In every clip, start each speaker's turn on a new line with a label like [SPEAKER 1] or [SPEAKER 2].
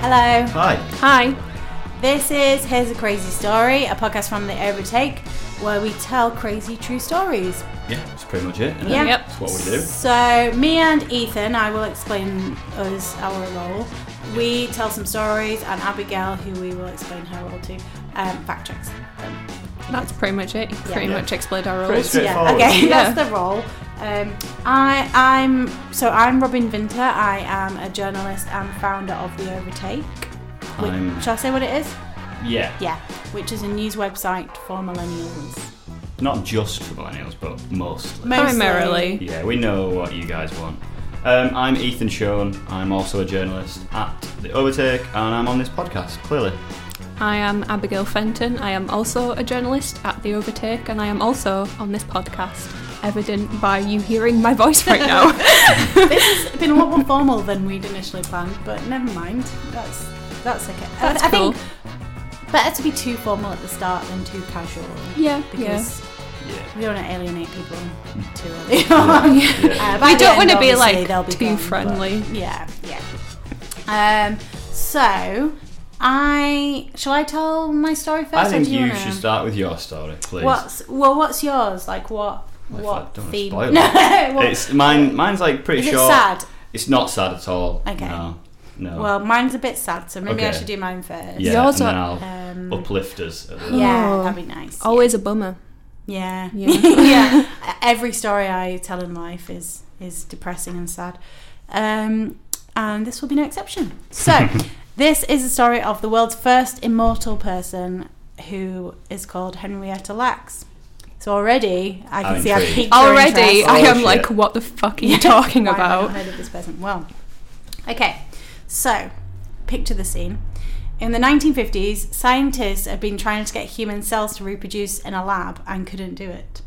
[SPEAKER 1] Hello.
[SPEAKER 2] Hi.
[SPEAKER 3] Hi,
[SPEAKER 1] This is Here's a Crazy Story, a podcast from The Overtake where we tell crazy true stories.
[SPEAKER 2] Yeah, that's pretty much it. isn't it?
[SPEAKER 1] Yeah.
[SPEAKER 3] Yep.
[SPEAKER 2] That's what we do.
[SPEAKER 1] So, me and Ethan, I will explain us our role. We tell some stories, and Abigail, who we will explain her role to, um, fact checks. them.
[SPEAKER 3] that's pretty much it. You pretty
[SPEAKER 1] Yeah.
[SPEAKER 3] much explained our
[SPEAKER 2] Pretty
[SPEAKER 3] roles.
[SPEAKER 2] straightforward.
[SPEAKER 1] Yeah, okay,
[SPEAKER 3] Yeah.
[SPEAKER 1] that's the role. Um, I, I'm so I'm Robin Vinter. I am a journalist and founder of The Overtake. Which,
[SPEAKER 2] I'm-
[SPEAKER 1] shall I say what it is?
[SPEAKER 2] Yeah.
[SPEAKER 1] Yeah, which is a news website for millennials.
[SPEAKER 2] Not just for millennials, but
[SPEAKER 1] Mostly.
[SPEAKER 2] mostly.
[SPEAKER 3] Primarily.
[SPEAKER 2] yeah, we know what you guys want. Um, I'm Ethan Sean. I'm also a journalist at The Overtake, and I'm on this podcast, clearly.
[SPEAKER 3] I am Abigail Fenton. I am also a journalist at The Overtake, and I am also on this podcast, evident by you hearing my voice right now.
[SPEAKER 1] It's been a lot more formal than we'd initially planned, but never mind. That's that's okay. I-
[SPEAKER 3] That's
[SPEAKER 1] I,
[SPEAKER 3] cool.
[SPEAKER 1] think better to be too formal at the start than too casual.
[SPEAKER 3] Yeah,
[SPEAKER 1] because
[SPEAKER 2] Yeah.
[SPEAKER 1] we don't want to alienate people too early on.
[SPEAKER 2] Yeah.
[SPEAKER 1] Uh, by
[SPEAKER 3] We
[SPEAKER 1] the
[SPEAKER 3] don't
[SPEAKER 1] end,
[SPEAKER 3] wanna be,
[SPEAKER 1] obviously,
[SPEAKER 3] like,
[SPEAKER 1] they'll be
[SPEAKER 3] too
[SPEAKER 1] gone, but-
[SPEAKER 3] friendly.
[SPEAKER 1] Yeah, yeah. Um, so I shall I tell my story first?
[SPEAKER 2] I
[SPEAKER 1] or
[SPEAKER 2] think
[SPEAKER 1] do you,
[SPEAKER 2] you
[SPEAKER 1] wanna-
[SPEAKER 2] should start with your story, please.
[SPEAKER 1] um, What's well? What's yours? Like what?
[SPEAKER 2] Well, if I
[SPEAKER 1] what
[SPEAKER 2] don't wanna
[SPEAKER 1] theme?
[SPEAKER 2] spoil
[SPEAKER 1] no, what-
[SPEAKER 2] It's mine. Mine's like pretty
[SPEAKER 1] Is it
[SPEAKER 2] short.
[SPEAKER 1] sad?
[SPEAKER 2] It's not sad at all.
[SPEAKER 1] Okay.
[SPEAKER 2] No. No.
[SPEAKER 1] Well, mine's a bit sad, so maybe I
[SPEAKER 2] Oh. Okay.
[SPEAKER 1] should do mine first.
[SPEAKER 2] yeah,
[SPEAKER 3] yours
[SPEAKER 2] and then
[SPEAKER 3] are-
[SPEAKER 2] I'll
[SPEAKER 1] Um,
[SPEAKER 2] uplift us. a little.
[SPEAKER 1] Yeah,
[SPEAKER 3] Oh.
[SPEAKER 1] that'd be nice.
[SPEAKER 3] Always a bummer.
[SPEAKER 1] Yeah, yeah.
[SPEAKER 3] Yeah.
[SPEAKER 1] Every story I tell in life is is depressing and sad, um, and this will be no exception. So, this is the story of the world's first immortal person, who is called Henrietta Lacks. So already, I can
[SPEAKER 2] I'm
[SPEAKER 1] see I've
[SPEAKER 2] intrigued.
[SPEAKER 1] piqued your
[SPEAKER 3] Already,
[SPEAKER 1] interest.
[SPEAKER 3] I am
[SPEAKER 2] Oh,
[SPEAKER 3] like,
[SPEAKER 2] shit.
[SPEAKER 3] what the fuck are you talking
[SPEAKER 1] Why have I not
[SPEAKER 3] about?
[SPEAKER 1] heard of this person. Well, okay. So, picture the scene. In the 1950s, scientists had been trying to get human cells to reproduce in a lab and couldn't do it.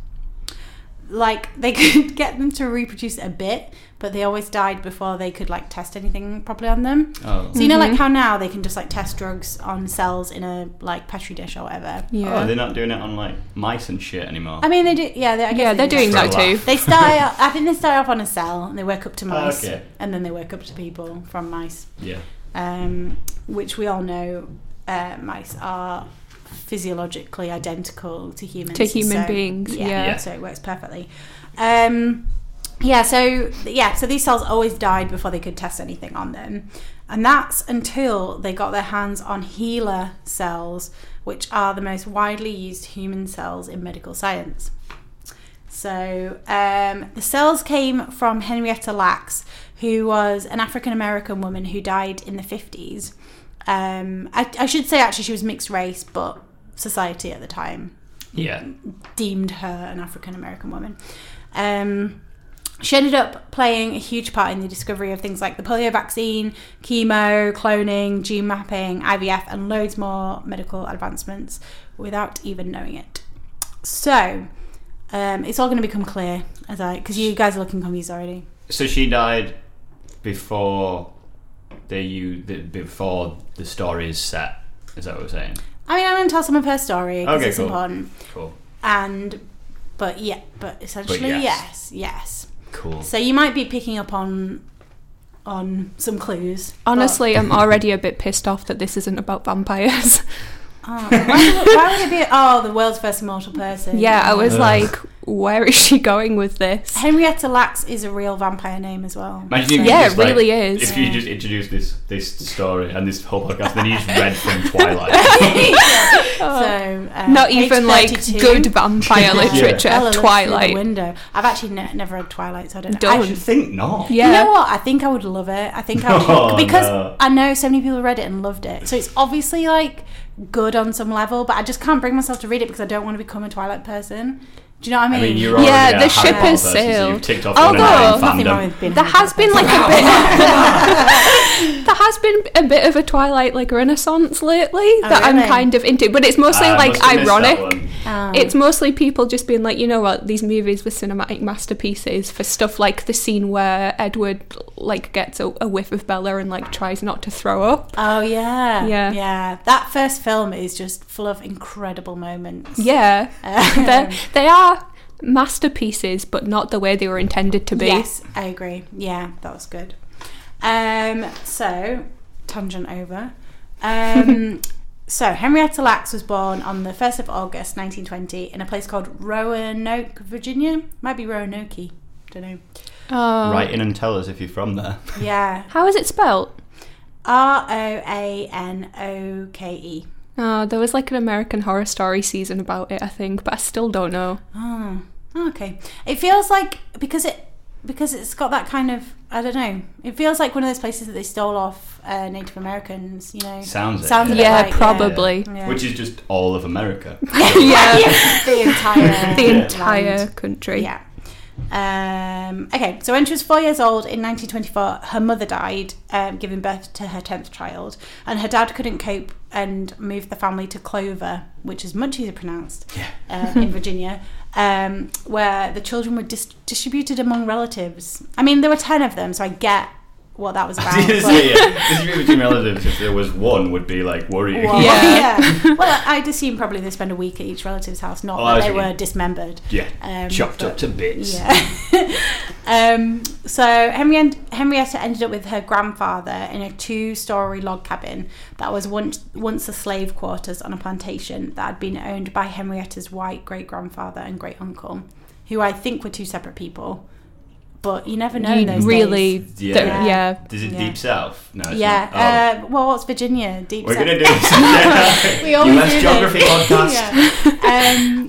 [SPEAKER 1] Like they could get them to reproduce a bit, but they always died before they could like test anything properly on them.
[SPEAKER 2] Oh.
[SPEAKER 1] So you know
[SPEAKER 3] Mm-hmm.
[SPEAKER 1] like how now they can just like test drugs on cells in a like petri dish or whatever.
[SPEAKER 2] Oh,
[SPEAKER 3] Yeah,
[SPEAKER 2] they're not doing it on like mice and shit anymore.
[SPEAKER 1] I mean they do yeah, they, I guess
[SPEAKER 3] yeah,
[SPEAKER 1] they
[SPEAKER 3] they're
[SPEAKER 1] do
[SPEAKER 3] doing
[SPEAKER 2] Throw
[SPEAKER 3] that
[SPEAKER 2] it
[SPEAKER 3] too.
[SPEAKER 2] off.
[SPEAKER 1] They start. out- I think they start off on a cell, and they work up to mice,
[SPEAKER 2] okay.
[SPEAKER 1] and then they work up to people from mice,
[SPEAKER 2] yeah.
[SPEAKER 1] um, which we all know uh, mice are physiologically identical to humans.
[SPEAKER 3] To human beings, yeah.
[SPEAKER 2] Yeah.
[SPEAKER 1] So it works perfectly. Um, yeah. So yeah. So these cells always died before they could test anything on them, and that's until they got their hands on HeLa cells, which are the most widely used human cells in medical science. So um, the cells came from Henrietta Lacks, who was an African American woman who died in the 50s. Um, I, I should say actually she was mixed race, but society at the time
[SPEAKER 2] Yeah.
[SPEAKER 1] deemed her an African American woman. Um, she ended up playing a huge part in the discovery of things like the polio vaccine, chemo, cloning, gene mapping, IVF, and loads more medical advancements without even knowing it. So, um, it's all going to become clear as I, because you guys are looking confused already.
[SPEAKER 2] So she died before they you the, before the story is set. Is that what we're saying?
[SPEAKER 1] I mean, I'm going to tell some of her story because
[SPEAKER 2] Okay,
[SPEAKER 1] it's
[SPEAKER 2] cool.
[SPEAKER 1] important.
[SPEAKER 2] Cool.
[SPEAKER 1] And, but yeah, but essentially, yes,
[SPEAKER 2] yes.
[SPEAKER 1] yes.
[SPEAKER 2] Cool.
[SPEAKER 1] So you might be picking up on on some clues. but-
[SPEAKER 3] Honestly, I'm already a bit pissed off that this isn't about vampires.
[SPEAKER 1] Oh, why, would, why would it be? Oh, the world's first immortal person.
[SPEAKER 3] yeah, I was
[SPEAKER 2] Ugh.
[SPEAKER 3] like, where is she going with this?
[SPEAKER 1] Henrietta Lacks is a real vampire name as well.
[SPEAKER 2] Imagine if you
[SPEAKER 3] Yeah,
[SPEAKER 2] just,
[SPEAKER 3] it
[SPEAKER 2] like,
[SPEAKER 3] really is.
[SPEAKER 2] If you just introduce this this story and this whole podcast, then you just read from Twilight.
[SPEAKER 1] So uh,
[SPEAKER 3] Oh. Not
[SPEAKER 1] page
[SPEAKER 3] even like
[SPEAKER 1] 32.
[SPEAKER 3] good vampire literature.
[SPEAKER 1] Ella looks through the
[SPEAKER 3] Twilight.
[SPEAKER 1] window. I've actually ne- never read Twilight, so I don't know. I
[SPEAKER 3] Don't.
[SPEAKER 2] I think not.
[SPEAKER 3] Yeah.
[SPEAKER 1] You know what? I think I would love it. I think I would
[SPEAKER 2] Oh,
[SPEAKER 1] because
[SPEAKER 2] no.
[SPEAKER 1] I know so many people read it and loved it. So it's obviously like good on some level, but I just can't bring myself to read it because I don't want to become a Twilight person. Do you know what I mean?
[SPEAKER 2] I mean, you're
[SPEAKER 3] Yeah,
[SPEAKER 2] already a
[SPEAKER 3] the
[SPEAKER 2] Harry
[SPEAKER 3] ship
[SPEAKER 2] Potter
[SPEAKER 3] has
[SPEAKER 2] person, so
[SPEAKER 3] sailed. Oh,
[SPEAKER 2] You've ticked off
[SPEAKER 3] Although-
[SPEAKER 2] one
[SPEAKER 1] nothing
[SPEAKER 2] and
[SPEAKER 1] wrong with being.
[SPEAKER 3] There has been like a bit. there has been a bit of a Twilight like renaissance lately that I'm
[SPEAKER 1] Oh, really? Oh.
[SPEAKER 3] kind of into, but it's mostly
[SPEAKER 2] Ah, I
[SPEAKER 3] like
[SPEAKER 2] must have missed that
[SPEAKER 3] ironic.
[SPEAKER 2] one.
[SPEAKER 3] It's mostly people just being like, you know what, these movies were cinematic masterpieces for stuff like the scene where Edward like gets a, a whiff of Bella and like tries not to throw up.
[SPEAKER 1] Oh yeah,
[SPEAKER 3] Yeah.
[SPEAKER 1] yeah. That first film is just full of incredible moments.
[SPEAKER 3] Yeah,
[SPEAKER 1] Um,
[SPEAKER 3] They're- they are masterpieces, but not the way they were intended to be.
[SPEAKER 1] Yes, I agree. Yeah, that was good. Um, so tangent over. Um, so Henrietta Lacks was born on the first of August, nineteen twenty, in a place called Roanoke, Virginia. Might be Roanoke. Don't know.
[SPEAKER 3] Oh.
[SPEAKER 2] Write in and tell us if you're from there.
[SPEAKER 1] Yeah,
[SPEAKER 3] How is it spelt?
[SPEAKER 1] R O A N O K E.
[SPEAKER 3] Oh, there was like an American Horror Story season about it, I think, but I still don't know.
[SPEAKER 1] Oh, okay. It feels like because it because it's got that kind of I don't know. It feels like one of those places that they stole off uh, Native Americans. You know,
[SPEAKER 2] Sounds it,
[SPEAKER 1] Sounds
[SPEAKER 2] yeah.
[SPEAKER 1] a bit
[SPEAKER 3] Yeah,
[SPEAKER 1] like,
[SPEAKER 3] probably.
[SPEAKER 1] Yeah. Mm.
[SPEAKER 2] Which is just all of America.
[SPEAKER 3] Yeah,
[SPEAKER 1] the entire
[SPEAKER 3] the
[SPEAKER 1] land.
[SPEAKER 3] entire country.
[SPEAKER 1] yeah. Um, okay, so when she was four years old in 1924, her mother died, um, giving birth to her 10th child, and her dad couldn't cope and moved the family to Clover, which is much easier pronounced, uh, in Virginia, um, where the children were dis- distributed among relatives. I mean, there were 10 of them, so I get what that was about.
[SPEAKER 2] yeah,
[SPEAKER 1] but-
[SPEAKER 2] yeah. Because if you were between relatives, if there was one, would be like worrying.
[SPEAKER 1] Well,
[SPEAKER 3] Yeah.
[SPEAKER 1] yeah. Well, I'd assume probably they spend a week at each relative's house, not
[SPEAKER 2] Oh, I
[SPEAKER 1] that
[SPEAKER 2] was
[SPEAKER 1] they
[SPEAKER 2] thinking-
[SPEAKER 1] were dismembered.
[SPEAKER 2] Yeah,
[SPEAKER 1] Um,
[SPEAKER 2] chopped
[SPEAKER 1] but-
[SPEAKER 2] up to bits.
[SPEAKER 1] Yeah. um, so Henri- Henrietta ended up with her grandfather in a two-story log cabin that was once once the slave quarters on a plantation that had been owned by Henrietta's white great grandfather and great uncle, who I think were two separate people. But you never know. in
[SPEAKER 3] You
[SPEAKER 1] those
[SPEAKER 3] really,
[SPEAKER 1] days.
[SPEAKER 2] Yeah.
[SPEAKER 3] don't-
[SPEAKER 1] Yeah.
[SPEAKER 3] yeah.
[SPEAKER 2] Is it
[SPEAKER 1] Yeah.
[SPEAKER 2] deep south? No. It's Not. Oh.
[SPEAKER 1] Yeah. Uh, well, what's Virginia? Deep.
[SPEAKER 2] we're
[SPEAKER 1] South.
[SPEAKER 2] gonna do this.
[SPEAKER 1] We always
[SPEAKER 2] US
[SPEAKER 1] do
[SPEAKER 2] geography
[SPEAKER 1] this.
[SPEAKER 2] podcast.
[SPEAKER 1] Yeah. Um,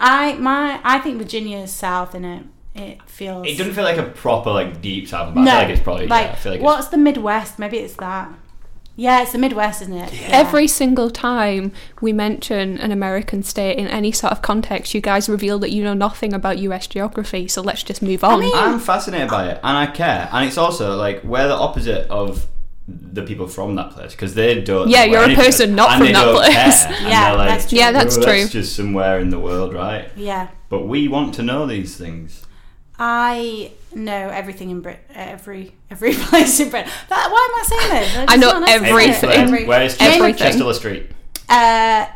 [SPEAKER 1] I my I think Virginia is south, and it it feels.
[SPEAKER 2] It doesn't feel like a proper like deep south. But I feel like it's probably yeah, I feel like
[SPEAKER 1] what's the Midwest? Maybe it's that. Yeah, it's the Midwest, isn't it? Yeah.
[SPEAKER 3] Every single time we mention an American state in any sort of context, you guys reveal that you know nothing about US geography, so let's just move on.
[SPEAKER 2] it's, I'm fascinated by it and I care and it's also like we're the opposite of the people from that place because they don't.
[SPEAKER 3] Yeah,
[SPEAKER 2] know where
[SPEAKER 3] you're a
[SPEAKER 2] anything is,
[SPEAKER 3] person not
[SPEAKER 2] and
[SPEAKER 3] from
[SPEAKER 2] they
[SPEAKER 3] that
[SPEAKER 2] don't
[SPEAKER 3] place.
[SPEAKER 2] care, and
[SPEAKER 1] Yeah,
[SPEAKER 2] they're like,
[SPEAKER 1] that's true.
[SPEAKER 3] Yeah, that's
[SPEAKER 2] "Oh,
[SPEAKER 3] true.
[SPEAKER 2] just somewhere in the world, right?
[SPEAKER 1] yeah.
[SPEAKER 2] But we want to know these things.
[SPEAKER 1] I know everything in Brit, every every place in Britain. That, why am I saying this?
[SPEAKER 3] I
[SPEAKER 1] just
[SPEAKER 3] know
[SPEAKER 1] not nice, is it?
[SPEAKER 3] everything.
[SPEAKER 1] Every-
[SPEAKER 2] Where's
[SPEAKER 3] Everything.
[SPEAKER 2] Chester, Chester Street?
[SPEAKER 1] Uh,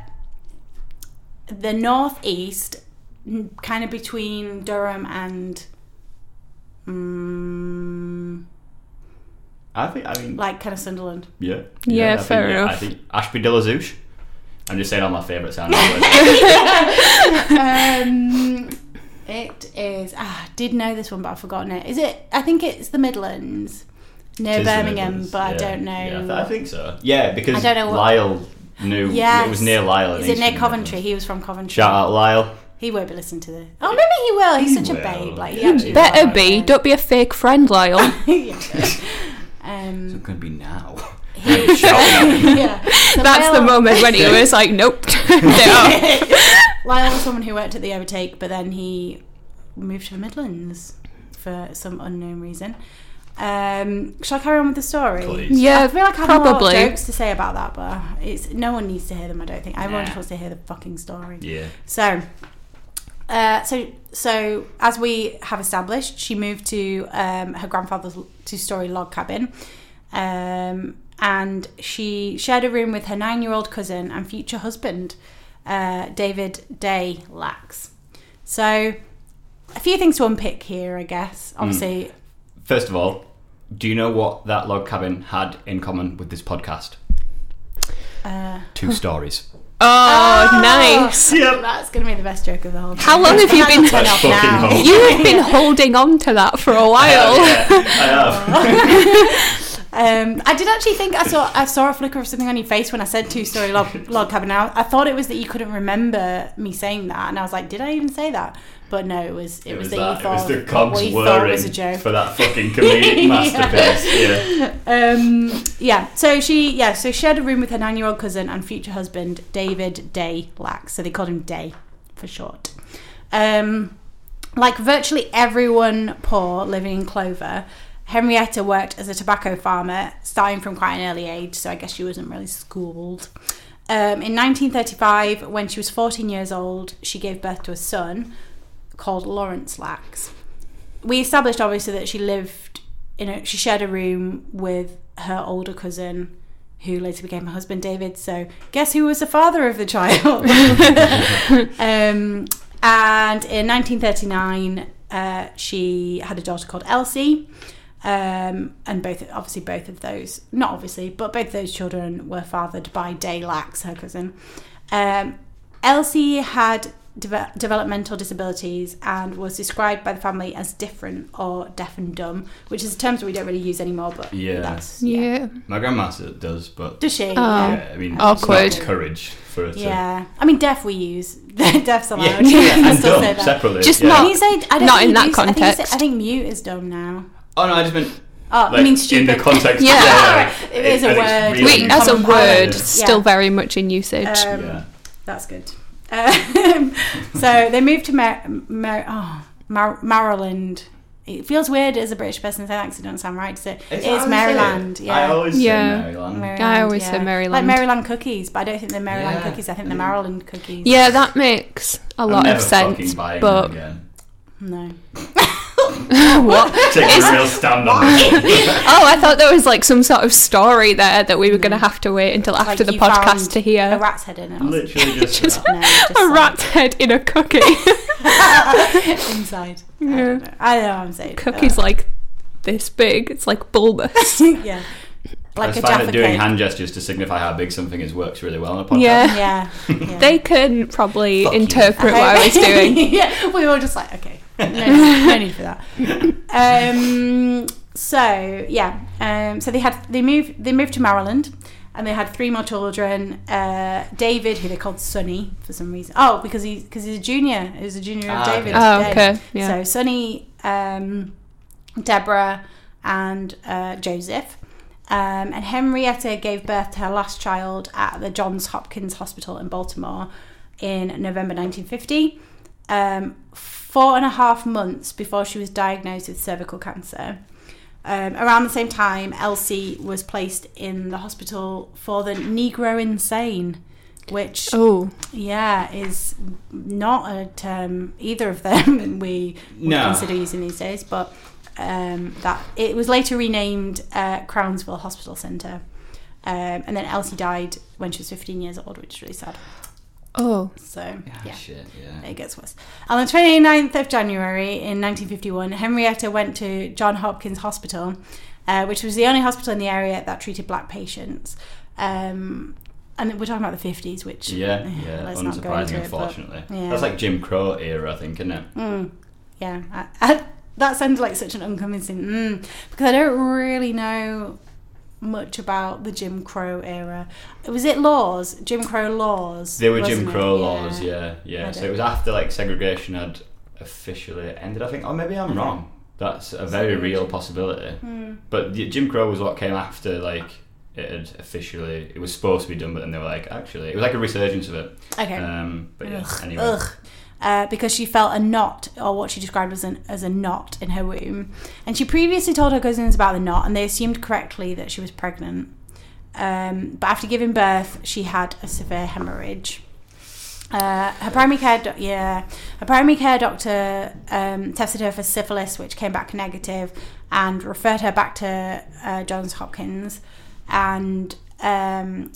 [SPEAKER 1] the northeast, n- kind of between Durham and. mm
[SPEAKER 2] I think. I mean,
[SPEAKER 1] like kind of Sunderland.
[SPEAKER 2] yeah.
[SPEAKER 3] Yeah,
[SPEAKER 2] I
[SPEAKER 3] fair
[SPEAKER 2] think,
[SPEAKER 3] enough.
[SPEAKER 2] I think Ashby de la Zouche. I'm just saying all my favourite sound words.
[SPEAKER 1] Um, it is. Ah, I did know this one, but I've forgotten it. Is it? I think it's the Midlands, near
[SPEAKER 2] It is the
[SPEAKER 1] Birmingham,
[SPEAKER 2] Midlands,
[SPEAKER 1] but I
[SPEAKER 2] yeah,
[SPEAKER 1] don't know.
[SPEAKER 2] yeah, I th- I think so. Yeah, because
[SPEAKER 1] I don't know what-
[SPEAKER 2] Lyle knew it was
[SPEAKER 1] Yes.
[SPEAKER 2] near Lyle. in
[SPEAKER 1] Is it
[SPEAKER 2] Eastern
[SPEAKER 1] near
[SPEAKER 2] Midlands.
[SPEAKER 1] Coventry? He was from Coventry.
[SPEAKER 2] Shout out Lyle.
[SPEAKER 1] He won't be listening to this. Oh, maybe he will. He's
[SPEAKER 2] He
[SPEAKER 1] such
[SPEAKER 2] will.
[SPEAKER 1] a babe. Like
[SPEAKER 2] He
[SPEAKER 1] he actually
[SPEAKER 3] Better
[SPEAKER 1] will.
[SPEAKER 3] be. Don't be a fake friend, Lyle.
[SPEAKER 1] Um,
[SPEAKER 2] It's gonna be now. Shouting out.
[SPEAKER 1] yeah. So
[SPEAKER 3] That's the
[SPEAKER 1] Lyle-
[SPEAKER 3] moment when he was like, nope. they are.
[SPEAKER 1] Lyle was someone who worked at the Overtake, but then he moved to the Midlands for some unknown reason. Um, shall I carry on with the story?
[SPEAKER 2] Please.
[SPEAKER 3] Yeah,
[SPEAKER 1] I feel like I have
[SPEAKER 3] probably.
[SPEAKER 1] more jokes to say about that, but it's no one needs to hear them. I don't think everyone
[SPEAKER 2] Nah.
[SPEAKER 1] just wants to hear the fucking story.
[SPEAKER 2] Yeah.
[SPEAKER 1] So, uh, so so as we have established, she moved to um, her grandfather's two-story log cabin, um, and she shared a room with her nine year old cousin and future husband, uh, David Day Lax. So, a few things to unpick here, I guess.
[SPEAKER 2] Hmm.
[SPEAKER 1] Obviously,
[SPEAKER 2] First of all, do you know what that log cabin had in common with this podcast?
[SPEAKER 1] Uh,
[SPEAKER 2] Two stories.
[SPEAKER 3] Oh,
[SPEAKER 1] Ah.
[SPEAKER 3] nice.
[SPEAKER 2] yep.
[SPEAKER 1] that's going to be the best joke of the whole thing.
[SPEAKER 3] How long have you been?
[SPEAKER 1] Turn
[SPEAKER 2] That's
[SPEAKER 1] off
[SPEAKER 2] fucking
[SPEAKER 1] now.
[SPEAKER 2] home.
[SPEAKER 3] You have been holding on to that for a while.
[SPEAKER 2] Yeah, I have.
[SPEAKER 1] Um, I did actually think I saw I saw a flicker of something on your face when I said two story log, log cabin. Now I thought it was that you couldn't remember me saying that, and I was like, did I even say that? But no, it was it,
[SPEAKER 2] It
[SPEAKER 1] was, that,
[SPEAKER 2] was that.
[SPEAKER 1] you
[SPEAKER 2] It
[SPEAKER 1] thought
[SPEAKER 2] was the cogs
[SPEAKER 1] what you thought
[SPEAKER 2] whirring
[SPEAKER 1] was a joke.
[SPEAKER 2] for that fucking comedic masterpiece. Yeah.
[SPEAKER 1] Um, yeah. So she yeah so she shared a room with her nine year old cousin and future husband David Day Lax. So they called him Day for short. Um, like virtually everyone poor living in Clover, Henrietta worked as a tobacco farmer starting from quite an early age, so I guess she wasn't really schooled. Um, in 1935, when she was 14 years old, she gave birth to a son called Lawrence Lax. We established obviously that she lived in a, she shared a room with her older cousin who later became her husband David. So guess who was the father of the child? Um, and in 1939, uh, she had a daughter called Elsie. Um, and both, obviously, both of those, not obviously, but both those children were fathered by Day Lax, her cousin. Um, Elsie had deve- developmental disabilities and was described by the family as different or deaf and dumb, which is terms that we don't really use anymore, but
[SPEAKER 2] Yeah.
[SPEAKER 1] that's.
[SPEAKER 3] Yeah.
[SPEAKER 2] My grandma s- does, but
[SPEAKER 1] Does she?
[SPEAKER 2] yeah, I mean, it's
[SPEAKER 3] Awkward.
[SPEAKER 2] not courage for her to.
[SPEAKER 1] Yeah. I mean, deaf we use. Deaf's
[SPEAKER 2] Yeah,
[SPEAKER 1] allowed. I
[SPEAKER 2] and
[SPEAKER 1] still
[SPEAKER 2] dumb
[SPEAKER 1] say that.
[SPEAKER 2] separately.
[SPEAKER 3] Just
[SPEAKER 2] yeah.
[SPEAKER 3] not-
[SPEAKER 1] Can you say, I don't
[SPEAKER 3] Not
[SPEAKER 1] think
[SPEAKER 3] in
[SPEAKER 1] you
[SPEAKER 3] that
[SPEAKER 1] do- I think you say-
[SPEAKER 3] context.
[SPEAKER 1] I think mute is dumb now.
[SPEAKER 2] Oh no, I just meant.
[SPEAKER 1] Oh,
[SPEAKER 2] like,
[SPEAKER 1] I mean stupid.
[SPEAKER 2] in the context.
[SPEAKER 3] Yeah.
[SPEAKER 2] like,
[SPEAKER 1] It is a
[SPEAKER 2] and it's
[SPEAKER 1] word.
[SPEAKER 2] really-
[SPEAKER 3] We,
[SPEAKER 1] Wait,
[SPEAKER 3] as a
[SPEAKER 1] Common
[SPEAKER 3] word,
[SPEAKER 1] parlance.
[SPEAKER 3] still
[SPEAKER 1] Yeah.
[SPEAKER 3] very much in usage.
[SPEAKER 1] Um,
[SPEAKER 2] Yeah.
[SPEAKER 1] That's good. Um, so they moved to Mar- Mar- oh, Mar- Maryland. It feels weird as a British person to say that 'cause it doesn't sound right. So it's,
[SPEAKER 2] I always say
[SPEAKER 1] Maryland.
[SPEAKER 2] it.
[SPEAKER 1] Yeah.
[SPEAKER 2] I always
[SPEAKER 3] Yeah.
[SPEAKER 2] say Maryland.
[SPEAKER 1] Maryland,
[SPEAKER 3] I always say
[SPEAKER 1] Like
[SPEAKER 3] Maryland.
[SPEAKER 1] Maryland cookies, but I don't think they're Maryland
[SPEAKER 2] Yeah. Mm.
[SPEAKER 1] cookies. I think they're Maryland cookies.
[SPEAKER 3] yeah, that makes a
[SPEAKER 2] I'm
[SPEAKER 3] lot
[SPEAKER 2] never
[SPEAKER 3] of
[SPEAKER 2] fucking
[SPEAKER 3] sense.
[SPEAKER 2] buying
[SPEAKER 3] But
[SPEAKER 2] them again.
[SPEAKER 1] No.
[SPEAKER 3] what?
[SPEAKER 2] Take a real stand on that.
[SPEAKER 3] Oh, I thought there was like some sort of story there that we were going to have to wait until
[SPEAKER 1] Like
[SPEAKER 3] after the
[SPEAKER 1] you found
[SPEAKER 3] podcast to hear.
[SPEAKER 1] A rat's head in it. or something.
[SPEAKER 2] Literally just. that.
[SPEAKER 1] No, just uh,
[SPEAKER 3] a
[SPEAKER 1] like-
[SPEAKER 3] rat's head in a cookie.
[SPEAKER 1] inside. I don't know. I don't know what I'm saying. Uh,
[SPEAKER 3] Cookie's like this big. It's like bulbous.
[SPEAKER 1] yeah.
[SPEAKER 2] I
[SPEAKER 1] Like
[SPEAKER 2] just
[SPEAKER 1] a
[SPEAKER 2] find
[SPEAKER 1] Jaffa
[SPEAKER 2] that doing
[SPEAKER 1] cake.
[SPEAKER 2] hand gestures to signify how big something is works really well on a podcast.
[SPEAKER 3] Yeah.
[SPEAKER 1] yeah. yeah.
[SPEAKER 3] They can probably
[SPEAKER 2] Fuck you.
[SPEAKER 3] interpret what I was doing.
[SPEAKER 1] yeah, we were just like, okay, no, no need for that. Um, so yeah, um, so they had they moved they moved to Maryland, and they had three more children. Uh, David, who they called Sonny for some reason. Oh, because he's because he's a junior. He was a junior
[SPEAKER 2] Ah,
[SPEAKER 1] of David.
[SPEAKER 2] okay.
[SPEAKER 3] Oh, okay, yeah.
[SPEAKER 1] So Sonny, um, Deborah, and uh, Joseph. Um, and Henrietta gave birth to her last child at the Johns Hopkins Hospital in Baltimore in November 1950, um, four and a half months before she was diagnosed with cervical cancer. Um, around the same time, Elsie was placed in the hospital for the Negro insane, which
[SPEAKER 3] Oh,
[SPEAKER 1] yeah, is not a term either of them we would
[SPEAKER 2] No.
[SPEAKER 1] consider using these days, but um, that it was later renamed uh, Crownsville Hospital Centre. Um, and then Elsie died when she was 15 years old, which is really sad.
[SPEAKER 3] oh,
[SPEAKER 1] So, yeah
[SPEAKER 2] Shit, yeah.
[SPEAKER 1] it gets worse. On the 29th of January in 1951, Henrietta went to John Hopkins Hospital, uh, which was the only hospital in the area that treated black patients. Um, and we're talking about the 50s, which
[SPEAKER 2] Yeah,
[SPEAKER 1] eh,
[SPEAKER 2] yeah.
[SPEAKER 1] let's not go into
[SPEAKER 2] Unsurprising,
[SPEAKER 1] it, but-
[SPEAKER 2] unfortunately.
[SPEAKER 1] yeah.
[SPEAKER 2] That's like Jim Crow era, I think, isn't it?
[SPEAKER 1] yeah, I, I, that sounded like such an unconvincing mm, because I don't really know much about the Jim Crow era. Was it laws? Jim Crow laws.
[SPEAKER 2] They were Jim
[SPEAKER 1] wasn't it?
[SPEAKER 2] Crow laws, yeah, yeah.
[SPEAKER 1] I
[SPEAKER 2] So
[SPEAKER 1] don't-
[SPEAKER 2] it was after like segregation had officially ended, I think. Or maybe I'm wrong. That's a very real possibility.
[SPEAKER 1] Hmm.
[SPEAKER 2] But the- Jim Crow was what came after, like it had officially. It was supposed to be done, but then they were like, actually, it was like a resurgence of it.
[SPEAKER 1] Okay.
[SPEAKER 2] Um, but yeah.
[SPEAKER 1] Ugh,
[SPEAKER 2] Anyway.
[SPEAKER 1] ugh. Uh, because she felt a knot, or what she described as, an, as a knot in her womb. And she previously told her cousins about the knot, and they assumed correctly that she was pregnant. Um, but after giving birth, she had a severe hemorrhage. Uh, her primary care, doc yeah, her primary care doctor um, tested her for syphilis, which came back negative, and referred her back to uh, Johns Hopkins. and um,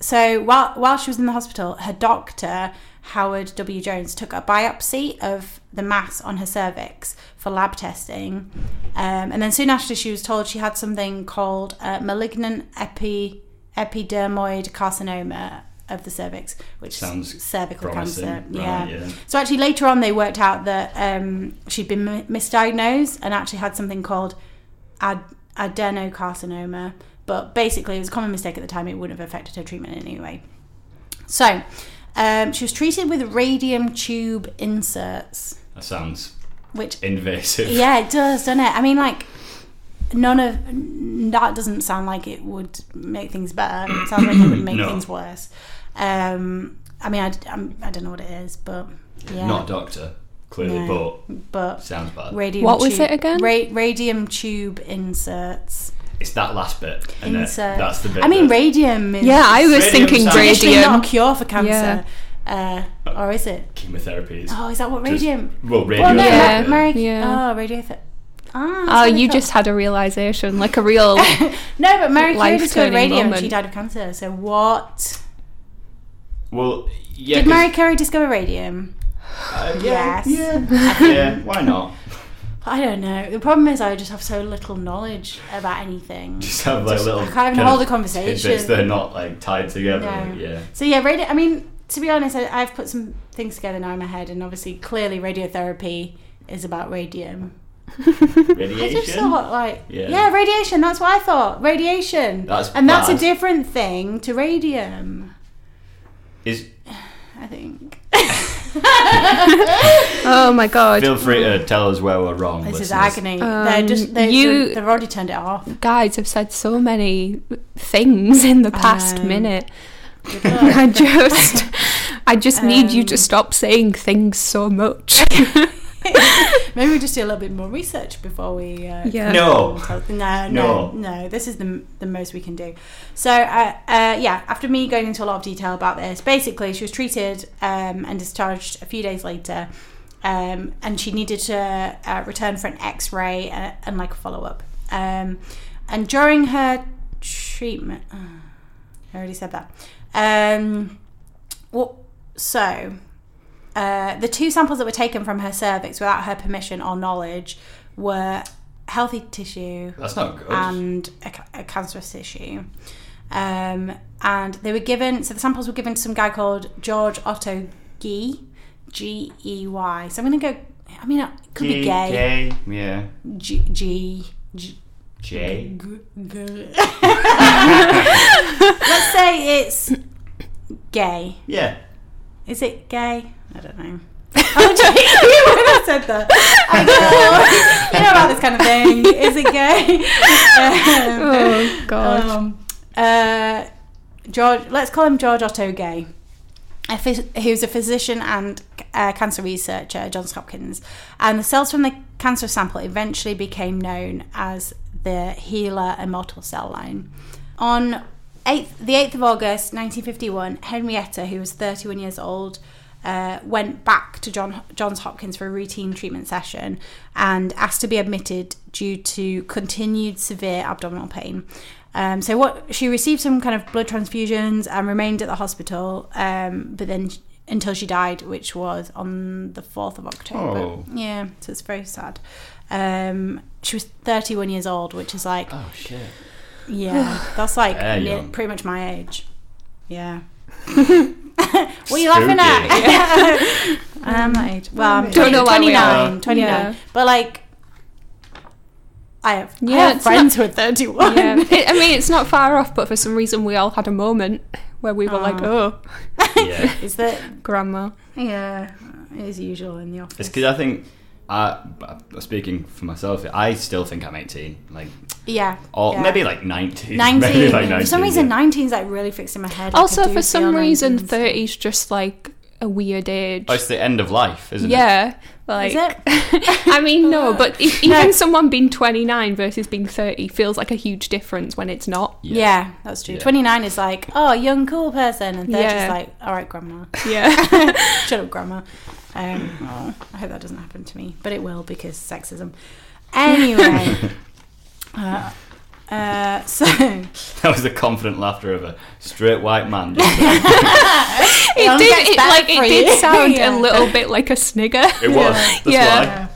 [SPEAKER 1] so while while she was in the hospital, her doctor Howard W. Jones took a biopsy of the mass on her cervix for lab testing, um, and then soon after she was told she had something called uh, malignant epi, epidermoid carcinoma of the cervix, which
[SPEAKER 2] Sounds
[SPEAKER 1] is cervical
[SPEAKER 2] promising.
[SPEAKER 1] cancer.
[SPEAKER 2] Right,
[SPEAKER 1] yeah.
[SPEAKER 2] yeah.
[SPEAKER 1] So actually, later on, they worked out that um, she'd been mi- misdiagnosed and actually had something called ad- adenocarcinoma. But basically, it was a common mistake at the time. It wouldn't have affected her treatment in any way. So um, she was treated with radium tube inserts,
[SPEAKER 2] That sounds
[SPEAKER 1] which
[SPEAKER 2] invasive.
[SPEAKER 1] yeah, it does, doesn't it? I mean, like none of that doesn't sound like it would make things better. It sounds like it would make
[SPEAKER 2] No.
[SPEAKER 1] things worse. Um, I mean, I, I'm, I don't know what it is, but yeah,
[SPEAKER 2] Not a doctor, clearly,
[SPEAKER 1] No.
[SPEAKER 2] but
[SPEAKER 1] but
[SPEAKER 2] sounds bad.
[SPEAKER 1] radium.
[SPEAKER 3] What was
[SPEAKER 1] tube-
[SPEAKER 3] it again?
[SPEAKER 1] Ra- radium tube inserts.
[SPEAKER 2] it's that last bit, and
[SPEAKER 1] Inserts.
[SPEAKER 2] that, that's the bit.
[SPEAKER 1] I mean,
[SPEAKER 2] that-
[SPEAKER 1] radium. Is
[SPEAKER 3] Yeah, I was
[SPEAKER 2] Radium
[SPEAKER 3] thinking
[SPEAKER 2] sounds-
[SPEAKER 1] traditionally
[SPEAKER 3] radium.
[SPEAKER 1] not a cure for cancer, uh, or is it?
[SPEAKER 2] chemotherapy is.
[SPEAKER 1] Oh, is that what
[SPEAKER 2] just-
[SPEAKER 1] radium?
[SPEAKER 2] Well, radio.
[SPEAKER 1] Well, no,
[SPEAKER 3] Yeah.
[SPEAKER 1] yeah. Mary.
[SPEAKER 3] Yeah.
[SPEAKER 1] Oh, radio. Th- ah,
[SPEAKER 3] Oh,
[SPEAKER 1] that's what I
[SPEAKER 3] you
[SPEAKER 1] thought.
[SPEAKER 3] just had a realization, like a real.
[SPEAKER 1] No, but Mary Curie
[SPEAKER 3] Life
[SPEAKER 1] discovered
[SPEAKER 3] turning
[SPEAKER 1] radium and
[SPEAKER 3] moment.
[SPEAKER 1] she died of cancer. So what?
[SPEAKER 2] Well, yeah.
[SPEAKER 1] Did
[SPEAKER 2] 'cause-
[SPEAKER 1] Mary Curie discover radium?
[SPEAKER 2] uh, yeah,
[SPEAKER 1] Yes.
[SPEAKER 2] Yeah. yeah. Why not?
[SPEAKER 1] I don't know. The problem is I just have so little knowledge about anything.
[SPEAKER 2] Just have like little.
[SPEAKER 1] I can't even
[SPEAKER 2] kind
[SPEAKER 1] hold a
[SPEAKER 2] of
[SPEAKER 1] conversation.
[SPEAKER 2] tidbits that are not like tied together.
[SPEAKER 1] No.
[SPEAKER 2] Yeah.
[SPEAKER 1] So yeah, radio. I mean, to be honest, I, I've put some things together now in my head, and obviously, clearly, radiotherapy is about radium. I
[SPEAKER 2] Radiation.
[SPEAKER 1] just thought, like, yeah.
[SPEAKER 2] Yeah.
[SPEAKER 1] radiation. That's what I thought. Radiation,
[SPEAKER 2] That's
[SPEAKER 1] and that's a
[SPEAKER 2] bad.
[SPEAKER 1] different thing to radium.
[SPEAKER 2] Is
[SPEAKER 1] I think
[SPEAKER 3] oh my god,
[SPEAKER 2] feel free to tell us where we're wrong.
[SPEAKER 1] this is
[SPEAKER 2] listeners.
[SPEAKER 1] agony. they're just they,
[SPEAKER 3] you-
[SPEAKER 1] they've already turned it off.
[SPEAKER 3] guys have said so many things in the past
[SPEAKER 1] know.
[SPEAKER 3] minute. I just, I just need you to stop saying things so much.
[SPEAKER 1] Maybe we just do a little bit more research before we. Uh,
[SPEAKER 3] Yeah.
[SPEAKER 2] No.
[SPEAKER 1] No, Uh, no,
[SPEAKER 2] No.
[SPEAKER 1] no. This is the, the most we can do. So, uh, uh, yeah, after me going into a lot of detail about this, basically she was treated um, and discharged a few days later, um, and she needed to uh, return for an X ray and, and like a follow up. Um, and during her treatment, ah, I already said that. Um, well, so uh, the two samples that were taken from her cervix without her permission or knowledge were healthy tissue
[SPEAKER 2] That's not good.
[SPEAKER 1] and a, ca- a cancerous tissue. Um, and they were given, so the samples were given to some guy called George Otto Gee, G E Y. So I'm going to go, I mean, it could
[SPEAKER 2] E
[SPEAKER 1] be gay.
[SPEAKER 2] Gay. Yeah.
[SPEAKER 1] G. G, G
[SPEAKER 2] J.
[SPEAKER 1] Let's say it's gay.
[SPEAKER 2] Yeah.
[SPEAKER 1] Is it gay? I don't know. I'm joking when I said that. I know. you know about this kind of thing. Is it gay? Um,
[SPEAKER 3] oh god.
[SPEAKER 1] um, uh, George, let's call him George Otto Gay, a phys- who's a physician and uh, cancer researcher at Johns Hopkins. And the cells from the cancer sample eventually became known as the HeLa immortal cell line. On 8th, the 8th of August 1951, Henrietta, who was 31 years old, uh, went back to John, Johns Hopkins for a routine treatment session and asked to be admitted due to continued severe abdominal pain. Um, so what she received some kind of blood transfusions and remained at the hospital, um, but then until she died, which was on the fourth of October.
[SPEAKER 2] Oh.
[SPEAKER 1] Yeah, so it's very sad. Um, she was 31 years old, which is like
[SPEAKER 2] Oh shit.
[SPEAKER 1] yeah, that's like
[SPEAKER 2] Very
[SPEAKER 1] near-
[SPEAKER 2] young.
[SPEAKER 1] pretty much my age. Yeah. what are you laughing at? I am that age. Well, I'm
[SPEAKER 3] Mm. Don't know why we
[SPEAKER 1] 29,
[SPEAKER 2] are.
[SPEAKER 1] 29.
[SPEAKER 3] Yeah.
[SPEAKER 1] But like, I have, I
[SPEAKER 3] Yeah,
[SPEAKER 1] have
[SPEAKER 3] it's
[SPEAKER 1] friends who are 31.
[SPEAKER 3] yeah. It, I mean, it's not far off, but for some reason, we all had a moment where we were like, "Oh,
[SPEAKER 2] Yeah.
[SPEAKER 1] Is that,
[SPEAKER 3] grandma."
[SPEAKER 1] yeah, as usual in the office.
[SPEAKER 2] It's because I think, I, speaking for myself, I still think I'm 18. Like,
[SPEAKER 1] yeah.
[SPEAKER 2] or
[SPEAKER 1] yeah.
[SPEAKER 2] Oh, maybe like 19.
[SPEAKER 1] 19.
[SPEAKER 2] Maybe like 19.
[SPEAKER 1] for some reason,
[SPEAKER 2] yeah.
[SPEAKER 1] 19's like really fixed in my head. Like, I
[SPEAKER 3] Also,
[SPEAKER 1] do
[SPEAKER 3] for some
[SPEAKER 1] feel
[SPEAKER 3] reason,
[SPEAKER 1] 19s.
[SPEAKER 3] thirties just like a weird age.
[SPEAKER 2] Oh, it's the end of life, isn't it?
[SPEAKER 3] yeah, like
[SPEAKER 1] Is it?
[SPEAKER 3] I mean, no, but e even someone being 29 versus being 30 feels like a huge difference when it's not.
[SPEAKER 1] Yeah. that's true.
[SPEAKER 2] Yeah.
[SPEAKER 1] 29 is like, oh, young, cool person. And 30 is
[SPEAKER 3] Yeah.
[SPEAKER 1] like, all right, grandma.
[SPEAKER 3] Yeah.
[SPEAKER 1] Shut up, grandma. Um, oh, I hope that doesn't happen to me, but it will because sexism. Anyway, uh, Uh, so
[SPEAKER 2] That was the confident laughter of a straight white man. It
[SPEAKER 3] It
[SPEAKER 1] only
[SPEAKER 3] did,
[SPEAKER 1] gets
[SPEAKER 3] it,
[SPEAKER 1] better
[SPEAKER 3] like,
[SPEAKER 1] for
[SPEAKER 3] it
[SPEAKER 1] you.
[SPEAKER 3] did sound
[SPEAKER 1] Yeah.
[SPEAKER 3] a little bit like a snigger.
[SPEAKER 2] was. That's
[SPEAKER 3] Yeah.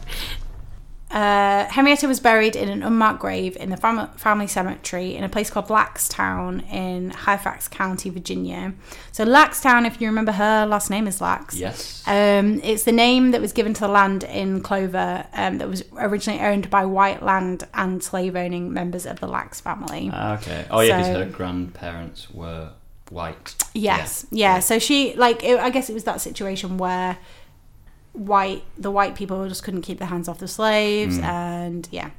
[SPEAKER 1] Uh, Henrietta was buried in an unmarked grave in the fam- family cemetery in a place called Blackstown in Halifax County, Virginia. So, Laxtown, if you remember her last name is Lax.
[SPEAKER 2] why. Yes.
[SPEAKER 1] Um, it's the name that was given to the land in Clover um, that was originally owned by white land and slave owning members of the Lax family.
[SPEAKER 2] Ah, okay. Oh yeah, because
[SPEAKER 1] So-
[SPEAKER 2] her grandparents were white.
[SPEAKER 1] Yes,
[SPEAKER 2] Yeah.
[SPEAKER 1] yeah. So she like it, I guess it was that situation where white the white people just couldn't keep their hands off the slaves, and yeah.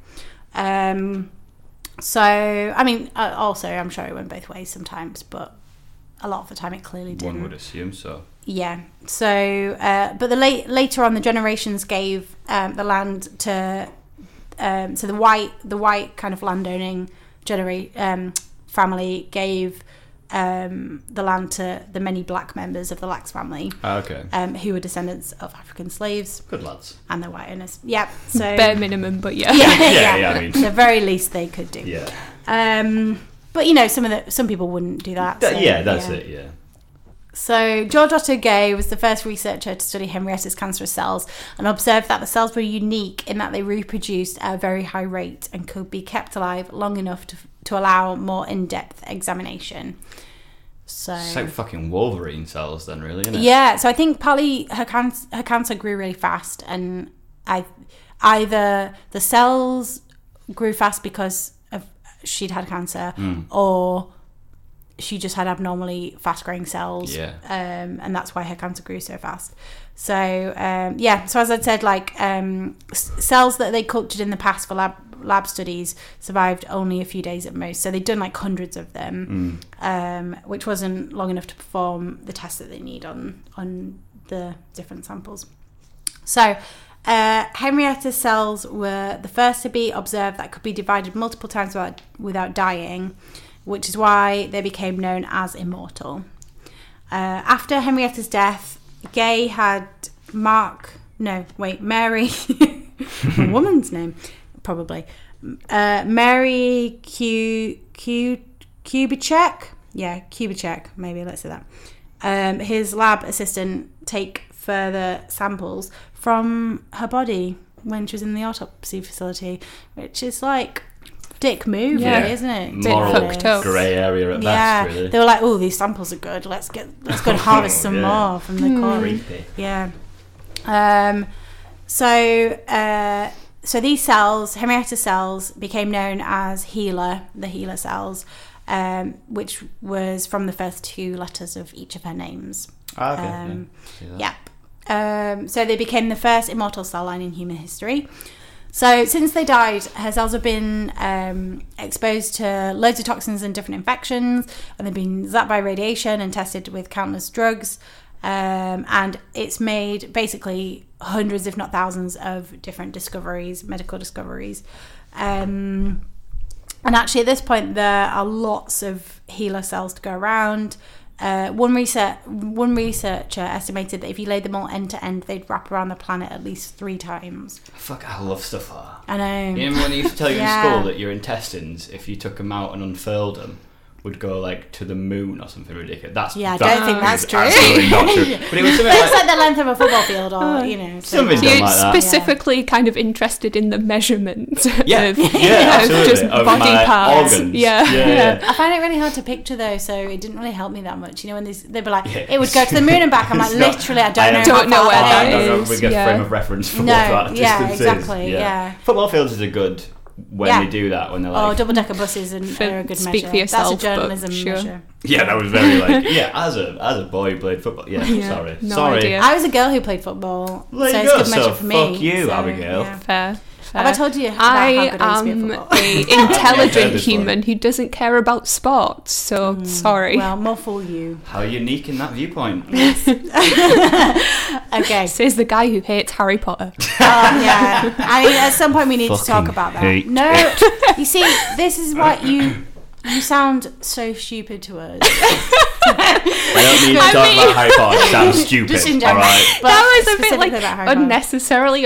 [SPEAKER 1] Um, so I mean, uh, also I'm sure it went both ways sometimes, but a lot of the time it clearly didn't.
[SPEAKER 2] One would assume so.
[SPEAKER 1] Yeah. So, uh, but the late, later on, the generations gave um, the land to um, so the white the white kind of landowning genera- um, family gave um, the land to the many black members of the Lax family
[SPEAKER 2] Ah, okay.
[SPEAKER 1] um, who were descendants of African slaves
[SPEAKER 2] Good lads.
[SPEAKER 1] and their white owners. Yeah. So
[SPEAKER 3] Bare minimum, but yeah.
[SPEAKER 1] yeah,
[SPEAKER 2] Yeah, yeah, I mean-
[SPEAKER 1] the very least they could do.
[SPEAKER 2] Yeah.
[SPEAKER 1] Um, but you know, some of the some people wouldn't do that.
[SPEAKER 2] That-
[SPEAKER 1] so,
[SPEAKER 2] yeah, that's it. Yeah.
[SPEAKER 1] So, George Otto Gay was the first researcher to study Henrietta's cancerous cells and observed that the cells were unique in that they reproduced at a very high rate and could be kept alive long enough to, to allow more in depth examination. So,
[SPEAKER 2] It's like fucking Wolverine cells, then, really, isn't it?
[SPEAKER 1] Um, yeah, so I think partly her, can- her cancer grew really fast, and I either the cells grew fast because of she'd had cancer or she just had abnormally fast growing cells
[SPEAKER 2] Yeah.
[SPEAKER 1] um, and that's why her cancer grew so fast. So um, yeah, so as I said, like um, s- cells that they cultured in the past for lab lab studies survived only a few days at most. So they'd done like hundreds of them, um, which wasn't long enough to perform the tests that they need on on the different samples. So, uh, Henrietta's cells were the first to be observed that could be divided multiple times without, without dying, which is why they became known as immortal. Uh, after Henrietta's death, Gay had Mark, no, wait, Mary, a woman's name, probably. Uh, Mary Q, Q, Kubicek? Yeah, Kubicek, maybe, let's say that. Um, his lab assistant take further samples from her body when she was in the autopsy facility, which is like dick move,
[SPEAKER 3] Yeah.
[SPEAKER 1] really, isn't it?
[SPEAKER 2] Moral
[SPEAKER 3] fucked up.
[SPEAKER 2] grey area at
[SPEAKER 1] Yeah,
[SPEAKER 2] best, really.
[SPEAKER 1] they were like, "Oh, these samples are good. Let's get let's go and harvest some
[SPEAKER 2] Yeah.
[SPEAKER 1] more from the core."
[SPEAKER 2] Creepy.
[SPEAKER 1] Yeah. Um, so uh, so these cells, Henrietta cells, became known as healer, the healer cells, um, which was from the first two letters of each of her names.
[SPEAKER 2] Ah, okay.
[SPEAKER 1] Um,
[SPEAKER 2] yeah. See that.
[SPEAKER 1] Yep. Um, so they became the first immortal cell line in human history. So since they died, her cells have been um, exposed to loads of toxins and different infections, and they've been zapped by radiation and tested with countless drugs. Um, and it's made basically hundreds, if not thousands, of different discoveries, medical discoveries. Um, and actually, at this point, there are lots of healer cells to go around. Uh, one, research, one researcher estimated that if you laid them all end to end, they'd wrap around the planet at least three times.
[SPEAKER 2] Fuck, I love stuff like that.
[SPEAKER 1] I know.
[SPEAKER 2] You know when they used to tell you
[SPEAKER 1] Yeah.
[SPEAKER 2] in school that your intestines, if you took them out and unfurled them, would go like to the moon or something ridiculous. That's
[SPEAKER 1] Yeah, I
[SPEAKER 2] that
[SPEAKER 1] don't think that's
[SPEAKER 2] is
[SPEAKER 1] true.
[SPEAKER 2] Absolutely not true. But it was something
[SPEAKER 1] It's
[SPEAKER 2] like
[SPEAKER 1] like the length of a football field, or you know, so-
[SPEAKER 2] Something
[SPEAKER 3] You're
[SPEAKER 2] Something like that.
[SPEAKER 3] specifically kind of interested in the measurement
[SPEAKER 2] yeah,
[SPEAKER 3] of,
[SPEAKER 2] yeah,
[SPEAKER 3] of
[SPEAKER 2] absolutely.
[SPEAKER 3] just
[SPEAKER 2] Of
[SPEAKER 3] body
[SPEAKER 2] my
[SPEAKER 3] parts.
[SPEAKER 2] organs.
[SPEAKER 3] Yeah.
[SPEAKER 2] yeah, yeah.
[SPEAKER 1] I find it really hard to picture though, so it didn't really help me that much. You know, when these, they'd be like,
[SPEAKER 2] Yeah.
[SPEAKER 1] it would go to the moon and back. I'm like,
[SPEAKER 2] It's not-
[SPEAKER 1] literally, I
[SPEAKER 2] I
[SPEAKER 1] don't know.
[SPEAKER 3] don't
[SPEAKER 1] how
[SPEAKER 3] know
[SPEAKER 1] far
[SPEAKER 3] where
[SPEAKER 1] that
[SPEAKER 3] that
[SPEAKER 1] is.
[SPEAKER 2] I don't know
[SPEAKER 3] is,
[SPEAKER 2] if we get
[SPEAKER 3] yeah.
[SPEAKER 2] frame of reference for
[SPEAKER 1] No,
[SPEAKER 2] what that
[SPEAKER 1] yeah,
[SPEAKER 2] distance
[SPEAKER 1] exactly,
[SPEAKER 2] is.
[SPEAKER 1] yeah.
[SPEAKER 2] Football fields is a good when
[SPEAKER 1] Yeah.
[SPEAKER 2] they do that when they're
[SPEAKER 1] Oh,
[SPEAKER 2] like,
[SPEAKER 1] double decker buses and are a good
[SPEAKER 3] speak
[SPEAKER 1] measure.
[SPEAKER 3] for yourself,
[SPEAKER 1] That's a
[SPEAKER 3] but
[SPEAKER 1] journalism
[SPEAKER 3] sure.
[SPEAKER 1] measure.
[SPEAKER 2] yeah, that was very like yeah. As a as a boy who played football, yeah.
[SPEAKER 3] Yeah,
[SPEAKER 2] sorry,
[SPEAKER 3] no
[SPEAKER 2] sorry.
[SPEAKER 3] idea.
[SPEAKER 1] I was a girl who played football,
[SPEAKER 2] There
[SPEAKER 1] so
[SPEAKER 2] you
[SPEAKER 1] it's
[SPEAKER 2] go,
[SPEAKER 1] good measure
[SPEAKER 2] so
[SPEAKER 1] for me.
[SPEAKER 2] fuck you,
[SPEAKER 1] so,
[SPEAKER 2] Abigail.
[SPEAKER 1] yeah.
[SPEAKER 3] Fair.
[SPEAKER 1] Have I told you about how
[SPEAKER 3] I um,
[SPEAKER 1] good I used to be at football?
[SPEAKER 2] Yeah,
[SPEAKER 3] am a intelligent
[SPEAKER 2] this one.
[SPEAKER 3] human who doesn't care about sports, so sorry.
[SPEAKER 1] Hmm, Well, more fool you.
[SPEAKER 2] How unique in that viewpoint.
[SPEAKER 1] Okay.
[SPEAKER 3] Says the guy who hates Harry Potter.
[SPEAKER 1] Um, yeah. I mean, at some point we need to talk
[SPEAKER 2] Fucking
[SPEAKER 1] about that.
[SPEAKER 2] hate
[SPEAKER 1] No, you see, this is what you you sound so stupid to us.
[SPEAKER 2] I don't mean to talk about Harry Potter. It sounds stupid.
[SPEAKER 1] Just in general.
[SPEAKER 2] All right.
[SPEAKER 1] But
[SPEAKER 3] that was a bit
[SPEAKER 1] specifically
[SPEAKER 3] like
[SPEAKER 1] about Harry Potter.
[SPEAKER 3] unnecessarily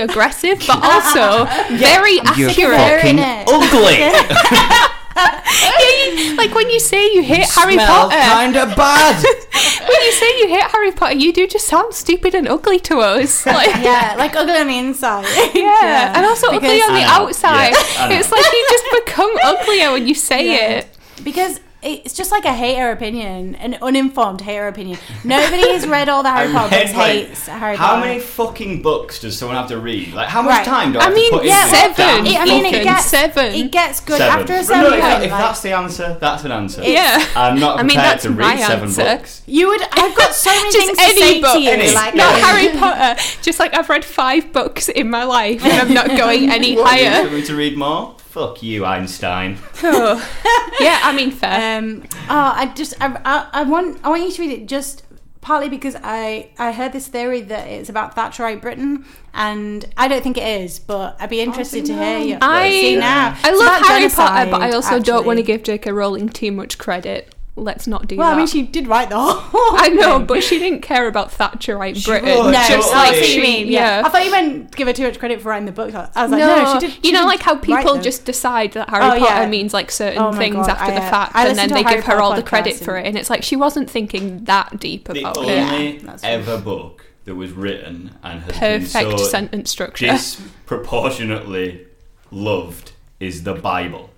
[SPEAKER 3] aggressive, but also very
[SPEAKER 2] You're
[SPEAKER 3] accurate.
[SPEAKER 1] Very
[SPEAKER 2] fucking
[SPEAKER 1] nice.
[SPEAKER 2] ugly.
[SPEAKER 3] Yeah, you- like when you say you hate Harry
[SPEAKER 2] Smells
[SPEAKER 3] Potter,
[SPEAKER 2] kinda bad.
[SPEAKER 3] when you say you hate Harry Potter, you do just sound stupid and ugly to us. Like,
[SPEAKER 1] yeah, like ugly on the inside.
[SPEAKER 3] yeah. and also ugly on
[SPEAKER 1] Because-
[SPEAKER 3] the
[SPEAKER 2] I know.
[SPEAKER 3] outside.
[SPEAKER 2] Yeah, I know.
[SPEAKER 3] it's like you just become uglier when you say
[SPEAKER 1] Yeah.
[SPEAKER 3] it.
[SPEAKER 1] because it's just like a hater opinion, an uninformed hater opinion. Nobody has read all the Harry
[SPEAKER 2] I
[SPEAKER 1] Potter books.
[SPEAKER 2] read, like,
[SPEAKER 1] hates Harry
[SPEAKER 2] how
[SPEAKER 1] Potter.
[SPEAKER 2] many fucking books does someone have to read? Like, how much
[SPEAKER 1] Right.
[SPEAKER 2] time do I,
[SPEAKER 3] I
[SPEAKER 2] have
[SPEAKER 3] mean,
[SPEAKER 2] to put
[SPEAKER 3] yeah,
[SPEAKER 2] into this
[SPEAKER 3] seven.
[SPEAKER 2] damn
[SPEAKER 1] I mean, it
[SPEAKER 2] fucking-
[SPEAKER 1] gets
[SPEAKER 3] Seven.
[SPEAKER 1] It gets good
[SPEAKER 2] seven.
[SPEAKER 1] after a
[SPEAKER 2] But no,
[SPEAKER 1] seven.
[SPEAKER 2] if, that- if
[SPEAKER 1] like-
[SPEAKER 2] that's the answer, that's an answer.
[SPEAKER 3] Yeah.
[SPEAKER 2] I'm not
[SPEAKER 3] I mean,
[SPEAKER 2] prepared
[SPEAKER 3] that's
[SPEAKER 2] to
[SPEAKER 3] my
[SPEAKER 2] read seven
[SPEAKER 3] answer.
[SPEAKER 2] books.
[SPEAKER 1] you would, I've got so many
[SPEAKER 3] Just
[SPEAKER 1] things to
[SPEAKER 3] any
[SPEAKER 1] say
[SPEAKER 3] book.
[SPEAKER 1] to you.
[SPEAKER 2] Any.
[SPEAKER 1] Like, um,
[SPEAKER 3] Not
[SPEAKER 2] Yeah.
[SPEAKER 3] Harry Potter. Just like I've read five books in my life and I'm not going any
[SPEAKER 2] What, you want
[SPEAKER 3] higher.
[SPEAKER 2] me to read more? Fuck you, Einstein.
[SPEAKER 3] Yeah, I mean fair.
[SPEAKER 1] Um, oh, I just I, I, I want I want you to read it just partly because I I heard this theory that it's about Thatcherite Britain, and I don't think it is, but I'd be interested to hear you.
[SPEAKER 3] Oh, I-
[SPEAKER 1] see now.
[SPEAKER 3] I
[SPEAKER 1] It's
[SPEAKER 3] love
[SPEAKER 1] about
[SPEAKER 3] Harry
[SPEAKER 1] genocide,
[SPEAKER 3] Potter, but I also don't
[SPEAKER 1] actually.
[SPEAKER 3] want to give J.K. Rowling too much credit. Let's not do
[SPEAKER 1] Well,
[SPEAKER 3] that.
[SPEAKER 1] I mean, she did write the whole.
[SPEAKER 3] I know,
[SPEAKER 1] thing.
[SPEAKER 3] but she didn't care about Thatcherite Britain.
[SPEAKER 2] was.
[SPEAKER 1] No,
[SPEAKER 3] just
[SPEAKER 2] totally.
[SPEAKER 1] I
[SPEAKER 3] like
[SPEAKER 1] see what
[SPEAKER 3] she-
[SPEAKER 1] you mean. Yeah. I thought you meant give her too much credit for writing the book. I was like, no, she did. she
[SPEAKER 3] you know,
[SPEAKER 1] did
[SPEAKER 3] like how
[SPEAKER 1] write
[SPEAKER 3] people
[SPEAKER 1] them.
[SPEAKER 3] just decide that Harry
[SPEAKER 1] Oh,
[SPEAKER 3] Potter
[SPEAKER 1] yeah.
[SPEAKER 3] means like certain
[SPEAKER 1] Oh my
[SPEAKER 3] things
[SPEAKER 1] God,
[SPEAKER 3] after
[SPEAKER 1] I,
[SPEAKER 3] the
[SPEAKER 1] uh,
[SPEAKER 3] fact,
[SPEAKER 1] I
[SPEAKER 3] and
[SPEAKER 1] listened
[SPEAKER 3] then
[SPEAKER 1] to a
[SPEAKER 3] they
[SPEAKER 1] Harry
[SPEAKER 3] give her
[SPEAKER 1] Potter
[SPEAKER 3] all the
[SPEAKER 1] podcast
[SPEAKER 3] credit for it,
[SPEAKER 1] and-
[SPEAKER 3] and it's like she wasn't thinking that deep
[SPEAKER 2] The
[SPEAKER 3] about it.
[SPEAKER 2] only
[SPEAKER 1] that's true.
[SPEAKER 2] ever book that was written and has been
[SPEAKER 3] Perfect
[SPEAKER 2] so
[SPEAKER 3] sentence structure.
[SPEAKER 2] disproportionately loved is the Bible.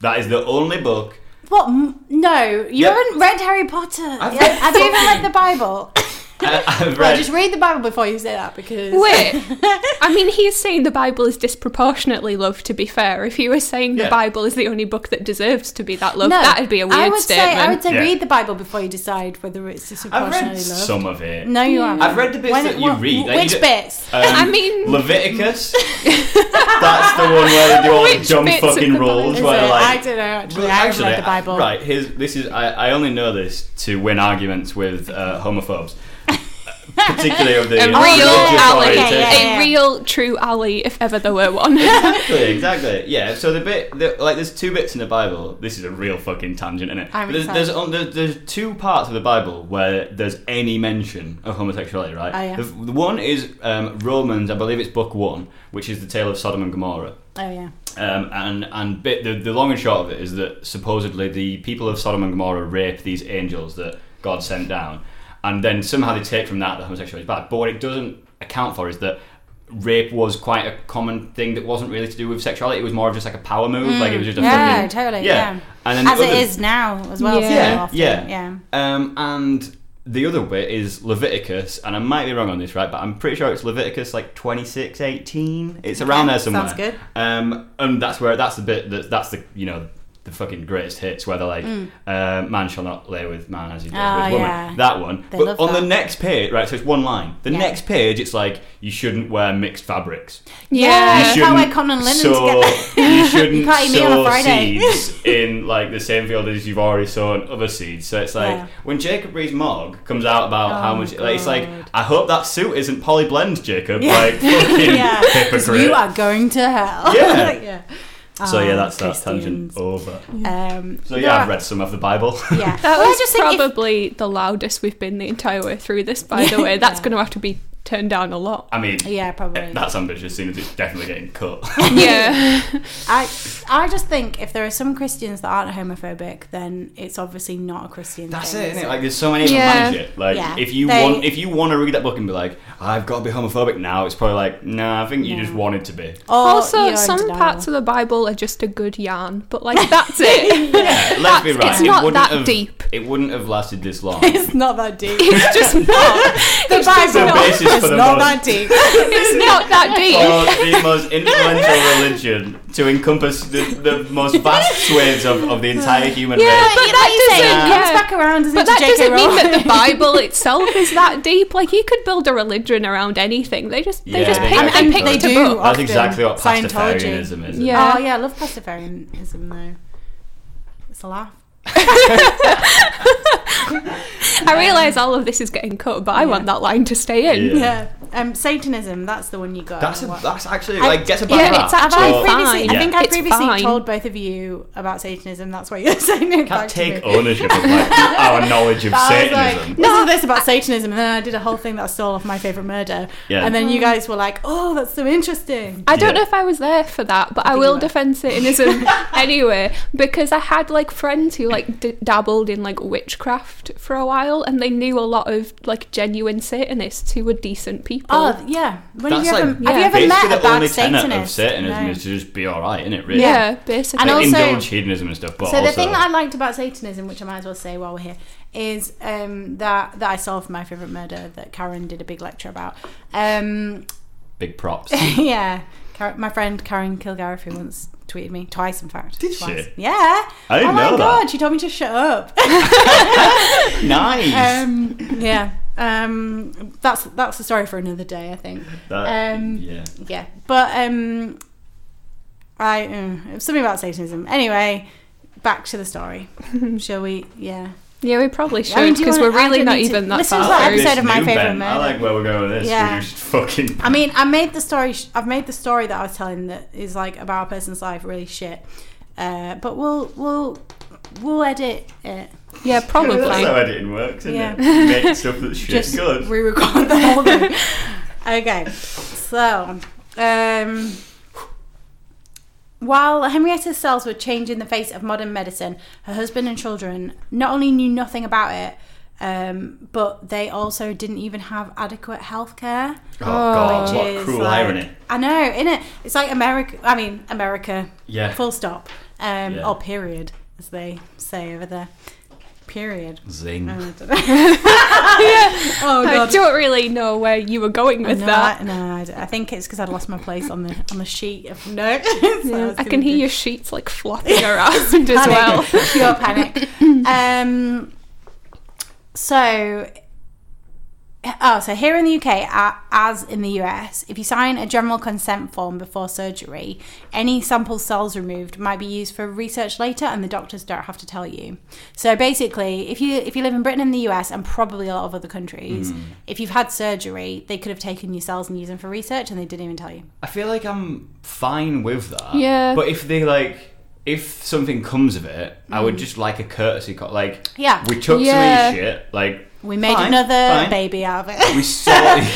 [SPEAKER 2] That is the only book.
[SPEAKER 1] What? M- No, you
[SPEAKER 2] Yeah.
[SPEAKER 1] haven't read Harry Potter.
[SPEAKER 2] I've
[SPEAKER 1] Yeah,
[SPEAKER 2] read
[SPEAKER 1] Have you even read the Bible?
[SPEAKER 2] I, I've
[SPEAKER 1] Well,
[SPEAKER 2] read.
[SPEAKER 1] just read the Bible before you say that because
[SPEAKER 3] Wait, I mean, he's saying the Bible is disproportionately loved. To be fair, if he was saying the
[SPEAKER 2] Yeah.
[SPEAKER 3] Bible is the only book that deserves to be that loved, that'd be a weird
[SPEAKER 1] I would
[SPEAKER 3] statement.
[SPEAKER 1] Say, I would say
[SPEAKER 2] Yeah.
[SPEAKER 1] read the Bible before you decide whether it's
[SPEAKER 2] I've
[SPEAKER 1] disproportionately
[SPEAKER 2] read
[SPEAKER 1] loved.
[SPEAKER 2] some of it. Um,
[SPEAKER 1] No, you haven't.
[SPEAKER 2] I've read the bits
[SPEAKER 1] When-
[SPEAKER 2] that you
[SPEAKER 1] what-
[SPEAKER 2] read. like, you
[SPEAKER 1] Which
[SPEAKER 2] don't-
[SPEAKER 1] bits?
[SPEAKER 2] Um,
[SPEAKER 3] I mean-
[SPEAKER 2] Leviticus. That's the one where they do all the
[SPEAKER 3] Which
[SPEAKER 2] dumb
[SPEAKER 3] bits of
[SPEAKER 2] fucking
[SPEAKER 3] the Bible?
[SPEAKER 2] rules.
[SPEAKER 1] Is
[SPEAKER 2] Where
[SPEAKER 1] it?
[SPEAKER 2] like,
[SPEAKER 1] I don't know, actually. I haven't read the Bible.
[SPEAKER 2] Right, here's this is I, I only know this to win arguments with uh, homophobes, particularly of the
[SPEAKER 3] a real
[SPEAKER 2] religious
[SPEAKER 1] Oh, yeah,
[SPEAKER 3] ally,
[SPEAKER 2] orientation.
[SPEAKER 1] yeah, yeah.
[SPEAKER 3] a real true ally, if ever there were one.
[SPEAKER 2] Exactly, exactly. Yeah. So the bit, the, like, there's two bits in the Bible. This is a real fucking tangent, isn't it?
[SPEAKER 1] I'm
[SPEAKER 2] But there's,
[SPEAKER 1] excited.
[SPEAKER 2] there's, on- there's there's two parts of the Bible where there's any mention of homosexuality, right?
[SPEAKER 1] Oh, yeah.
[SPEAKER 2] the, the one is um, Romans, I believe it's book one, which is the tale of Sodom and Gomorrah.
[SPEAKER 1] Oh yeah.
[SPEAKER 2] Um, and and bit, the, the long and short of it is that supposedly the people of Sodom and Gomorrah rape these angels that God sent down, and then somehow they take from that that homosexuality is bad. But what it doesn't account for is that rape was quite a common thing that wasn't really to do with sexuality. It was more of just like a power move, like it was just a
[SPEAKER 1] Mm. Yeah,
[SPEAKER 2] fucking-
[SPEAKER 1] totally.
[SPEAKER 2] yeah.
[SPEAKER 1] Yeah.
[SPEAKER 2] And then
[SPEAKER 1] As
[SPEAKER 2] the
[SPEAKER 1] it
[SPEAKER 2] other-
[SPEAKER 1] is now as well.
[SPEAKER 3] Yeah.
[SPEAKER 1] so
[SPEAKER 2] yeah,
[SPEAKER 1] often,
[SPEAKER 2] yeah,
[SPEAKER 1] yeah.
[SPEAKER 2] Um, and the other bit is Leviticus, and I might be wrong on this, right? But I'm pretty sure it's Leviticus like 26, 18. It's around there somewhere.
[SPEAKER 1] sounds good.
[SPEAKER 2] Um, and that's where that's the bit that that's the you know the fucking greatest hits where they're like, uh, "Man shall not lay with man as he does
[SPEAKER 1] Mm. Ah,
[SPEAKER 2] with woman."
[SPEAKER 1] yeah.
[SPEAKER 2] That one.
[SPEAKER 1] They
[SPEAKER 2] but
[SPEAKER 1] love
[SPEAKER 2] on the
[SPEAKER 1] that.
[SPEAKER 2] next page, right? So it's one line. The
[SPEAKER 1] Yeah.
[SPEAKER 2] next page, it's like you shouldn't wear mixed fabrics.
[SPEAKER 1] You
[SPEAKER 3] yeah.
[SPEAKER 2] You
[SPEAKER 1] I can't wear
[SPEAKER 2] shouldn't
[SPEAKER 1] cotton and linen
[SPEAKER 2] sow-
[SPEAKER 1] together.
[SPEAKER 2] you shouldn't
[SPEAKER 1] You can't eat meat on a
[SPEAKER 2] sow
[SPEAKER 1] Friday.
[SPEAKER 2] seeds in like the same field as you've already sown other seeds. So it's like
[SPEAKER 1] Yeah.
[SPEAKER 2] when Jacob Rees Mogg comes out about how
[SPEAKER 1] my
[SPEAKER 2] much, like, it's like
[SPEAKER 1] God.
[SPEAKER 2] I hope that suit isn't polyblend, Jacob. Like fucking
[SPEAKER 1] Yeah. 'Cause
[SPEAKER 2] hypocrite.
[SPEAKER 1] You are going to hell.
[SPEAKER 2] Yeah.
[SPEAKER 1] yeah.
[SPEAKER 2] so yeah,
[SPEAKER 1] Ah,
[SPEAKER 2] that's that
[SPEAKER 1] Christians.
[SPEAKER 2] tangent over.
[SPEAKER 1] Um,
[SPEAKER 2] So yeah, I've read some of the Bible.
[SPEAKER 1] Yeah.
[SPEAKER 3] That
[SPEAKER 1] Well, I
[SPEAKER 3] was
[SPEAKER 1] just think if-
[SPEAKER 3] probably the loudest we've been the entire way through this, by the way. That's
[SPEAKER 1] Yeah.
[SPEAKER 3] going to have to be turned down a lot.
[SPEAKER 2] I mean,
[SPEAKER 1] Yeah, probably.
[SPEAKER 2] That's ambitious, seeing as it's definitely getting cut.
[SPEAKER 3] Yeah.
[SPEAKER 1] I I just think if there are some Christians that aren't homophobic, then it's obviously not a Christian.
[SPEAKER 2] That's
[SPEAKER 1] thing,
[SPEAKER 2] it,
[SPEAKER 1] is
[SPEAKER 2] isn't it? Like, there's so many people
[SPEAKER 3] Yeah.
[SPEAKER 2] manage it. Like,
[SPEAKER 1] Yeah.
[SPEAKER 2] if you
[SPEAKER 1] They-
[SPEAKER 2] want, if you want to read that book and be like, I've got to be homophobic now, it's probably like, nah, I think you just wanted to be.
[SPEAKER 1] Or
[SPEAKER 3] also,
[SPEAKER 1] you're in
[SPEAKER 3] some
[SPEAKER 1] denial.
[SPEAKER 3] parts of the Bible are just a good yarn, but like, that's it.
[SPEAKER 2] Yeah, let's be right.
[SPEAKER 3] it's not that
[SPEAKER 2] have,
[SPEAKER 3] deep.
[SPEAKER 2] It wouldn't have lasted this long.
[SPEAKER 1] It's not that deep.
[SPEAKER 3] It's just not.
[SPEAKER 1] the Bible
[SPEAKER 2] the basis for
[SPEAKER 1] is
[SPEAKER 2] the
[SPEAKER 1] not
[SPEAKER 2] modern-
[SPEAKER 1] that deep.
[SPEAKER 3] It's not that deep.
[SPEAKER 2] Or the most influential religion to encompass the, the most vast swathes of, of the entire human
[SPEAKER 3] Yeah,
[SPEAKER 2] race.
[SPEAKER 3] but that
[SPEAKER 1] It
[SPEAKER 3] doesn't.
[SPEAKER 1] comes
[SPEAKER 3] yeah.
[SPEAKER 1] back around, doesn't
[SPEAKER 3] But
[SPEAKER 1] it,
[SPEAKER 3] that
[SPEAKER 1] to JK
[SPEAKER 3] doesn't mean that
[SPEAKER 1] Rowling?
[SPEAKER 3] the Bible itself is that deep. Like you could build a religion around anything. They just they
[SPEAKER 2] Yeah,
[SPEAKER 3] just
[SPEAKER 2] they
[SPEAKER 3] pick
[SPEAKER 2] do.
[SPEAKER 3] and
[SPEAKER 2] And
[SPEAKER 3] pick
[SPEAKER 2] they
[SPEAKER 3] the
[SPEAKER 1] do.
[SPEAKER 3] book.
[SPEAKER 2] That's
[SPEAKER 1] often.
[SPEAKER 2] exactly what
[SPEAKER 1] Scientology.
[SPEAKER 2] pastafarianism is.
[SPEAKER 3] Yeah.
[SPEAKER 1] Oh yeah, I love pastafarianism though. It's a laugh.
[SPEAKER 3] I realise all of this is getting cut, but I want that line to stay in.
[SPEAKER 2] Yeah.
[SPEAKER 1] Yeah. Um, Satanism, that's the one you got.
[SPEAKER 2] That's a,
[SPEAKER 1] What-
[SPEAKER 2] that's actually like gets a bad
[SPEAKER 3] yeah,
[SPEAKER 2] rap,
[SPEAKER 3] it's actually
[SPEAKER 2] so-
[SPEAKER 1] I previously,
[SPEAKER 3] fine.
[SPEAKER 1] I think
[SPEAKER 2] Yeah.
[SPEAKER 1] I
[SPEAKER 3] It's
[SPEAKER 1] previously
[SPEAKER 3] fine.
[SPEAKER 1] told both of you about Satanism. That's why you're saying it
[SPEAKER 2] can't
[SPEAKER 1] back to me.
[SPEAKER 2] take ownership of like our knowledge of
[SPEAKER 1] I was
[SPEAKER 2] Satanism.
[SPEAKER 1] like, this is this about Satanism, and then I did a whole thing that stole off my favorite murder.
[SPEAKER 2] Yeah.
[SPEAKER 1] And then you guys were like, "Oh, that's so interesting."
[SPEAKER 3] I don't
[SPEAKER 2] Yeah.
[SPEAKER 3] know if I was there for that, but I, will defend Satanism anyway because I had like friends who like d- dabbled in like witchcraft for a while, and they knew a lot of like genuine Satanists who were decent people.
[SPEAKER 1] Oh yeah. When have
[SPEAKER 2] That's
[SPEAKER 1] you
[SPEAKER 2] like
[SPEAKER 1] ever, have you ever
[SPEAKER 2] basically
[SPEAKER 1] met a
[SPEAKER 2] the
[SPEAKER 1] bad
[SPEAKER 2] only tenet of
[SPEAKER 1] Satanist?
[SPEAKER 2] Satanism
[SPEAKER 1] No.
[SPEAKER 2] is to just be alright, isn't it? Really,
[SPEAKER 3] yeah, basically.
[SPEAKER 1] And
[SPEAKER 2] Like,
[SPEAKER 1] also-
[SPEAKER 2] indulge hedonism and stuff. But
[SPEAKER 1] So
[SPEAKER 2] also,
[SPEAKER 1] the thing that I liked about Satanism, which I might as well say while we're here, is um, that that I solved my favorite murder that Karen did a big lecture about. Um,
[SPEAKER 2] big props.
[SPEAKER 1] yeah, Car- my friend Karen Kilgariff, who once tweeted me twice, in fact.
[SPEAKER 2] Did
[SPEAKER 1] twice.
[SPEAKER 2] she?
[SPEAKER 1] Yeah.
[SPEAKER 2] I didn't
[SPEAKER 1] oh my
[SPEAKER 2] know that.
[SPEAKER 1] god, she told me to shut up.
[SPEAKER 2] nice.
[SPEAKER 1] um, yeah. Um, that's that's a story for another day, I think.
[SPEAKER 2] That-
[SPEAKER 1] um,
[SPEAKER 2] yeah.
[SPEAKER 1] Yeah, but um, I mm, something about Satanism. Anyway, back to the story. Shall we? Yeah.
[SPEAKER 3] yeah, we probably
[SPEAKER 1] I mean,
[SPEAKER 3] should
[SPEAKER 1] do you
[SPEAKER 3] because
[SPEAKER 1] wanna-
[SPEAKER 3] we're
[SPEAKER 1] I
[SPEAKER 3] really
[SPEAKER 1] don't
[SPEAKER 3] not
[SPEAKER 1] need to-
[SPEAKER 3] even that
[SPEAKER 1] listen to
[SPEAKER 3] far.
[SPEAKER 1] that
[SPEAKER 3] through.
[SPEAKER 1] episode of my
[SPEAKER 2] new
[SPEAKER 1] favourite
[SPEAKER 2] bent. I
[SPEAKER 1] murder.
[SPEAKER 2] like where we're going with this.
[SPEAKER 1] Yeah.
[SPEAKER 2] We just fucking.
[SPEAKER 1] I mean, I made the story. sh- I've made the story that I was telling that is like about a person's life really shit. Uh, but we'll we'll we'll edit it.
[SPEAKER 3] Yeah, probably.
[SPEAKER 2] That's how editing works, isn't
[SPEAKER 1] Yeah.
[SPEAKER 2] it? Make stuff that's shit
[SPEAKER 1] Just
[SPEAKER 2] good.
[SPEAKER 1] re-record the whole thing. okay, so um, while Henrietta's cells were changing the face of modern medicine, her husband and children not only knew nothing about it. Um, but they also didn't even have adequate health care.
[SPEAKER 2] oh, God,
[SPEAKER 1] which
[SPEAKER 2] what
[SPEAKER 1] is
[SPEAKER 2] cruel
[SPEAKER 1] like-
[SPEAKER 2] irony.
[SPEAKER 1] I know, innit? It's like America. I mean, America.
[SPEAKER 2] Yeah.
[SPEAKER 1] Full stop. Um,
[SPEAKER 2] Yeah.
[SPEAKER 1] Or period, as they say over there. Period.
[SPEAKER 2] Zing.
[SPEAKER 1] I don't know. oh
[SPEAKER 3] I
[SPEAKER 1] god.
[SPEAKER 3] don't really know where you were going with
[SPEAKER 1] No,
[SPEAKER 3] that.
[SPEAKER 1] I, no, I d- I think it's because I'd lost my place on the on the sheet of notes.
[SPEAKER 3] Yeah, I can hear your sheets like flopping around as well.
[SPEAKER 1] panic, pure panic. Um, so, oh, so here in the UK, a- as in the US, if you sign a general consent form before surgery, any sample cells removed might be used for research later, and the doctors don't have to tell you. So basically, if you if you live in Britain and the US, and probably a lot of other countries,
[SPEAKER 2] Hmm.
[SPEAKER 1] if you've had surgery, they could have taken your cells and used them for research, and they didn't even tell you.
[SPEAKER 2] I feel like I'm fine with that.
[SPEAKER 3] Yeah.
[SPEAKER 2] But if they like, if something comes of it, I would just like a courtesy call. Like,
[SPEAKER 1] Mm. Yeah.
[SPEAKER 2] we took some
[SPEAKER 3] Yeah.
[SPEAKER 2] of your shit. Like,
[SPEAKER 1] We made
[SPEAKER 2] fine,
[SPEAKER 1] another
[SPEAKER 2] fine.
[SPEAKER 1] baby out of it.
[SPEAKER 2] We saw.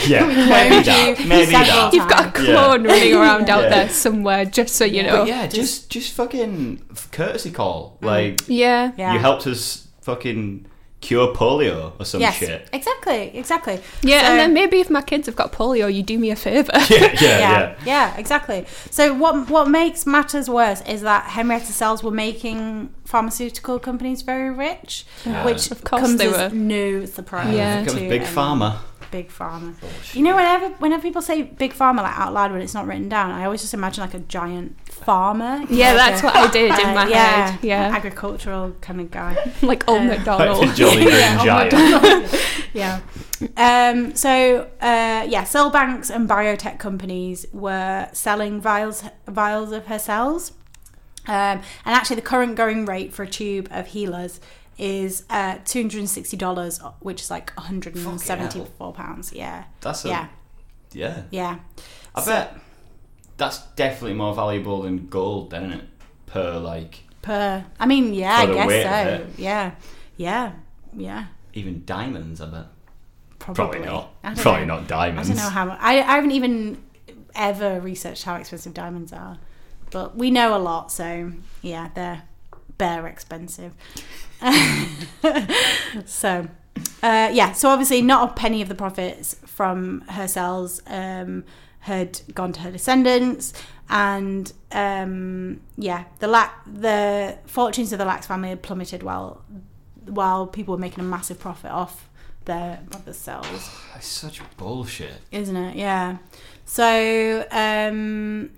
[SPEAKER 2] yeah. Maybe that. Maybe
[SPEAKER 1] several
[SPEAKER 2] that.
[SPEAKER 3] You've got a
[SPEAKER 2] Yeah.
[SPEAKER 3] clone running around out
[SPEAKER 2] Yeah.
[SPEAKER 3] there somewhere, just so you know.
[SPEAKER 2] But yeah, just just fucking f- courtesy call.
[SPEAKER 1] Mm.
[SPEAKER 2] Like,
[SPEAKER 3] Yeah.
[SPEAKER 1] Yeah.
[SPEAKER 2] you helped us fucking cure polio or some
[SPEAKER 1] yes,
[SPEAKER 2] shit.
[SPEAKER 1] exactly, exactly.
[SPEAKER 3] Yeah, um,
[SPEAKER 1] So-
[SPEAKER 3] and then maybe if my kids have got polio, you do me a favour.
[SPEAKER 2] Yeah, yeah,
[SPEAKER 1] yeah,
[SPEAKER 2] yeah.
[SPEAKER 1] yeah, exactly. So what what makes matters worse is that Henrietta cells were making pharmaceutical companies very rich, which
[SPEAKER 3] Of course
[SPEAKER 1] comes
[SPEAKER 3] they
[SPEAKER 1] as
[SPEAKER 3] were.
[SPEAKER 1] no surprise.
[SPEAKER 3] Yeah.
[SPEAKER 2] It
[SPEAKER 3] Here
[SPEAKER 2] was
[SPEAKER 1] to
[SPEAKER 2] big
[SPEAKER 1] anyone.
[SPEAKER 2] pharma. Oh,
[SPEAKER 1] Big pharma. You know, whenever whenever people say big pharma like out loud when it's not written down, I always just imagine like a giant farmer. you
[SPEAKER 3] Yeah,
[SPEAKER 1] know, like
[SPEAKER 3] that's
[SPEAKER 1] a-
[SPEAKER 3] what I did in
[SPEAKER 1] uh,
[SPEAKER 3] my
[SPEAKER 1] yeah,
[SPEAKER 3] head. Yeah.
[SPEAKER 1] agricultural kind of guy.
[SPEAKER 3] like old
[SPEAKER 2] Like
[SPEAKER 3] McDonald.
[SPEAKER 2] Jolly Green Giant.
[SPEAKER 1] yeah. Um, so uh, yeah, cell banks and biotech companies were selling vials vials of her cells, um, and actually the current going rate for a tube of healers is uh, two hundred and sixty dollars, which is like one hundred and seventy four pounds. Yeah,
[SPEAKER 2] That's a,
[SPEAKER 1] yeah,
[SPEAKER 2] yeah.
[SPEAKER 1] yeah.
[SPEAKER 2] I bet that's definitely more valuable than gold, then, isn't it? Per like
[SPEAKER 1] Per, I mean, yeah, I
[SPEAKER 2] For the
[SPEAKER 1] guess
[SPEAKER 2] weight of
[SPEAKER 1] so. Yeah, yeah, yeah.
[SPEAKER 2] even diamonds. I bet.
[SPEAKER 1] Probably,
[SPEAKER 2] Probably not.
[SPEAKER 1] I don't
[SPEAKER 2] Probably
[SPEAKER 1] know.
[SPEAKER 2] not diamonds.
[SPEAKER 1] I don't know how. mu- I, I haven't even ever researched how expensive diamonds are, but we know a lot, so yeah, they're bare expensive. so, uh, yeah. So obviously, not a penny of the profits from her sales um, had gone to her descendants, and um, yeah, the la- the fortunes of the Lax family had plummeted while while people were making a massive profit off their mother's sales
[SPEAKER 2] It's such bullshit.
[SPEAKER 1] isn't it? Yeah. So um,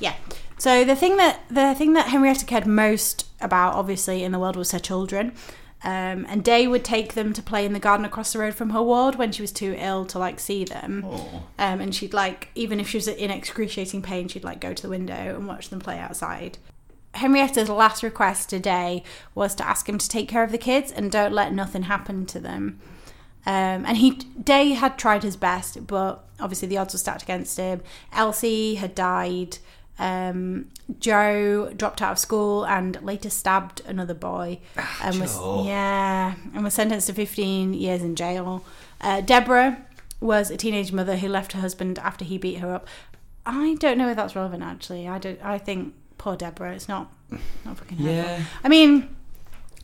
[SPEAKER 1] yeah. So the thing that the thing that Henrietta cared most about, obviously, in the world was her children. Um, and Day would take them to play in the garden across the road from her ward when she was too ill to like see them. Um, and she'd like, even if she was in excruciating pain, she'd like go to the window and watch them play outside. Henrietta's last request today was to ask him to take care of the kids and don't let nothing happen to them. Um, and he Day had tried his best, but obviously the odds were stacked against him. Elsie had died. Um, Joe dropped out of school and later stabbed another boy, and was
[SPEAKER 2] Ah, Joe.
[SPEAKER 1] yeah, and was sentenced to 15 years in jail. Uh, Deborah was a teenage mother who left her husband after he beat her up. I don't know if that's relevant. Actually, I don't. I think poor Deborah. It's not not fucking. helpful.
[SPEAKER 2] Yeah.
[SPEAKER 1] I mean,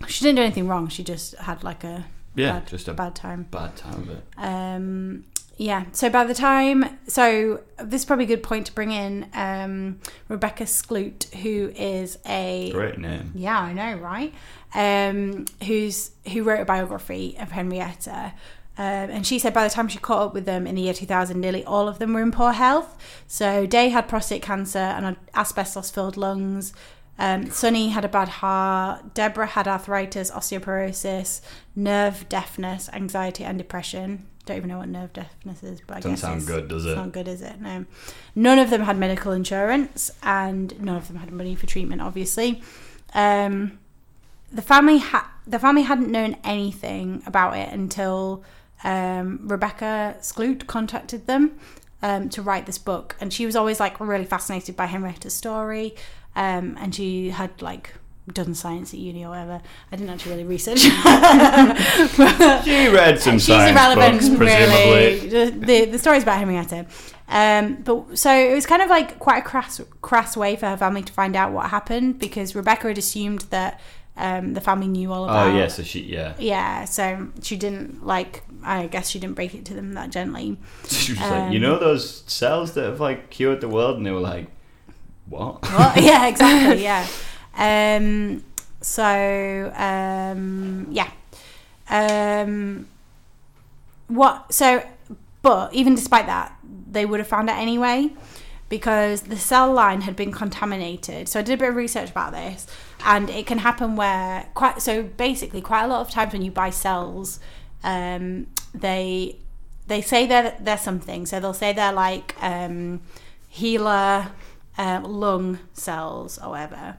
[SPEAKER 1] she didn't do anything wrong. She just had like a
[SPEAKER 2] Yeah,
[SPEAKER 1] bad,
[SPEAKER 2] just a
[SPEAKER 1] bad time.
[SPEAKER 2] bad time of it.
[SPEAKER 1] Um, yeah. So by the time, so this is probably a good point to bring in um, Rebecca Skloot, who is a
[SPEAKER 2] Great name.
[SPEAKER 1] yeah, I know, right? Um, who's who wrote a biography of Henrietta. Um, and she said by the time she caught up with them in the year 2000, nearly all of them were in poor health. So Day had prostate cancer and had asbestos-filled lungs. Um, Sonny had a bad heart. Deborah had arthritis, osteoporosis, nerve deafness, anxiety, and depression. Don't even know what nerve deafness is, but I
[SPEAKER 2] Doesn't
[SPEAKER 1] guess
[SPEAKER 2] sound
[SPEAKER 1] it's-
[SPEAKER 2] good, does
[SPEAKER 1] it's
[SPEAKER 2] it?
[SPEAKER 1] not good, is it? No. None of them had medical insurance, and none of them had money for treatment. Obviously, um, the family ha- the family hadn't known anything about it until um, Rebecca Skloot contacted them um, to write this book, and she was always like really fascinated by Henrietta's story, um, and she had like done science at uni or whatever. I didn't actually really research.
[SPEAKER 2] She read some
[SPEAKER 1] She's
[SPEAKER 2] science
[SPEAKER 1] irrelevant,
[SPEAKER 2] books, presumably.
[SPEAKER 1] really. The, the, the story's about Henrietta. Um, but so it was kind of like quite a crass, crass way for her family to find out what happened because Rebecca had assumed that um, the family knew all about.
[SPEAKER 2] Oh yeah, so she yeah.
[SPEAKER 1] Yeah, so she didn't like. I guess she didn't break it to them that gently.
[SPEAKER 2] She was like, you
[SPEAKER 1] um,
[SPEAKER 2] know those cells that have like cured the world, and they were like, what?
[SPEAKER 1] Well, yeah, exactly. Yeah. Um, so um, yeah. Um, what? So, but even despite that, they would have found out anyway because the cell line had been contaminated. So I did a bit of research about this, and it can happen where quite. So basically, quite a lot of times when you buy cells, um, they they say they're they're something. So they'll say they're like um, healer uh, lung cells or whatever,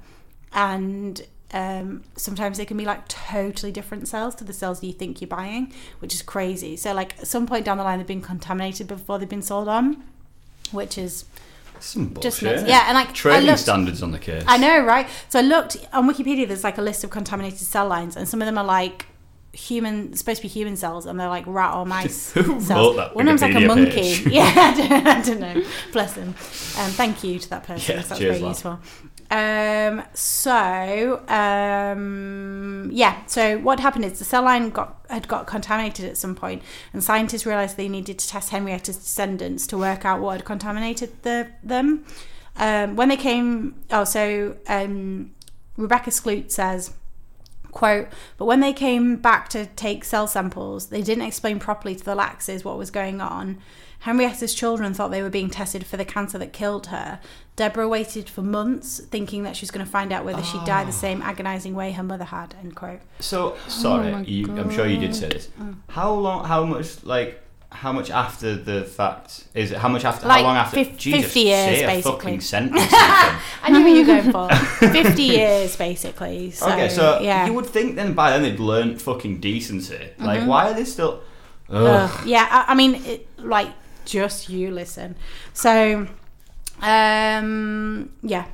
[SPEAKER 1] and um, sometimes they can be like totally different cells to the cells you think you're buying, which is crazy. So like at some point down the line, they've been contaminated before they've been sold on, which is
[SPEAKER 2] Some
[SPEAKER 1] Just
[SPEAKER 2] bullshit.
[SPEAKER 1] nuts. Yeah, and, like, I
[SPEAKER 2] trading
[SPEAKER 1] looked-
[SPEAKER 2] standards on the case.
[SPEAKER 1] I know, right? So I looked on Wikipedia. There's like a list of contaminated cell lines, and some of them are like human, supposed to be human cells, and they're like rat or mice.
[SPEAKER 2] Who
[SPEAKER 1] cells.
[SPEAKER 2] wrote that
[SPEAKER 1] One of them's like a
[SPEAKER 2] Wikipedia
[SPEAKER 1] monkey.
[SPEAKER 2] page?
[SPEAKER 1] Yeah, I don't, I don't know. Bless him. Um, thank you to that person.
[SPEAKER 2] Yeah,
[SPEAKER 1] 'cause that's
[SPEAKER 2] cheers,
[SPEAKER 1] very
[SPEAKER 2] lad.
[SPEAKER 1] useful. Um, so um, yeah, so what happened is the cell line got had got contaminated at some point, and scientists realised they needed to test Henrietta's descendants to work out what had contaminated the, them. Um, when they came, oh, so um, Rebecca Skloot says quote but when they came back to take cell samples they didn't explain properly to the laxes what was going on henrietta's children thought they were being tested for the cancer that killed her deborah waited for months thinking that she was going to find out whether she'd die the
[SPEAKER 2] Ah.
[SPEAKER 1] same agonizing way her mother had end quote
[SPEAKER 2] So
[SPEAKER 1] Oh
[SPEAKER 2] sorry, you, I'm sure you did say this. How long? How much? Like how much after the fact is it? How much after?
[SPEAKER 1] Like
[SPEAKER 2] how long after?
[SPEAKER 1] fif- 50 years,
[SPEAKER 2] say
[SPEAKER 1] basically.
[SPEAKER 2] A fucking sentence. Ethan.
[SPEAKER 1] i know what you're going for 50 years basically so,
[SPEAKER 2] okay, so
[SPEAKER 1] yeah
[SPEAKER 2] you would think then by then they'd learned fucking decency. Like
[SPEAKER 1] Mm-hmm.
[SPEAKER 2] why are they still? Ugh.
[SPEAKER 1] Ugh, yeah, I, I mean, it, like, just you listen. So, um, yeah.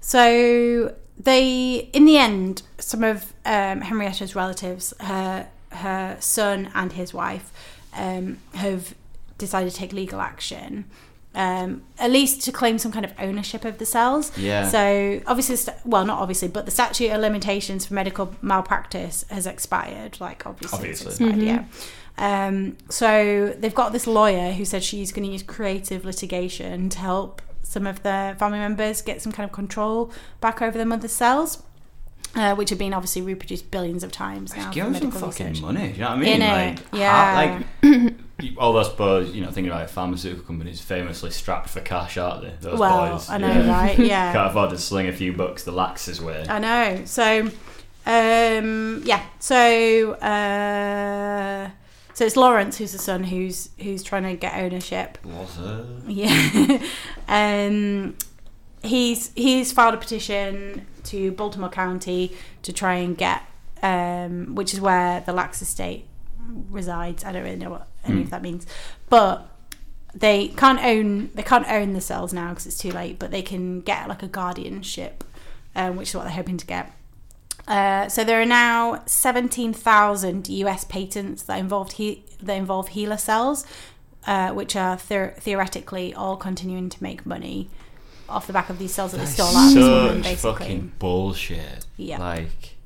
[SPEAKER 1] So they, in the end, some of um, Henrietta's relatives, her her son and his wife, um, have decided to take legal action. Um, at least to claim some kind of ownership of the cells.
[SPEAKER 2] Yeah.
[SPEAKER 1] So obviously, st- well, not obviously, but the statute of limitations for medical malpractice has expired. Like obviously, it's
[SPEAKER 2] Obviously.
[SPEAKER 1] expired bad, yeah. Um, so they've got this lawyer who said she's going to use creative litigation to help some of the family members get some kind of control back over their mother's cells, uh, which have been obviously reproduced billions of times now.
[SPEAKER 2] Give
[SPEAKER 1] for
[SPEAKER 2] them some
[SPEAKER 1] medical
[SPEAKER 2] fucking
[SPEAKER 1] research.
[SPEAKER 2] money. You know what I mean?
[SPEAKER 1] Innit?
[SPEAKER 2] Like,
[SPEAKER 1] Yeah.
[SPEAKER 2] ha- like, although I suppose you know, thinking about it, pharmaceutical companies famously strapped for cash, aren't they? Those
[SPEAKER 1] Well,
[SPEAKER 2] boys.
[SPEAKER 1] I know,
[SPEAKER 2] Yeah.
[SPEAKER 1] right? Yeah.
[SPEAKER 2] Can't afford to sling a few bucks the laxes way.
[SPEAKER 1] I know. So, um, yeah. So, uh, so it's Lawrence who's the son who's who's trying to get ownership.
[SPEAKER 2] Was it?
[SPEAKER 1] Yeah. um, he's he's filed a petition to Baltimore County to try and get, um, which is where the Lax estate resides. I don't really know what any
[SPEAKER 2] Hmm.
[SPEAKER 1] of that means, but they can't own they can't own the cells now because it's too late. But they can get like a guardianship, um, which is what they're hoping to get. Uh, so there are now 17,000 US patents that involved he- that involve HeLa cells, uh, which are the- theoretically all continuing to make money off the back of these cells that they stole out of this woman,
[SPEAKER 2] Such
[SPEAKER 1] basically.
[SPEAKER 2] fucking bullshit.
[SPEAKER 1] Yeah.
[SPEAKER 2] Like.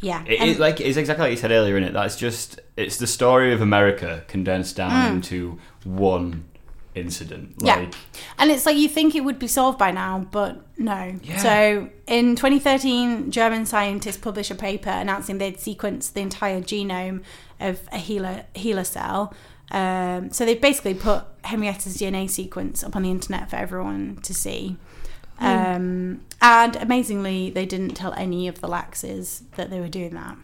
[SPEAKER 1] yeah,
[SPEAKER 2] It
[SPEAKER 1] and-
[SPEAKER 2] is like it's exactly like you said earlier, in it. That's just it's the story of America condensed down into one incident.
[SPEAKER 1] Mm. Yeah.
[SPEAKER 2] Like
[SPEAKER 1] And it's like you think it would be solved by now, but no.
[SPEAKER 2] Yeah.
[SPEAKER 1] So in 2013, German scientists published a paper announcing they'd sequenced the entire genome of a HeLa, HeLa cell. Um, so they basically put Henrietta's DNA sequence up on the internet for everyone to see.
[SPEAKER 2] Hmm.
[SPEAKER 1] Um, and amazingly, they didn't tell any of the laxes that they were doing that.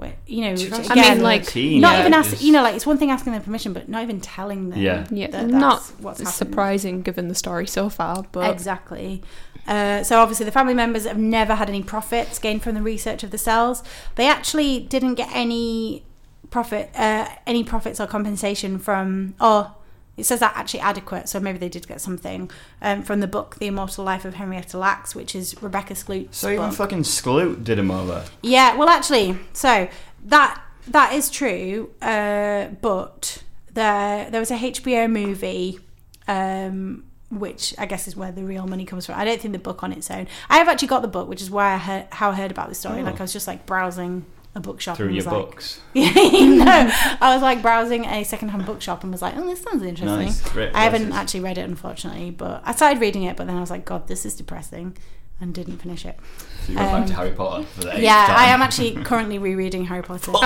[SPEAKER 1] Wh- You know, which
[SPEAKER 3] I
[SPEAKER 1] again,
[SPEAKER 3] mean, like,
[SPEAKER 1] not even
[SPEAKER 2] ask.
[SPEAKER 1] ask. You know, like it's one thing asking their permission, but not even telling them.
[SPEAKER 2] Yeah.
[SPEAKER 3] Yeah,
[SPEAKER 1] that that's
[SPEAKER 3] not
[SPEAKER 1] what's happened.
[SPEAKER 3] surprising given the story so far, but
[SPEAKER 1] Exactly. Uh, so obviously, the family members have never had any profits gained from the research of the cells. They actually didn't get any profit, uh, any profits or compensation from. Or it says that actually adequate, so maybe they did get something um, from the book *The Immortal Life of Henrietta Lacks*, which is Rebecca Skloot's
[SPEAKER 2] So even
[SPEAKER 1] book.
[SPEAKER 2] fucking Skloot did him over.
[SPEAKER 1] Yeah, well, actually, so that that is true, uh, but there there was a HBO movie, um, which I guess is where the real money comes from. I don't think the book on its own. I have actually got the book, which is why I heard, how I heard about the story. Like I was just like browsing a bookshop
[SPEAKER 2] Oh. Through
[SPEAKER 1] and
[SPEAKER 2] your
[SPEAKER 1] was like,
[SPEAKER 2] books.
[SPEAKER 1] yeah, no, I was like browsing a secondhand bookshop and was like, oh, this sounds interesting.
[SPEAKER 2] Nice. Great
[SPEAKER 1] I haven't
[SPEAKER 2] prices.
[SPEAKER 1] actually read it, unfortunately, but I started reading it, but then I was like, God, this is depressing, and didn't finish it.
[SPEAKER 2] So you went back to Harry Potter for the eighth
[SPEAKER 1] Um, Yeah,
[SPEAKER 2] time.
[SPEAKER 1] I am actually currently rereading Harry Potter.
[SPEAKER 3] oh my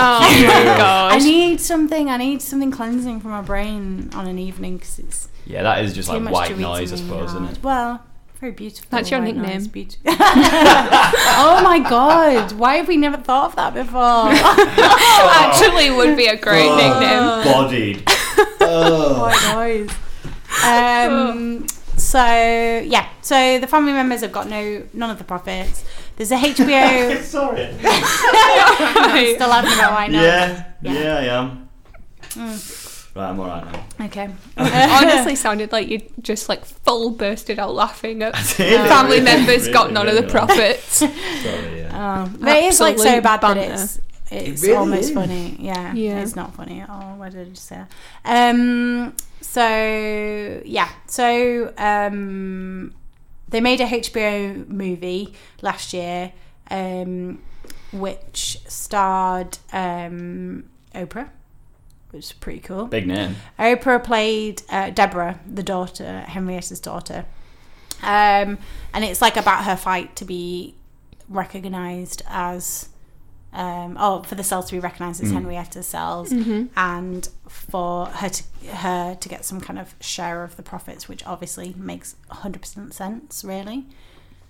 [SPEAKER 3] god.
[SPEAKER 1] I need something. I need something cleansing for my brain on an evening because it's
[SPEAKER 2] Yeah, that is just
[SPEAKER 1] too
[SPEAKER 2] like
[SPEAKER 1] much to
[SPEAKER 2] white
[SPEAKER 1] read
[SPEAKER 2] noise, I
[SPEAKER 1] something
[SPEAKER 2] suppose, isn't
[SPEAKER 1] hard.
[SPEAKER 2] it?
[SPEAKER 1] Well, very beautiful.
[SPEAKER 3] That's your
[SPEAKER 1] white
[SPEAKER 3] nickname.
[SPEAKER 1] noise, beaut- oh my god! Why have we never thought of that before?
[SPEAKER 3] actually would be a great
[SPEAKER 2] Oh.
[SPEAKER 3] nickname.
[SPEAKER 2] Bodied.
[SPEAKER 1] white noise. Um, so yeah, so the family members have got no none of the profits. There's a HBO
[SPEAKER 2] Sorry.
[SPEAKER 1] still laughing about white noise.
[SPEAKER 2] Yeah, yeah, I am.
[SPEAKER 1] Mm.
[SPEAKER 2] Right, I'm alright now.
[SPEAKER 1] Okay.
[SPEAKER 3] Honestly, sounded like you just like full bursted out laughing at
[SPEAKER 2] did,
[SPEAKER 3] family
[SPEAKER 2] really,
[SPEAKER 3] members
[SPEAKER 2] really,
[SPEAKER 3] got none of the
[SPEAKER 2] really.
[SPEAKER 3] profits.
[SPEAKER 2] Sorry, yeah.
[SPEAKER 1] But it is like so
[SPEAKER 3] Absolute
[SPEAKER 1] bad
[SPEAKER 3] banter.
[SPEAKER 1] that it's it's
[SPEAKER 2] really
[SPEAKER 1] almost
[SPEAKER 2] is.
[SPEAKER 1] funny. Yeah,
[SPEAKER 3] Yeah.
[SPEAKER 1] it's not funny at all. Why did I just say that? Um, so yeah, so um, they made a HBO movie last year, um, which starred um, Oprah, which is pretty cool.
[SPEAKER 2] Big name.
[SPEAKER 1] Oprah played uh, Deborah, the daughter, Henrietta's daughter. Um, and it's like about her fight to be recognized as, um, oh, for the cells to be recognized
[SPEAKER 2] Mm.
[SPEAKER 1] as Henrietta's cells, and for her to her to get some kind of share of the profits, which obviously makes hundred percent sense. Really,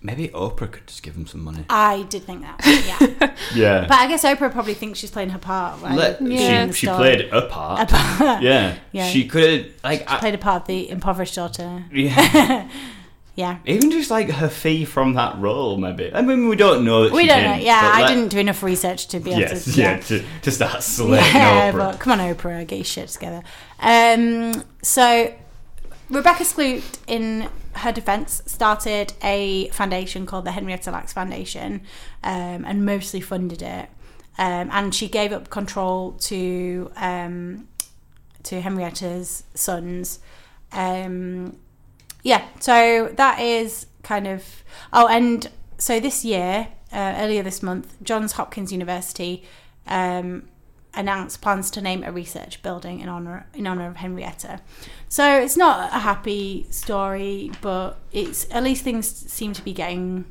[SPEAKER 2] Maybe Oprah could just give him some money.
[SPEAKER 1] I did think that. Yeah, but
[SPEAKER 2] Yeah.
[SPEAKER 1] I guess Oprah probably thinks she's playing her part, right?
[SPEAKER 2] Let-
[SPEAKER 3] Yeah.
[SPEAKER 2] She, she played a part. Yeah.
[SPEAKER 1] Yeah.
[SPEAKER 2] She could like I,
[SPEAKER 1] played a part of the impoverished daughter.
[SPEAKER 2] yeah.
[SPEAKER 1] Yeah.
[SPEAKER 2] even just like her fee from that role, maybe. I mean, we don't know. That
[SPEAKER 1] We
[SPEAKER 2] she
[SPEAKER 1] don't
[SPEAKER 2] did,
[SPEAKER 1] know. Yeah,
[SPEAKER 2] but
[SPEAKER 1] I
[SPEAKER 2] let-
[SPEAKER 1] didn't do enough research to be able
[SPEAKER 2] Yes,
[SPEAKER 1] to.
[SPEAKER 2] yeah. To, to start slaying
[SPEAKER 1] Yeah,
[SPEAKER 2] Oprah.
[SPEAKER 1] but come on, Oprah, get your shit together. Um, so, Rebecca Skloot, in her defense, started a foundation called the Henrietta Lacks Foundation um, and mostly funded it. Um, and she gave up control to um, to Henrietta's sons. Um, yeah, so that is kind of. Oh, and so this year, uh, earlier this month, Johns Hopkins University um, announced plans to name a research building in honor in honor of Henrietta. So it's not a happy story, but it's at least things seem to be getting.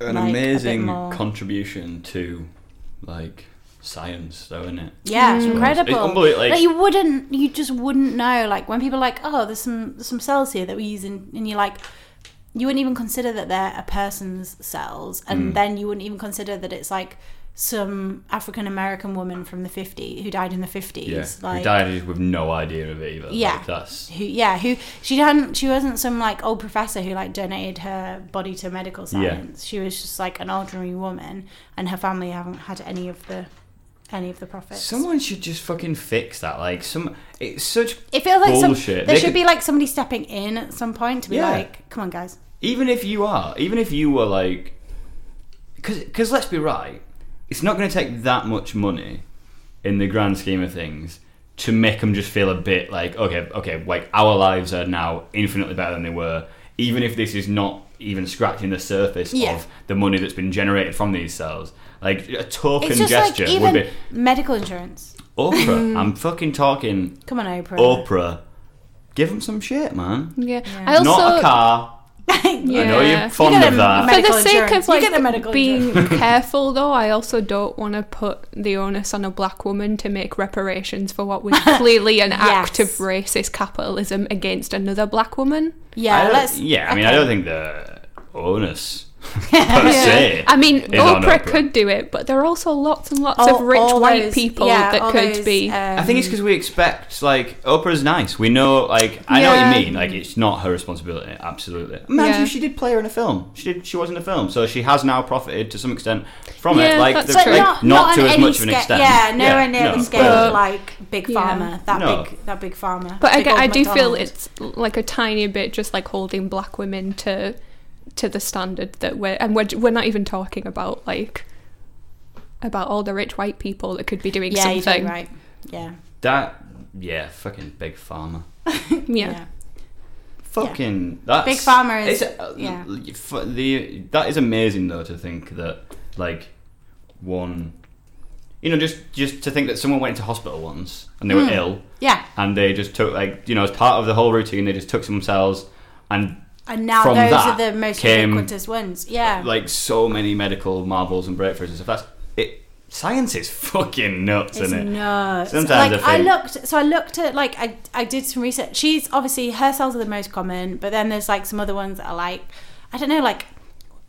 [SPEAKER 2] An
[SPEAKER 1] like, a bit
[SPEAKER 2] amazing
[SPEAKER 1] more-
[SPEAKER 2] contribution to like science, though, isn't it?
[SPEAKER 1] Yeah, it's
[SPEAKER 2] It's
[SPEAKER 1] incredible.
[SPEAKER 2] unbelievable, like-
[SPEAKER 1] Like, you wouldn't, you just wouldn't know. Like when people are like, oh, there's some there's some cells here that we're using, and you're like,
[SPEAKER 2] Mm.
[SPEAKER 1] you wouldn't even consider that they're a person's cells, and then you wouldn't even consider that it's like some African American woman from the 50s who died in the 50s.
[SPEAKER 2] Yeah,
[SPEAKER 1] Like,
[SPEAKER 2] who died with no idea of it either.
[SPEAKER 1] Yeah.
[SPEAKER 2] like, that's
[SPEAKER 1] who yeah who she hadn't she wasn't some like old professor who like donated her body to medical
[SPEAKER 2] Yeah.
[SPEAKER 1] science she was just like an ordinary woman and her family haven't had any of the any of the profits
[SPEAKER 2] someone should just fucking fix that. Like some, it's such
[SPEAKER 1] it feels like some, there
[SPEAKER 2] bullshit. They
[SPEAKER 1] should
[SPEAKER 2] could-
[SPEAKER 1] be like somebody stepping in at some point to be
[SPEAKER 2] Yeah.
[SPEAKER 1] like come on guys
[SPEAKER 2] even if you are, even if you were like, because let's be right, it's not going to take that much money in the grand scheme of things to make them just feel a bit like, okay, okay, like our lives are now infinitely better than they were, even if this is not even scratching the surface
[SPEAKER 1] Yeah.
[SPEAKER 2] of the money that's been generated from these cells. Like a token
[SPEAKER 1] it's just
[SPEAKER 2] gesture
[SPEAKER 1] like
[SPEAKER 2] would
[SPEAKER 1] even
[SPEAKER 2] be
[SPEAKER 1] medical insurance
[SPEAKER 2] Oprah. I'm fucking talking
[SPEAKER 1] come on Oprah
[SPEAKER 2] Oprah. Give them some shit, man.
[SPEAKER 3] Yeah. I also
[SPEAKER 2] not a car. I know
[SPEAKER 3] Yeah.
[SPEAKER 2] you're fond
[SPEAKER 1] You get
[SPEAKER 2] of
[SPEAKER 1] a
[SPEAKER 2] that.
[SPEAKER 3] for the
[SPEAKER 1] Medical
[SPEAKER 3] sake
[SPEAKER 1] insurance.
[SPEAKER 3] of
[SPEAKER 1] You
[SPEAKER 3] like
[SPEAKER 1] get the medical
[SPEAKER 3] being careful though i also don't want to put the onus on a black woman to make reparations for what was clearly an act of
[SPEAKER 1] Yes.
[SPEAKER 3] racist capitalism against another black woman
[SPEAKER 1] yeah
[SPEAKER 2] I don't-
[SPEAKER 1] let's
[SPEAKER 2] yeah, I mean, I don't think the onus per se.
[SPEAKER 3] i mean
[SPEAKER 2] is on
[SPEAKER 3] oprah, could do it but there are also lots and lots of
[SPEAKER 1] all-
[SPEAKER 3] rich
[SPEAKER 1] all
[SPEAKER 3] white
[SPEAKER 1] those-
[SPEAKER 3] people
[SPEAKER 1] yeah, all
[SPEAKER 3] that could
[SPEAKER 1] those, uh,
[SPEAKER 3] be
[SPEAKER 2] I think it's because we expect like Oprah's nice. We know, like, I know what
[SPEAKER 3] Yeah.
[SPEAKER 2] you mean. Like, it's not her responsibility. Absolutely. Imagine
[SPEAKER 3] Yeah.
[SPEAKER 2] if she did play her in a film. She did. She was in a film, so she has now profited to some extent from
[SPEAKER 3] Yeah,
[SPEAKER 2] it. Like,
[SPEAKER 3] that's
[SPEAKER 2] the,
[SPEAKER 3] But
[SPEAKER 2] like
[SPEAKER 1] but
[SPEAKER 3] true.
[SPEAKER 2] not,
[SPEAKER 1] on
[SPEAKER 2] to as
[SPEAKER 1] any
[SPEAKER 2] much of an
[SPEAKER 1] sca-
[SPEAKER 2] extent.
[SPEAKER 1] Yeah, nowhere near the
[SPEAKER 2] no,
[SPEAKER 1] scale
[SPEAKER 2] but-
[SPEAKER 1] of like Big
[SPEAKER 3] Yeah.
[SPEAKER 1] Pharma, that
[SPEAKER 2] No.
[SPEAKER 1] big that big pharma.
[SPEAKER 3] But I,
[SPEAKER 1] big
[SPEAKER 3] get-
[SPEAKER 1] old
[SPEAKER 3] I do feel
[SPEAKER 1] McDonald's.
[SPEAKER 3] it's like a tiny bit just like holding black women to to the standard that we're and we're we're not even talking about like about all the rich white people that could be doing
[SPEAKER 1] yeah, you're
[SPEAKER 3] something.
[SPEAKER 1] doing right. Yeah,
[SPEAKER 2] that. Yeah, fucking big pharma.
[SPEAKER 3] Yeah.
[SPEAKER 1] yeah.
[SPEAKER 2] Fucking that's
[SPEAKER 1] Big Pharma is-
[SPEAKER 2] it's, uh,
[SPEAKER 1] yeah.
[SPEAKER 2] l- f- the that is amazing though to think that like one, you know, just just to think that someone went into hospital once and they were ill
[SPEAKER 1] Mm. Yeah.
[SPEAKER 2] and they just took like you know as part of the whole routine they just took some cells and
[SPEAKER 1] And now
[SPEAKER 2] From
[SPEAKER 1] those
[SPEAKER 2] that
[SPEAKER 1] are the most
[SPEAKER 2] came-
[SPEAKER 1] ubiquitous ones. Yeah.
[SPEAKER 2] like so many medical marvels and breakthroughs and stuff. That's it. Science is fucking nuts,
[SPEAKER 1] it's
[SPEAKER 2] isn't it?
[SPEAKER 1] nuts.
[SPEAKER 2] Sometimes
[SPEAKER 1] like
[SPEAKER 2] I
[SPEAKER 1] I,
[SPEAKER 2] think-
[SPEAKER 1] looked, so I looked at like I, I did some research. She's obviously her cells are the most common, but then there's like some other ones that are like I don't know, like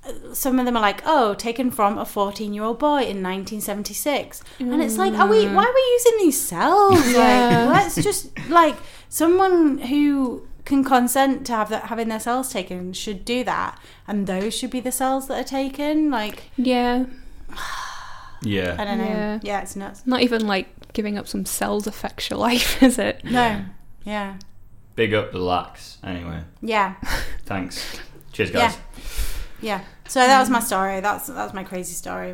[SPEAKER 1] uh, some of them are like oh taken from a 14 year old boy in 1976 and it's like are we why are we using these cells
[SPEAKER 3] Yeah.
[SPEAKER 1] like let's just like someone who can consent to have that having their cells taken should do that and those should be the cells that are taken like
[SPEAKER 3] Yeah.
[SPEAKER 2] Yeah.
[SPEAKER 1] i don't know
[SPEAKER 3] Yeah.
[SPEAKER 1] yeah, it's nuts
[SPEAKER 3] Not even like giving up some cells affects your life, is it?
[SPEAKER 1] no yeah
[SPEAKER 2] Big up the lax. Anyway,
[SPEAKER 1] yeah
[SPEAKER 2] thanks. Cheers, guys.
[SPEAKER 1] Yeah. Yeah. So that was my story. That's that was my crazy story.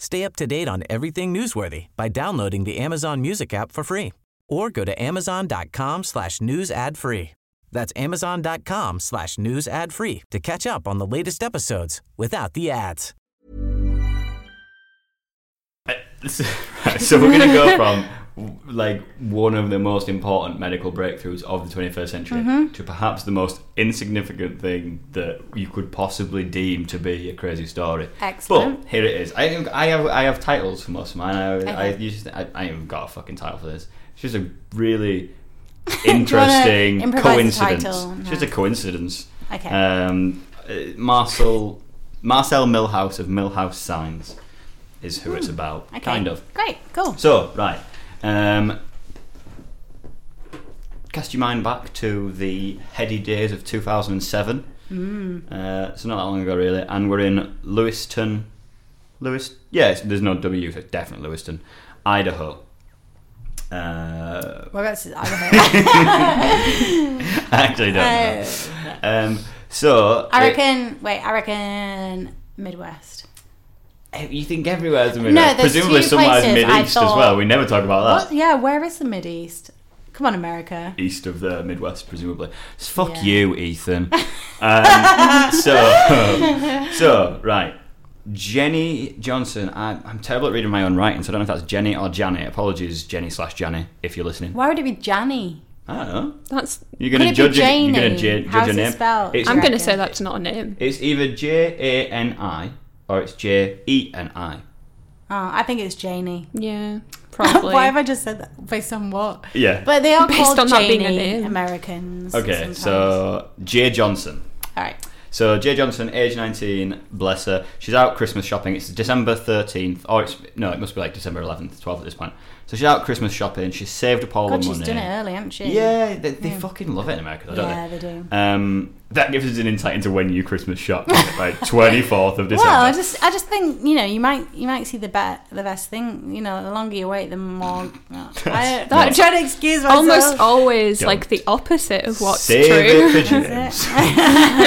[SPEAKER 4] Stay up to date on everything newsworthy by downloading the Amazon Music app for free or go to amazon.com slash news ad free. That's amazon.com slash news ad free to catch up on the latest episodes without the ads.
[SPEAKER 2] Right, so we're going to go from like one of the most important medical breakthroughs of the 21st century
[SPEAKER 1] Mm-hmm.
[SPEAKER 2] to perhaps the most insignificant thing that you could possibly deem to be a crazy story.
[SPEAKER 1] Excellent.
[SPEAKER 2] But here it is. I have I have, I have titles for most of mine. I, I,
[SPEAKER 1] Okay.
[SPEAKER 2] used, I, I ain't even got a fucking title for this. It's just a really interesting
[SPEAKER 1] improvise the
[SPEAKER 2] coincidence.
[SPEAKER 1] title?
[SPEAKER 2] It's
[SPEAKER 1] No.
[SPEAKER 2] just a coincidence.
[SPEAKER 1] Okay.
[SPEAKER 2] Um, uh, Marcel Marcel Millhouse of Millhouse Signs is who it's about.
[SPEAKER 1] Hmm. Okay.
[SPEAKER 2] Kind of.
[SPEAKER 1] Great. Cool.
[SPEAKER 2] So right. Um, cast your mind back to the heady days of 2007.
[SPEAKER 1] Hmm.
[SPEAKER 2] Uh, so not that long ago, really, and we're in Lewiston. Lewis, yes, there's no W, so it's definitely Lewiston, Idaho. Uh,
[SPEAKER 1] Whereabouts is Idaho?
[SPEAKER 2] I actually don't know. Um, so
[SPEAKER 1] Oh. I
[SPEAKER 2] it-
[SPEAKER 1] reckon. Wait, I reckon Midwest.
[SPEAKER 2] you think everywhere's a mid
[SPEAKER 1] No, there's
[SPEAKER 2] Presumably
[SPEAKER 1] two
[SPEAKER 2] somewhere's
[SPEAKER 1] places
[SPEAKER 2] mid
[SPEAKER 1] I
[SPEAKER 2] east as
[SPEAKER 1] thought-
[SPEAKER 2] well. We never talk about that.
[SPEAKER 1] What? Yeah, where is the Mid East? Come on, America.
[SPEAKER 2] east of the Midwest, presumably. S- Fuck
[SPEAKER 1] Yeah.
[SPEAKER 2] you, Ethan. Um, so, so right, Jenny Johnson. I, I'm terrible at reading my own writing, so I don't know if that's Jenny or Janny. Apologies, Jenny slash Janny, if you're listening.
[SPEAKER 1] Why would it be Janny?
[SPEAKER 2] I don't know.
[SPEAKER 3] That's.
[SPEAKER 2] You're gonna
[SPEAKER 1] Could it be
[SPEAKER 2] judge it. You're
[SPEAKER 1] Janie?
[SPEAKER 2] gonna ju- judge
[SPEAKER 1] How's
[SPEAKER 2] a
[SPEAKER 1] it
[SPEAKER 2] name.
[SPEAKER 1] spelled?
[SPEAKER 2] It's,
[SPEAKER 3] I'm going to
[SPEAKER 1] reckon?
[SPEAKER 3] say that's not a name.
[SPEAKER 2] it's either J A N I or it's J E N I.
[SPEAKER 1] Oh, I think it's Janie.
[SPEAKER 3] Yeah, probably.
[SPEAKER 1] Why have I just said that? Based on what?
[SPEAKER 2] Yeah.
[SPEAKER 1] But they are
[SPEAKER 3] Based
[SPEAKER 1] called
[SPEAKER 3] on that being a
[SPEAKER 1] Janie
[SPEAKER 3] name.
[SPEAKER 1] Americans.
[SPEAKER 2] okay,
[SPEAKER 1] sometimes.
[SPEAKER 2] so J Johnson.
[SPEAKER 1] all right.
[SPEAKER 2] So Jay Johnson, age nineteen, bless her. She's out Christmas shopping. It's December thirteenth, or it's no, it must be like December eleventh, twelfth at this point. So she's out Christmas shopping. She's saved up all
[SPEAKER 1] God,
[SPEAKER 2] the
[SPEAKER 1] she's
[SPEAKER 2] money.
[SPEAKER 1] done it early, hasn't she?
[SPEAKER 2] Yeah, they, they fucking love it in America, though, don't
[SPEAKER 1] Yeah,
[SPEAKER 2] they?
[SPEAKER 1] they do.
[SPEAKER 2] Um, that gives us an insight into when you Christmas shop, right? Twenty fourth of December.
[SPEAKER 1] Well, I just, I just think you know, you might, you might see the bet, the best thing. You know, the longer you wait, the more. I, I'm
[SPEAKER 3] That's-
[SPEAKER 1] trying to excuse myself.
[SPEAKER 3] Almost always
[SPEAKER 2] Don't.
[SPEAKER 3] like the opposite of what's
[SPEAKER 2] Save
[SPEAKER 3] true.
[SPEAKER 2] it for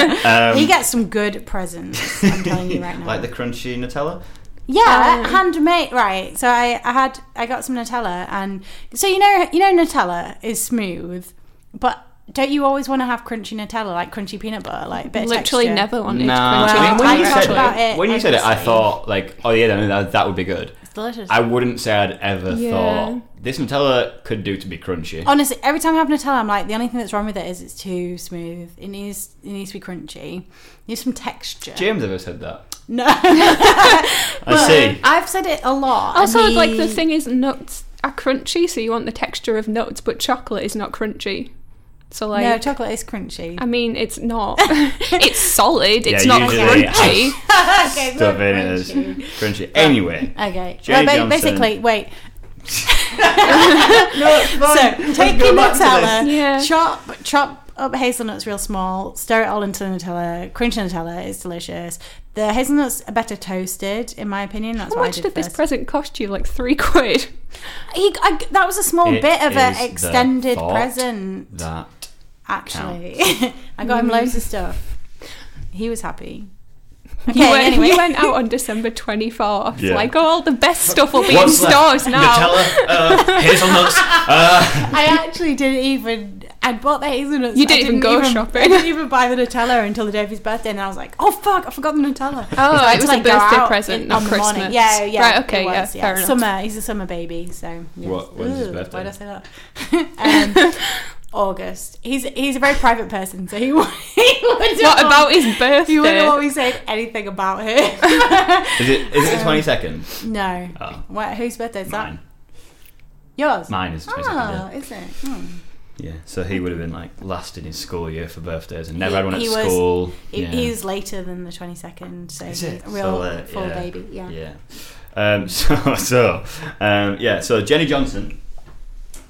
[SPEAKER 2] James.
[SPEAKER 1] he gets some good presents. I'm telling you right now.
[SPEAKER 2] like the crunchy Nutella.
[SPEAKER 3] Oh.
[SPEAKER 1] yeah, handmade. Right. So I, I had, I got some Nutella, and so you know, you know, Nutella is smooth, but don't you always want to have crunchy Nutella, like crunchy peanut butter, like a bit of
[SPEAKER 3] Literally
[SPEAKER 1] texture?
[SPEAKER 3] never wanted
[SPEAKER 2] Nah,
[SPEAKER 3] crunchy
[SPEAKER 1] Well,
[SPEAKER 3] peanut
[SPEAKER 2] when,
[SPEAKER 1] I
[SPEAKER 2] you
[SPEAKER 3] butter.
[SPEAKER 1] talked
[SPEAKER 2] said
[SPEAKER 1] about
[SPEAKER 2] it,
[SPEAKER 1] it
[SPEAKER 2] when you
[SPEAKER 1] like
[SPEAKER 2] said it, I
[SPEAKER 1] this
[SPEAKER 2] thought like, oh yeah, no, that, that would be good.
[SPEAKER 1] It's delicious.
[SPEAKER 2] I wouldn't say I'd ever
[SPEAKER 3] Yeah.
[SPEAKER 2] thought this Nutella could do to be crunchy.
[SPEAKER 1] Honestly, every time I have Nutella, I'm like, the only thing that's wrong with it is it's too smooth. It needs it needs to be crunchy. It needs some texture.
[SPEAKER 2] James ever said that?
[SPEAKER 1] No,
[SPEAKER 2] I see.
[SPEAKER 1] I've said it a lot.
[SPEAKER 3] Also,
[SPEAKER 1] and
[SPEAKER 3] Oh, like the thing is, nuts are crunchy, so you want the texture of nuts, but chocolate is not crunchy. So like,
[SPEAKER 1] No, chocolate is crunchy.
[SPEAKER 3] I mean, it's not. it's solid. It's
[SPEAKER 2] Yeah,
[SPEAKER 3] not
[SPEAKER 2] usually it
[SPEAKER 3] crunchy.
[SPEAKER 1] okay,
[SPEAKER 2] Stuff in it is crunchy. Anyway,
[SPEAKER 1] Okay.
[SPEAKER 2] Jay
[SPEAKER 1] well,
[SPEAKER 2] Johnson.
[SPEAKER 1] ba- basically, wait.
[SPEAKER 2] no, it's
[SPEAKER 1] So take your Nutella,
[SPEAKER 3] Yeah.
[SPEAKER 1] chop chop up hazelnuts real small, stir it all into the Nutella. Crunchy Nutella is delicious. The hazelnuts are better toasted, in my opinion. That's
[SPEAKER 3] How
[SPEAKER 1] what
[SPEAKER 3] much
[SPEAKER 1] I
[SPEAKER 3] did
[SPEAKER 1] did
[SPEAKER 3] this
[SPEAKER 1] first.
[SPEAKER 3] present cost you? Like three quid.
[SPEAKER 1] He, I, that was a small
[SPEAKER 2] It
[SPEAKER 1] bit of an
[SPEAKER 2] is the
[SPEAKER 1] extended
[SPEAKER 2] thought
[SPEAKER 1] present,
[SPEAKER 2] That
[SPEAKER 1] actually. I got him loads of stuff. He was happy. Okay,
[SPEAKER 3] You, went,
[SPEAKER 1] anyway.
[SPEAKER 3] you went out on December twenty fourth.
[SPEAKER 2] Yeah.
[SPEAKER 3] Like, oh, the best stuff will be
[SPEAKER 2] What's
[SPEAKER 3] in
[SPEAKER 2] left?
[SPEAKER 3] stores now.
[SPEAKER 2] Nutella, uh, hazelnuts.
[SPEAKER 1] I actually didn't even. I bought the hazelnuts.
[SPEAKER 3] You
[SPEAKER 1] I
[SPEAKER 3] didn't even go shopping.
[SPEAKER 1] I didn't even buy the Nutella until the day of his birthday, and I was like, "Oh fuck, I forgot the Nutella." So
[SPEAKER 3] Oh,
[SPEAKER 1] I had
[SPEAKER 3] it was
[SPEAKER 1] to,
[SPEAKER 3] a birthday
[SPEAKER 1] go out
[SPEAKER 3] present,
[SPEAKER 1] in-
[SPEAKER 3] not
[SPEAKER 1] on the morning.
[SPEAKER 3] Christmas.
[SPEAKER 1] Yeah, yeah.
[SPEAKER 3] Right, okay,
[SPEAKER 1] it
[SPEAKER 3] yeah, fair enough.
[SPEAKER 1] Summer. He's a summer baby, so. Yes.
[SPEAKER 2] What- when's his
[SPEAKER 1] Ooh,
[SPEAKER 2] birthday?
[SPEAKER 1] Why did I say that? um, August. He's he's a very private person, so he, won't- he wouldn't.
[SPEAKER 3] What about his
[SPEAKER 1] He wouldn't
[SPEAKER 3] birthday?
[SPEAKER 1] want me saying anything about him.
[SPEAKER 2] Is it? Is it twenty second?
[SPEAKER 1] no.
[SPEAKER 2] Oh.
[SPEAKER 1] What, whose birthday is
[SPEAKER 2] Mine.
[SPEAKER 1] that? Yours.
[SPEAKER 2] Mine is twenty second.
[SPEAKER 1] Oh, is it? Hmm.
[SPEAKER 2] Yeah. yeah. So he would have been like last in his school year for birthdays and never had one at
[SPEAKER 1] he was-
[SPEAKER 2] school.
[SPEAKER 1] It
[SPEAKER 2] yeah.
[SPEAKER 1] is later than the 22nd, so
[SPEAKER 2] Is it?
[SPEAKER 1] he's a real
[SPEAKER 2] So, uh,
[SPEAKER 1] full
[SPEAKER 2] yeah.
[SPEAKER 1] baby. Yeah.
[SPEAKER 2] Yeah. Um, so so um, yeah. So Jenny Johnson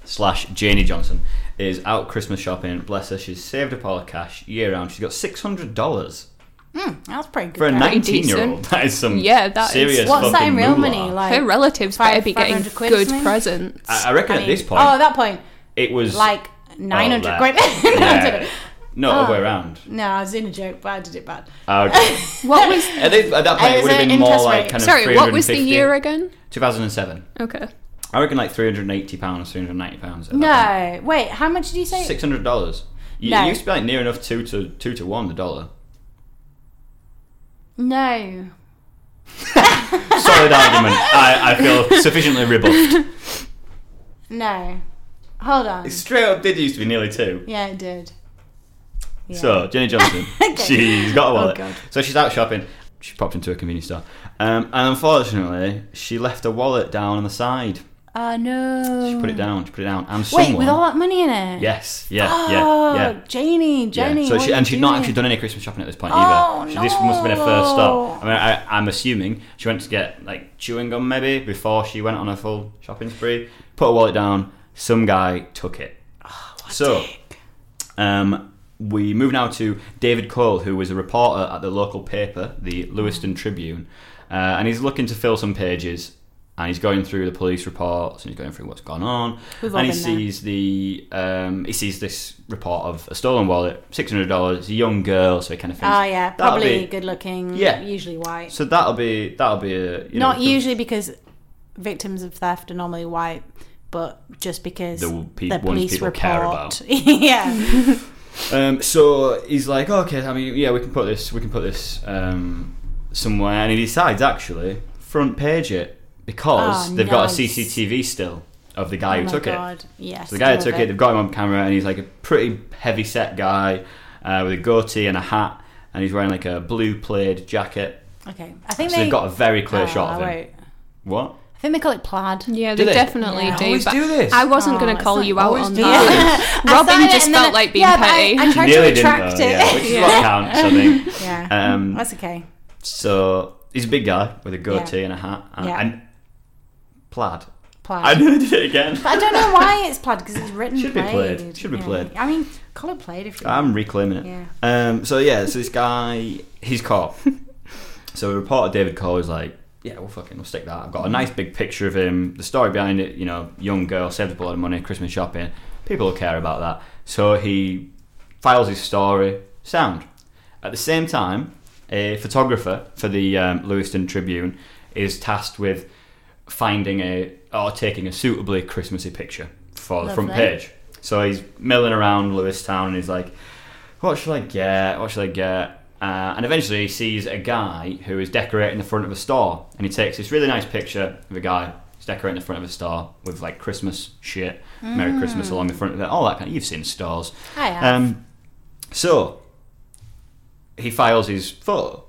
[SPEAKER 2] slash Janie Johnson is out Christmas shopping. Bless her. She's saved up all her cash year round. She's got six hundred dollars
[SPEAKER 1] Mm, that's pretty good.
[SPEAKER 2] for a
[SPEAKER 1] going.
[SPEAKER 2] nineteen year old.
[SPEAKER 3] decent.
[SPEAKER 2] That is some
[SPEAKER 3] Yeah, that is-
[SPEAKER 2] serious.
[SPEAKER 1] What's that
[SPEAKER 2] fucking
[SPEAKER 1] in real
[SPEAKER 2] moolah.
[SPEAKER 1] money? Like
[SPEAKER 3] Her relatives
[SPEAKER 1] five-
[SPEAKER 3] better be getting
[SPEAKER 1] 500 quid or
[SPEAKER 3] good
[SPEAKER 1] something?
[SPEAKER 3] presents.
[SPEAKER 2] I, I reckon
[SPEAKER 1] I
[SPEAKER 2] at
[SPEAKER 1] mean-
[SPEAKER 2] this point
[SPEAKER 1] Oh, at that point,
[SPEAKER 2] it was
[SPEAKER 1] like
[SPEAKER 2] oh,
[SPEAKER 1] 900
[SPEAKER 2] that-
[SPEAKER 1] quid. no, Oh. I did
[SPEAKER 2] yeah.
[SPEAKER 1] it.
[SPEAKER 2] No, other way around.
[SPEAKER 1] no, I was in a joke, but I did it bad.
[SPEAKER 2] Ah, okay.
[SPEAKER 3] what was?
[SPEAKER 2] at, this, at that point,
[SPEAKER 1] Is
[SPEAKER 2] it would have
[SPEAKER 1] it
[SPEAKER 2] been more
[SPEAKER 1] interest
[SPEAKER 2] like
[SPEAKER 1] rate?
[SPEAKER 2] kind of
[SPEAKER 3] Sorry, what was the
[SPEAKER 2] 350.
[SPEAKER 3] year again?
[SPEAKER 2] 2007.
[SPEAKER 3] Okay.
[SPEAKER 2] I reckon like 380 pounds, 390 pounds.
[SPEAKER 1] No, wait, how much did you say?
[SPEAKER 2] Six hundred dollars. You
[SPEAKER 1] No.
[SPEAKER 2] it used to be like near enough two to two to one the dollar.
[SPEAKER 1] No.
[SPEAKER 2] Solid argument. I, I feel sufficiently rebuffed.
[SPEAKER 1] No. Hold on.
[SPEAKER 2] It straight up did used to be nearly two.
[SPEAKER 1] yeah, it did.
[SPEAKER 2] So Jenny Johnson, she's got a wallet.
[SPEAKER 1] Oh, God.
[SPEAKER 2] so she's out shopping. She popped into a convenience store, um, and unfortunately, she left her wallet down on the side.
[SPEAKER 1] Oh no.
[SPEAKER 2] She put it down. She put it down. And
[SPEAKER 1] Wait,
[SPEAKER 2] someone.
[SPEAKER 1] with all that money in it.
[SPEAKER 2] yes. Yeah.
[SPEAKER 1] Oh,
[SPEAKER 2] yeah. Yeah.
[SPEAKER 1] Janie, Jenny.
[SPEAKER 2] So
[SPEAKER 1] what
[SPEAKER 2] she,
[SPEAKER 1] are
[SPEAKER 2] and
[SPEAKER 1] you
[SPEAKER 2] she'd not
[SPEAKER 1] doing?
[SPEAKER 2] actually done any Christmas shopping at this point
[SPEAKER 1] Oh,
[SPEAKER 2] either. So This must have been her first
[SPEAKER 1] no.
[SPEAKER 2] stop. I mean, I, I'm assuming she went to get like chewing gum maybe before she went on her full shopping spree. Put her wallet down. Some guy took it.
[SPEAKER 1] Oh,
[SPEAKER 2] so, um, we move now to David Cole, who was a reporter at the local paper, the Lewiston Tribune, uh, and he's looking to fill some pages. And he's going through the police reports and he's going through what's gone on.
[SPEAKER 1] We've all
[SPEAKER 2] and he
[SPEAKER 1] been there.
[SPEAKER 2] sees the um, he sees this report of a stolen wallet, six hundred dollars. It's a young girl, so he kind of thinks,
[SPEAKER 1] Oh yeah,
[SPEAKER 2] "That'll
[SPEAKER 1] probably
[SPEAKER 2] be-"
[SPEAKER 1] good looking.
[SPEAKER 2] Yeah.
[SPEAKER 1] usually white.
[SPEAKER 2] So that'll be that'll be a you know,
[SPEAKER 1] Not
[SPEAKER 2] the-
[SPEAKER 1] usually because victims of theft are normally white, but just because
[SPEAKER 2] The
[SPEAKER 1] the,
[SPEAKER 2] w- pe- ones
[SPEAKER 1] police
[SPEAKER 2] people
[SPEAKER 1] report.
[SPEAKER 2] care
[SPEAKER 1] yeah, Oh
[SPEAKER 2] Um, so he's like, okay, I mean, yeah, we can put this, we can put this um, somewhere, and he decides actually front page it because
[SPEAKER 1] Oh,
[SPEAKER 2] they've got a
[SPEAKER 1] nice.
[SPEAKER 2] CCTV still of the guy
[SPEAKER 1] oh
[SPEAKER 2] who
[SPEAKER 1] my
[SPEAKER 2] took it.
[SPEAKER 1] God. Yes,
[SPEAKER 2] So the guy who
[SPEAKER 1] love
[SPEAKER 2] took it, they've got him on camera, and he's like a pretty heavy set guy uh, with a goatee and a hat, and he's wearing like a blue plaid jacket.
[SPEAKER 1] Okay, I think
[SPEAKER 2] So
[SPEAKER 1] they
[SPEAKER 2] they've got a very clear
[SPEAKER 1] Oh,
[SPEAKER 2] shot of
[SPEAKER 1] I
[SPEAKER 2] him.
[SPEAKER 1] won't.
[SPEAKER 2] What?
[SPEAKER 1] I think they call it plaid.
[SPEAKER 3] Yeah,
[SPEAKER 2] Do they?
[SPEAKER 3] they, definitely
[SPEAKER 1] Yeah.
[SPEAKER 3] do.
[SPEAKER 2] Always
[SPEAKER 3] but
[SPEAKER 2] do this.
[SPEAKER 3] I wasn't
[SPEAKER 1] Oh,
[SPEAKER 3] going to
[SPEAKER 1] it's
[SPEAKER 3] call
[SPEAKER 1] like
[SPEAKER 3] you out
[SPEAKER 1] always
[SPEAKER 3] on
[SPEAKER 1] do
[SPEAKER 3] that.
[SPEAKER 1] I saw
[SPEAKER 3] Robin
[SPEAKER 1] it
[SPEAKER 3] just
[SPEAKER 1] and then
[SPEAKER 3] felt
[SPEAKER 1] I-
[SPEAKER 3] like being
[SPEAKER 1] yeah, but
[SPEAKER 3] petty.
[SPEAKER 1] I, I tried to
[SPEAKER 2] Nearly didn't,
[SPEAKER 1] retract
[SPEAKER 2] though,
[SPEAKER 1] it.
[SPEAKER 2] yeah, which is what counts, I think.
[SPEAKER 1] Yeah.
[SPEAKER 2] Um,
[SPEAKER 1] that's okay.
[SPEAKER 2] So he's a big guy with a goatee and a hat and,
[SPEAKER 1] Yeah. Ah.
[SPEAKER 2] and plaid.
[SPEAKER 1] Plaid.
[SPEAKER 2] I nearly did it again.
[SPEAKER 1] But I don't know why it's plaid because it's written
[SPEAKER 2] Should be
[SPEAKER 1] played.
[SPEAKER 2] plaid. Should be
[SPEAKER 1] Yeah.
[SPEAKER 2] plaid.
[SPEAKER 1] I mean, call it played if you.
[SPEAKER 2] I'm reclaiming it.
[SPEAKER 1] Yeah.
[SPEAKER 2] Um, so yeah, so this guy, he's caught. so a reporter, David Cole, is like, yeah, we'll fucking, we'll stick that. I've got a nice big picture of him. The story behind it, you know, young girl saved up a lot of money, Christmas shopping. People will care about that. So he files his story. Sound. At the same time, a photographer for the um, Lewiston Tribune is tasked with finding a or taking a suitably Christmassy picture for the front
[SPEAKER 1] Lovely.
[SPEAKER 2] page. So he's milling around Lewistown and he's like, what shall I get? What shall I get? Uh, and eventually he sees a guy who is decorating the front of a store. And he takes this really nice picture of a guy who's decorating the front of a store with like Christmas shit, Merry Christmas along the front of it, all that kind of You've seen stores.
[SPEAKER 1] Mm. I have.
[SPEAKER 2] Um, so he files his photo,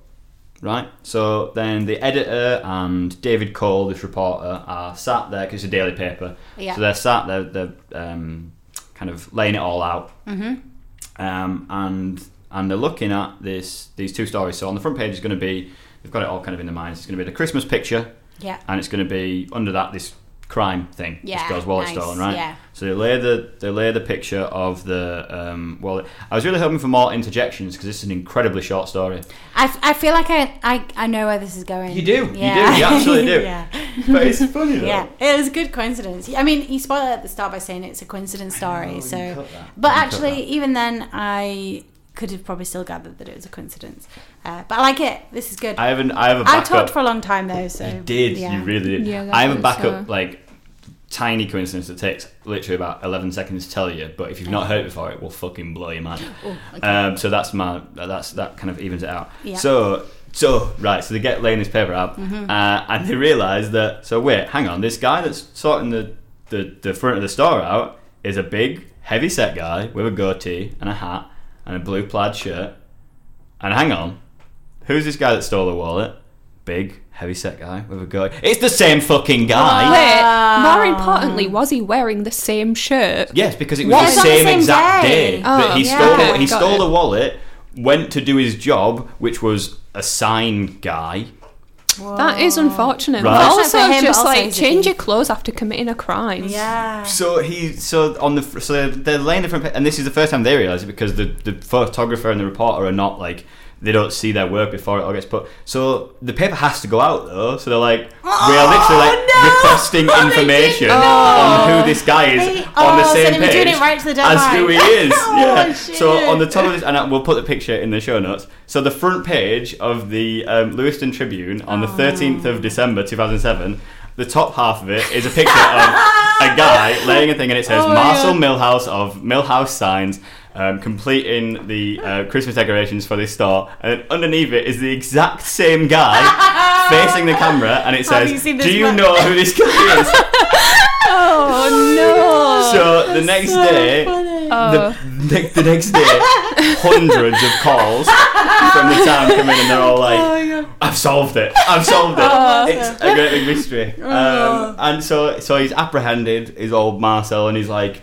[SPEAKER 2] right? So then the editor and David Cole, this reporter, are sat there because it's a daily paper.
[SPEAKER 1] Yeah.
[SPEAKER 2] So they're sat there, they're um, kind of laying it all out, mm-hmm. um, and and they're looking at this these two stories. So on the front page is going to be they've got it all kind of in their minds. It's going to be the Christmas picture,
[SPEAKER 1] Yeah.
[SPEAKER 2] and it's going to be under that this crime thing. this
[SPEAKER 1] Yeah,
[SPEAKER 2] girl's wallet
[SPEAKER 1] nice,
[SPEAKER 2] stolen, right?
[SPEAKER 1] yeah.
[SPEAKER 2] So they lay the they lay the picture of the um, wallet. I was really hoping for more interjections because it's an incredibly short story.
[SPEAKER 1] I, I feel like I, I I know where this is going.
[SPEAKER 2] You do, you do, you absolutely do.
[SPEAKER 1] yeah.
[SPEAKER 2] But it's funny though.
[SPEAKER 1] Yeah, it was a good coincidence. I mean, he spoiled it at the start by saying it's a coincidence story.
[SPEAKER 2] know, Oh, you
[SPEAKER 1] so,
[SPEAKER 2] cut that.
[SPEAKER 1] but
[SPEAKER 2] You cut
[SPEAKER 1] actually,
[SPEAKER 2] that.
[SPEAKER 1] even then, I could have probably still gathered that it was a coincidence. Uh, but I like it. This is good.
[SPEAKER 2] I
[SPEAKER 1] I,
[SPEAKER 2] haven't. I have a backup.
[SPEAKER 1] talked for a long time though, so
[SPEAKER 2] You did.
[SPEAKER 1] yeah.
[SPEAKER 2] You really did.
[SPEAKER 3] Yeah, that
[SPEAKER 2] I have a
[SPEAKER 3] was,
[SPEAKER 2] backup,
[SPEAKER 3] uh,
[SPEAKER 2] like, tiny coincidence that takes literally about 11 seconds to tell you, but if you've not heard it before, it will fucking blow your mind.
[SPEAKER 3] Oh,
[SPEAKER 2] um, so that's my, that's, that kind of evens it out.
[SPEAKER 1] Yeah.
[SPEAKER 2] So, so, right, so they get laying this paper out,
[SPEAKER 3] Mm-hmm.
[SPEAKER 2] uh, and they realise that, so wait, hang on, this guy that's sorting the, the, the front of the store out is a big, heavy set guy with a goatee and a hat and a blue plaid shirt. And hang on, who's this guy that stole the wallet? Big, heavy set guy with a goatee. It's the same fucking guy.
[SPEAKER 1] Um,
[SPEAKER 3] Wait, more importantly, was he wearing the same shirt?
[SPEAKER 2] Yes, because it was
[SPEAKER 3] What?
[SPEAKER 2] the
[SPEAKER 3] It's on
[SPEAKER 1] the
[SPEAKER 2] same,
[SPEAKER 1] same
[SPEAKER 2] exact day,
[SPEAKER 1] day.
[SPEAKER 2] that he
[SPEAKER 3] Oh,
[SPEAKER 2] stole
[SPEAKER 3] yeah.
[SPEAKER 2] it. He
[SPEAKER 3] Got
[SPEAKER 2] stole
[SPEAKER 3] it.
[SPEAKER 2] the wallet, went to do his job, which was a sign guy.
[SPEAKER 3] That is
[SPEAKER 2] Right.
[SPEAKER 3] unfortunate. But
[SPEAKER 1] Unfortunate for
[SPEAKER 3] also,
[SPEAKER 1] him, but
[SPEAKER 3] just
[SPEAKER 1] also
[SPEAKER 3] like
[SPEAKER 1] he's a
[SPEAKER 3] change
[SPEAKER 1] thief.
[SPEAKER 3] your clothes after committing a crime.
[SPEAKER 1] yeah.
[SPEAKER 2] So he, so on the, fr- so they're, they're laying the front, pa- and this is the first time they realise it because the the photographer and the reporter are not like. They don't see their work before it all gets put. So the paper has to go out though. So they're like, we are literally like
[SPEAKER 1] Oh, no!
[SPEAKER 2] requesting
[SPEAKER 1] They didn't
[SPEAKER 2] information
[SPEAKER 1] know.
[SPEAKER 2] on who this guy is
[SPEAKER 1] They-
[SPEAKER 2] on the
[SPEAKER 1] oh, so
[SPEAKER 2] same
[SPEAKER 1] they were
[SPEAKER 2] page
[SPEAKER 1] doing it right to the
[SPEAKER 2] as who he is.
[SPEAKER 1] deadline.
[SPEAKER 2] yeah.
[SPEAKER 1] Oh, shit.
[SPEAKER 2] So on the top of this, and I- we'll put the picture in the show notes. So the front page of the um, Lewiston Tribune on the
[SPEAKER 1] Oh.
[SPEAKER 2] 13th of December 2007, the top half of it is a picture of a guy laying a thing, and it
[SPEAKER 1] Oh
[SPEAKER 2] says Marcel Millhouse of Millhouse Signs. Um, completing the uh, Christmas decorations for this store, and underneath it is the exact same guy facing the camera, and it
[SPEAKER 1] Have you
[SPEAKER 2] says,
[SPEAKER 1] seen this
[SPEAKER 2] "Do you
[SPEAKER 1] man?"
[SPEAKER 2] know who this guy is?"
[SPEAKER 3] Oh no!
[SPEAKER 2] so the next day,
[SPEAKER 1] funny.
[SPEAKER 2] the, ne- the next day, hundreds of calls from the town come in and they're all
[SPEAKER 1] Oh,
[SPEAKER 2] like, I've solved it. I've solved it. it's a great big mystery.
[SPEAKER 1] Oh.
[SPEAKER 2] Um, and so, so he's apprehended, his old Marcel, and he's like,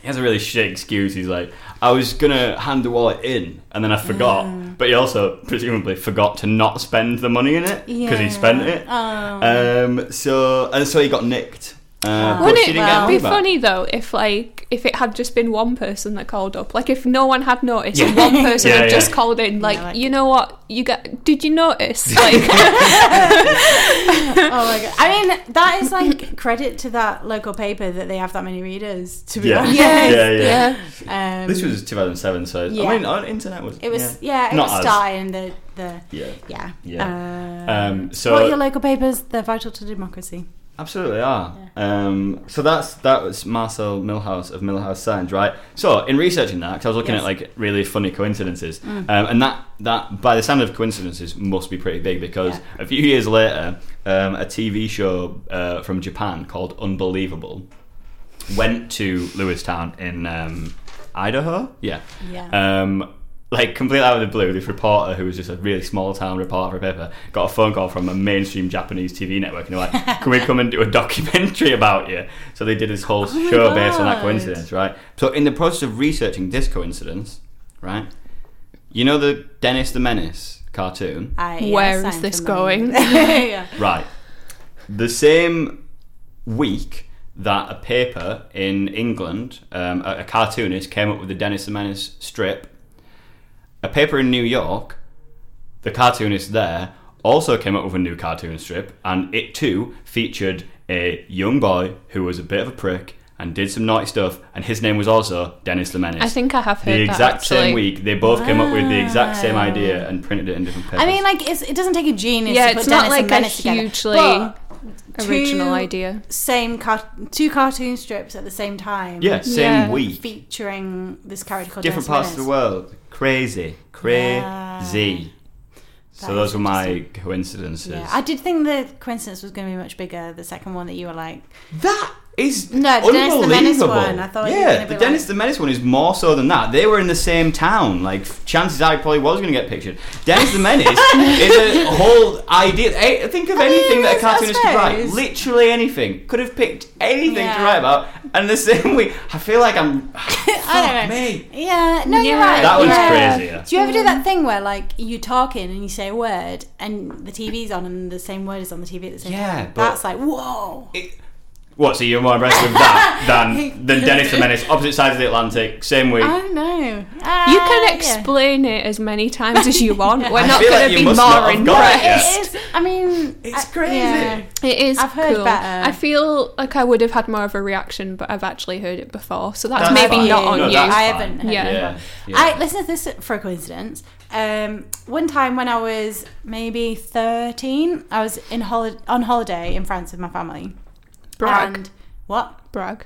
[SPEAKER 2] he has a really shit excuse. He's like, I was gonna hand the wallet in, and then I forgot. But he also presumably forgot to not spend the money in it because he spent it.
[SPEAKER 1] Oh.
[SPEAKER 2] Um, so and so he got nicked. Uh, but
[SPEAKER 3] Wouldn't
[SPEAKER 2] she
[SPEAKER 3] it
[SPEAKER 2] didn't get her
[SPEAKER 3] be
[SPEAKER 2] money back.
[SPEAKER 3] funny though if like if it had just been one person that called up? Like if no one had noticed, and one person
[SPEAKER 2] Yeah,
[SPEAKER 3] had
[SPEAKER 2] yeah.
[SPEAKER 3] just called in. Like,
[SPEAKER 1] like-
[SPEAKER 3] you know what? You got? Did you notice? Like,
[SPEAKER 1] Oh my god! I mean, that is like credit to that local paper that they have that many readers. To be
[SPEAKER 2] Yeah.
[SPEAKER 1] honest,
[SPEAKER 2] Yeah, yeah.
[SPEAKER 1] Um,
[SPEAKER 2] This was 2007, so
[SPEAKER 1] Yeah.
[SPEAKER 2] I mean, our internet was.
[SPEAKER 1] it was yeah, it
[SPEAKER 2] Not
[SPEAKER 1] was
[SPEAKER 2] us.
[SPEAKER 1] starting the the
[SPEAKER 2] Yeah.
[SPEAKER 1] yeah
[SPEAKER 2] Yeah.
[SPEAKER 1] Uh,
[SPEAKER 2] Um, so
[SPEAKER 1] what are your local papers? They're vital to democracy.
[SPEAKER 2] Absolutely are. Um, so that's that was Marcel Millhouse of Millhouse Sounds, right? So in researching that, 'cause I was looking
[SPEAKER 1] Yes.
[SPEAKER 2] at like really funny coincidences, um, and that that by the sound of coincidences must be pretty big because a few years later, um, a TV show uh, from Japan called Unbelievable went to Lewistown in um, Idaho. Yeah.
[SPEAKER 1] Yeah.
[SPEAKER 2] Um, like completely out of the blue, this reporter who was just a really small town reporter for a paper got a phone call from a mainstream Japanese TV network, and they're like, "Can we come and do a documentary about you?" So they did this whole show based on that
[SPEAKER 1] Oh God.
[SPEAKER 2] coincidence, right? So in the process of researching this coincidence, right, you know the Dennis the Menace cartoon,
[SPEAKER 1] I,
[SPEAKER 3] Where
[SPEAKER 1] sound
[SPEAKER 3] is this
[SPEAKER 1] familiar.
[SPEAKER 3] going?
[SPEAKER 1] yeah.
[SPEAKER 2] Right. The same week that a paper in England, um, a, a cartoonist came up with the Dennis the Menace strip, a paper in New York, the cartoonist there also came up with a new cartoon strip, and it too featured a young boy who was a bit of a prick and did some naughty stuff, and his name was also Dennis the Menace.
[SPEAKER 3] I think I have heard
[SPEAKER 2] the
[SPEAKER 3] that,
[SPEAKER 2] exact same
[SPEAKER 3] actually.
[SPEAKER 2] week they both came up with the exact same idea and printed it in different papers.
[SPEAKER 1] I mean, like it's, it doesn't take a genius.
[SPEAKER 3] Yeah,
[SPEAKER 1] to put
[SPEAKER 3] it's not
[SPEAKER 1] Dennis
[SPEAKER 3] like
[SPEAKER 1] and
[SPEAKER 3] a
[SPEAKER 1] Menace together,
[SPEAKER 3] hugely
[SPEAKER 1] but
[SPEAKER 3] original
[SPEAKER 1] two
[SPEAKER 3] idea.
[SPEAKER 1] Same car- two cartoon strips at the same time.
[SPEAKER 2] yeah, same
[SPEAKER 3] Yeah.
[SPEAKER 2] week.
[SPEAKER 1] featuring this character called
[SPEAKER 2] different
[SPEAKER 1] Dennis
[SPEAKER 2] parts of the
[SPEAKER 1] Menace.
[SPEAKER 2] world. Crazy, crazy.
[SPEAKER 1] That
[SPEAKER 2] So those
[SPEAKER 1] is
[SPEAKER 2] were my coincidences.
[SPEAKER 1] Yeah, I did think the coincidence was going to be much bigger. The second one that you were like,
[SPEAKER 2] that is
[SPEAKER 1] No, the Dennis the Menace
[SPEAKER 2] unbelievable.
[SPEAKER 1] one, I thought you were
[SPEAKER 2] yeah,
[SPEAKER 1] gonna
[SPEAKER 2] the
[SPEAKER 1] be
[SPEAKER 2] Dennis
[SPEAKER 1] like-
[SPEAKER 2] the Menace one is more so than that. They were in the same town. Like f- chances are, he probably was going to get pictured. Dennis the Menace is a whole idea. Hey, think of anything that a
[SPEAKER 1] yes, I
[SPEAKER 2] cartoonist could write.
[SPEAKER 1] suppose.
[SPEAKER 2] Literally anything. Could have picked anything to
[SPEAKER 1] Yeah.
[SPEAKER 2] write about. And the same week, I feel like I'm.
[SPEAKER 1] I don't
[SPEAKER 2] fuck
[SPEAKER 1] know.
[SPEAKER 2] me.
[SPEAKER 1] Yeah, no, you're
[SPEAKER 3] Yeah.
[SPEAKER 1] right.
[SPEAKER 2] That one's
[SPEAKER 1] yeah.
[SPEAKER 2] crazier.
[SPEAKER 1] Do you ever do that thing where like you're talking and you say a word and the TV's on and the same word is on the TV at the same
[SPEAKER 2] Yeah,
[SPEAKER 1] time?
[SPEAKER 2] but-
[SPEAKER 1] That's like whoa.
[SPEAKER 2] What? So you're more impressed with that than than Dennis the Menace, opposite sides of the Atlantic, same week.
[SPEAKER 1] I don't know.
[SPEAKER 3] you
[SPEAKER 1] Uh,
[SPEAKER 3] can
[SPEAKER 1] explain.
[SPEAKER 3] explain it as many times as you want. We're not
[SPEAKER 2] feel
[SPEAKER 3] going
[SPEAKER 2] like you
[SPEAKER 3] to be
[SPEAKER 2] must not
[SPEAKER 3] more
[SPEAKER 2] have got it
[SPEAKER 3] impressed.
[SPEAKER 2] yet.
[SPEAKER 1] It is. I mean,
[SPEAKER 2] It's
[SPEAKER 1] I-
[SPEAKER 2] crazy.
[SPEAKER 1] yeah.
[SPEAKER 3] It is
[SPEAKER 1] I've heard
[SPEAKER 3] cool.
[SPEAKER 1] better.
[SPEAKER 3] I feel like I would have had more of a reaction, but I've actually heard it before, so that's,
[SPEAKER 2] That's
[SPEAKER 3] maybe
[SPEAKER 2] fine.
[SPEAKER 3] not on
[SPEAKER 2] No,
[SPEAKER 3] you.
[SPEAKER 2] that's
[SPEAKER 1] I
[SPEAKER 2] fine.
[SPEAKER 1] haven't. Heard
[SPEAKER 3] Yeah.
[SPEAKER 1] yeah.
[SPEAKER 2] Yeah, yeah.
[SPEAKER 1] I listen to this for a coincidence. Um, one time when I was maybe thirteen, I was in holi- on holiday in France with my family.
[SPEAKER 3] Brag.
[SPEAKER 1] And what?
[SPEAKER 3] Brag.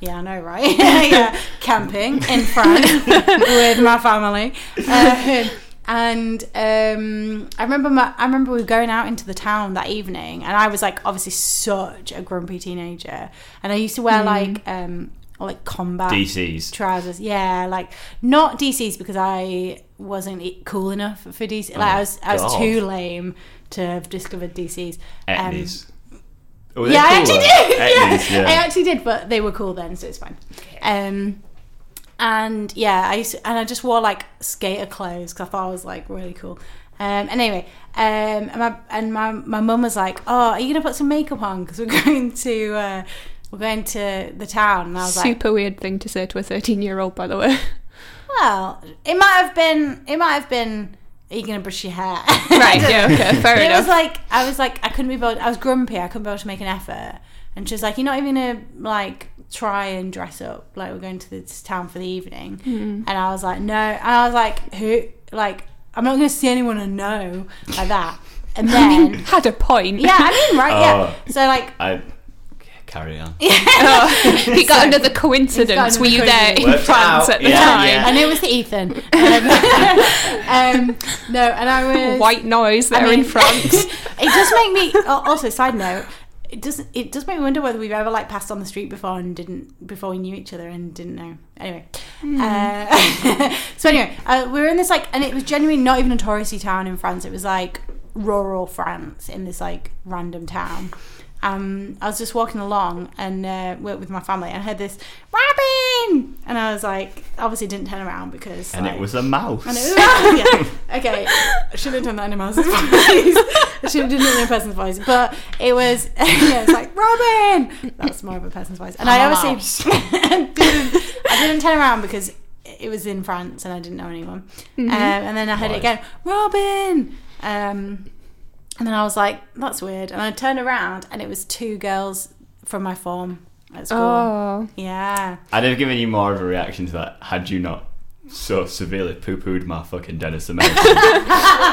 [SPEAKER 1] Yeah, I know, right? yeah, camping in France with my family, Uh, and um, I remember my, I remember we were going out into the town that evening, and I was like obviously such a grumpy teenager, and I used to wear like um like combat
[SPEAKER 2] DCs.
[SPEAKER 1] trousers, yeah, like not DCs because I wasn't e- cool enough for DC. Like I was I was
[SPEAKER 2] Oh God.
[SPEAKER 1] too lame to have discovered DCs. Um,
[SPEAKER 2] Etnies. Oh, they're
[SPEAKER 1] yeah, I
[SPEAKER 2] cooler.
[SPEAKER 1] actually did. Yeah.
[SPEAKER 2] Etnies, yeah.
[SPEAKER 1] I actually did, but they were cool then, so it's fine. Um, and yeah, I used to, and I just wore like skater clothes because I thought I was like really cool. Um, and anyway, um, and my and my my mum was like, "Oh, are you gonna put some makeup on? Because we're going to uh, we're going to the town." And I was like,
[SPEAKER 3] Super weird thing to say to a 13 year old, by the way.
[SPEAKER 1] "Well, it might have been it might have been. Are you gonna brush your hair?"
[SPEAKER 3] right, yeah, okay, fair
[SPEAKER 1] it was
[SPEAKER 3] enough.
[SPEAKER 1] like I was like I couldn't be bothered. I was grumpy. I couldn't be able to make an effort. And she was like, "You're not even gonna like try and dress up. Like we're going to this town for the evening."
[SPEAKER 3] Hmm.
[SPEAKER 1] And I was like, "No." And I was like, "Who? Like I'm not gonna see anyone I know like that." And then
[SPEAKER 3] Had a point.
[SPEAKER 1] yeah, I mean, right? Yeah.
[SPEAKER 2] Oh.
[SPEAKER 1] So like.
[SPEAKER 2] I okay, carry on.
[SPEAKER 3] he got another coincidence.
[SPEAKER 1] another
[SPEAKER 3] Were you there in
[SPEAKER 2] Worked it
[SPEAKER 3] France
[SPEAKER 2] out.
[SPEAKER 3] at the
[SPEAKER 2] Yeah,
[SPEAKER 3] time?
[SPEAKER 2] yeah.
[SPEAKER 1] And it was the Ethan. Um, um, no, and I was
[SPEAKER 3] White noise there
[SPEAKER 1] I mean-
[SPEAKER 3] in France.
[SPEAKER 1] it does make me. al- oh, Also, side note, it does it does make me wonder whether we've ever like passed on the street before and didn't before we knew each other and didn't know anyway uh, so anyway uh, we were in this like and it was genuinely not even a touristy town in france it was like rural france in this like random town um, I was just walking along and uh, worked with my family. and I heard this Robin, and I was like, obviously didn't turn around because
[SPEAKER 2] And
[SPEAKER 1] like,
[SPEAKER 2] it was a mouse.
[SPEAKER 1] and it was- yeah. Okay. I shouldn't have done that in a mouse's voice. I should have done it in a person's voice. But it was, yeah, it's like, Robin! That was more of a person's voice. And I obviously didn't, I didn't turn around because it was in France and I didn't know anyone. Um, and then I heard it
[SPEAKER 2] Right.
[SPEAKER 1] again, Robin! Um, and then I was like, that's weird. And I turned around and it was two girls from my form at school.
[SPEAKER 3] Oh.
[SPEAKER 1] Yeah.
[SPEAKER 2] I'd have given you more of a reaction to that had you not so severely poo pooed my fucking Dennis the Menace. Um,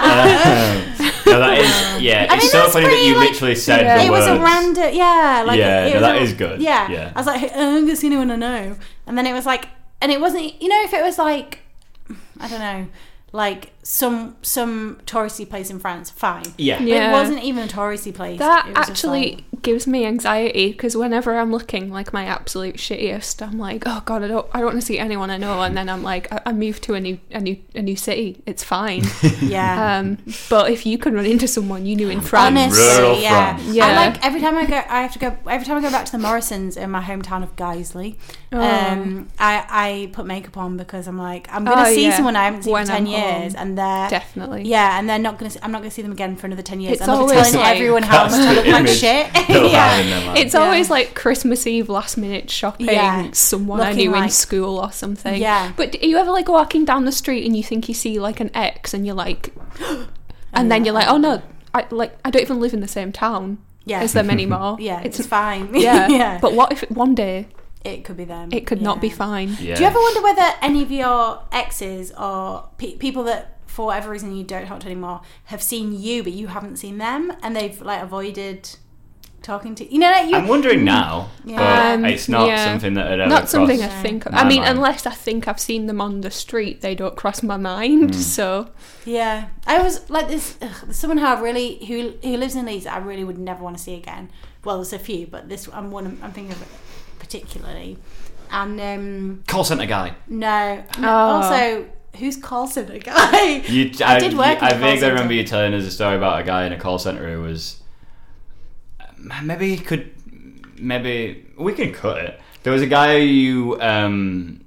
[SPEAKER 2] no, that is, yeah, it's
[SPEAKER 1] mean,
[SPEAKER 2] so
[SPEAKER 1] that's
[SPEAKER 2] funny that
[SPEAKER 1] pretty,
[SPEAKER 2] you
[SPEAKER 1] like-
[SPEAKER 2] literally said
[SPEAKER 3] Yeah.
[SPEAKER 2] the
[SPEAKER 1] it
[SPEAKER 2] words.
[SPEAKER 1] was a random yeah like
[SPEAKER 2] Yeah,
[SPEAKER 1] it
[SPEAKER 2] no,
[SPEAKER 1] was
[SPEAKER 2] that
[SPEAKER 1] a-
[SPEAKER 2] is good.
[SPEAKER 1] yeah.
[SPEAKER 2] Yeah.
[SPEAKER 1] i was like i don't see anyone i know and then it was like and it wasn't you know if it was like i don't know like some some touristy place in france fine
[SPEAKER 2] yeah.
[SPEAKER 1] But
[SPEAKER 3] Yeah.
[SPEAKER 1] it wasn't even a touristy place
[SPEAKER 3] That
[SPEAKER 1] It was just
[SPEAKER 3] actually
[SPEAKER 1] like-
[SPEAKER 3] gives me anxiety because whenever I'm looking like my absolute shittiest, I'm like, oh god, I don't, I don't want to see anyone I know, and then I'm like, I, I moved to a new, a new, a new city. It's fine.
[SPEAKER 1] yeah
[SPEAKER 3] um, but if you can run into someone you knew in France,
[SPEAKER 1] Honestly,
[SPEAKER 2] Rural
[SPEAKER 1] yeah.
[SPEAKER 2] France.
[SPEAKER 3] Yeah.
[SPEAKER 1] I like every time I go, I have to go. Every time I go back to the Morrisons in my hometown of Guiseley,
[SPEAKER 3] Oh.
[SPEAKER 1] um, I I put makeup on because I'm like I'm gonna
[SPEAKER 3] Oh,
[SPEAKER 1] see
[SPEAKER 3] yeah.
[SPEAKER 1] someone I haven't seen
[SPEAKER 3] When
[SPEAKER 1] for 10
[SPEAKER 3] I'm
[SPEAKER 1] years,
[SPEAKER 3] home.
[SPEAKER 1] and they're
[SPEAKER 3] Definitely.
[SPEAKER 1] yeah, and they're not gonna. See, I'm not gonna see them again for another 10 years.
[SPEAKER 3] It's
[SPEAKER 1] I'm gonna be
[SPEAKER 3] always
[SPEAKER 1] telling
[SPEAKER 3] like-
[SPEAKER 1] everyone how much
[SPEAKER 2] That's
[SPEAKER 1] I
[SPEAKER 2] the
[SPEAKER 1] look Um, like
[SPEAKER 2] image
[SPEAKER 1] shit.
[SPEAKER 2] they'll have in
[SPEAKER 1] yeah.
[SPEAKER 2] their mind.
[SPEAKER 3] It's always like Christmas Eve last minute shopping,
[SPEAKER 1] Yeah.
[SPEAKER 3] someone I
[SPEAKER 1] Looking
[SPEAKER 3] knew in
[SPEAKER 1] like-
[SPEAKER 3] school or something.
[SPEAKER 1] Yeah.
[SPEAKER 3] But do you ever like walking down the street and you think you see like an ex and you're like, and then you're like, oh no, I like I don't even live in the same town
[SPEAKER 1] Yeah.
[SPEAKER 3] as them anymore.
[SPEAKER 1] Yeah, it's, fine.
[SPEAKER 3] yeah.
[SPEAKER 1] yeah.
[SPEAKER 3] But what if one day
[SPEAKER 1] it could be them.
[SPEAKER 3] it could not be
[SPEAKER 1] Yeah.
[SPEAKER 3] fine?
[SPEAKER 2] yeah.
[SPEAKER 1] Do you ever wonder whether any of your exes or pe- people that, for whatever reason, you don't talk to anymore, have seen you but you haven't seen them, and they've like avoided talking to you? Know, like, you.
[SPEAKER 2] I'm wondering now,
[SPEAKER 1] Mm. Yeah.
[SPEAKER 2] but it's Um, not
[SPEAKER 3] yeah.
[SPEAKER 2] something that I'd ever
[SPEAKER 3] Not something
[SPEAKER 2] crossed.
[SPEAKER 3] I think of.
[SPEAKER 2] my
[SPEAKER 3] I mean,
[SPEAKER 2] mind.
[SPEAKER 3] unless I think I've seen them on the street, they don't cross my mind.
[SPEAKER 2] Mm.
[SPEAKER 3] So
[SPEAKER 1] yeah, I was like this. Ugh, there's someone who I really who who lives in Leeds, that I really would never want to see again. Well, there's a few, but this I'm one. I'm thinking of particularly, and um
[SPEAKER 2] Call centre guy.
[SPEAKER 1] no, And also. Who's call centre guy?
[SPEAKER 2] You,
[SPEAKER 1] I did work in a
[SPEAKER 2] I
[SPEAKER 1] call
[SPEAKER 2] vaguely
[SPEAKER 1] centre.
[SPEAKER 2] remember you telling us a story about a guy in a call center who was uh, maybe he could maybe we can cut it. There was a guy you um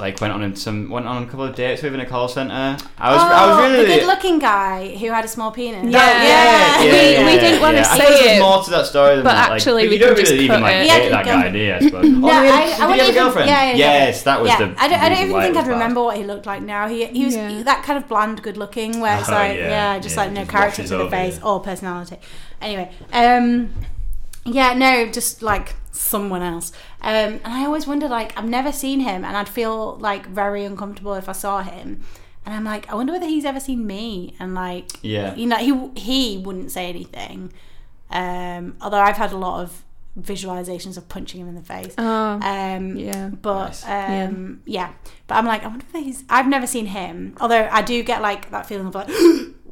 [SPEAKER 2] like went on some went on a couple of dates with in a call center. I was I was
[SPEAKER 1] Oh,
[SPEAKER 2] really
[SPEAKER 1] the good-looking guy who had a small penis.
[SPEAKER 3] Yeah.
[SPEAKER 2] yeah,
[SPEAKER 3] We-
[SPEAKER 2] yeah,
[SPEAKER 3] we didn't
[SPEAKER 2] yeah,
[SPEAKER 3] wanna
[SPEAKER 2] yeah.
[SPEAKER 3] say
[SPEAKER 2] I think
[SPEAKER 3] it,
[SPEAKER 2] There's more to that story than
[SPEAKER 3] but
[SPEAKER 2] that. like,
[SPEAKER 3] actually
[SPEAKER 2] but
[SPEAKER 3] we
[SPEAKER 2] you don't
[SPEAKER 3] can just
[SPEAKER 2] really even
[SPEAKER 3] cut
[SPEAKER 2] like
[SPEAKER 3] it.
[SPEAKER 1] Yeah,
[SPEAKER 2] date that
[SPEAKER 1] you can-
[SPEAKER 2] guy, do you? I suppose. Oh,
[SPEAKER 1] Yeah,
[SPEAKER 2] he had-
[SPEAKER 1] I- I
[SPEAKER 2] did he
[SPEAKER 1] wouldn't
[SPEAKER 2] have a
[SPEAKER 1] even-
[SPEAKER 2] girlfriend?
[SPEAKER 1] yeah, yeah, yeah.
[SPEAKER 2] yes, that was
[SPEAKER 1] yeah,
[SPEAKER 2] the.
[SPEAKER 1] I don't, I don't
[SPEAKER 2] reason
[SPEAKER 1] even
[SPEAKER 2] why it
[SPEAKER 1] think
[SPEAKER 2] was
[SPEAKER 1] I'd
[SPEAKER 2] bad.
[SPEAKER 1] remember what he looked like now. He he was
[SPEAKER 3] Yeah.
[SPEAKER 1] that kind of bland, good looking, where it's
[SPEAKER 2] Oh,
[SPEAKER 1] like
[SPEAKER 2] yeah,
[SPEAKER 1] yeah, just
[SPEAKER 2] yeah,
[SPEAKER 1] like no
[SPEAKER 2] just
[SPEAKER 1] character
[SPEAKER 2] washes
[SPEAKER 1] to the
[SPEAKER 2] over
[SPEAKER 1] face
[SPEAKER 2] you.
[SPEAKER 1] or personality. Anyway, um, yeah, no, just like someone else. Um, and I always wonder, like, I've never seen him, and I'd feel like very uncomfortable if I saw him. And I'm like, I wonder whether he's ever seen me. And like,
[SPEAKER 2] Yeah.
[SPEAKER 1] you know, he he wouldn't say anything. Um, although I've had a lot of visualizations of punching him in the face.
[SPEAKER 3] Oh,
[SPEAKER 1] um,
[SPEAKER 3] yeah.
[SPEAKER 1] but
[SPEAKER 2] Nice.
[SPEAKER 1] um, yeah. But I'm like, I wonder if he's. I've never seen him. Although I do get like that feeling of like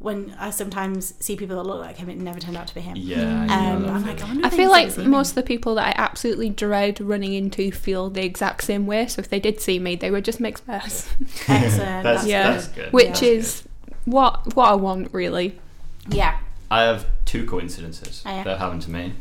[SPEAKER 1] when I sometimes see people that look like him, it never turned out to be him.
[SPEAKER 2] Yeah, I
[SPEAKER 1] Um,
[SPEAKER 2] know
[SPEAKER 1] I'm
[SPEAKER 2] that
[SPEAKER 1] like, I
[SPEAKER 2] feeling.
[SPEAKER 1] wonder.
[SPEAKER 3] I
[SPEAKER 1] if
[SPEAKER 3] feel
[SPEAKER 1] he's
[SPEAKER 3] like
[SPEAKER 1] seen me.
[SPEAKER 3] most of the people that I absolutely dread running into feel the exact same way. So if they did see me, they would just make space,
[SPEAKER 1] Excellent.
[SPEAKER 2] That's-
[SPEAKER 3] Yeah.
[SPEAKER 2] that's good.
[SPEAKER 3] which
[SPEAKER 2] That's
[SPEAKER 3] is what what I want really.
[SPEAKER 1] yeah.
[SPEAKER 2] I have two coincidences
[SPEAKER 1] Oh, yeah.
[SPEAKER 2] that happened to me.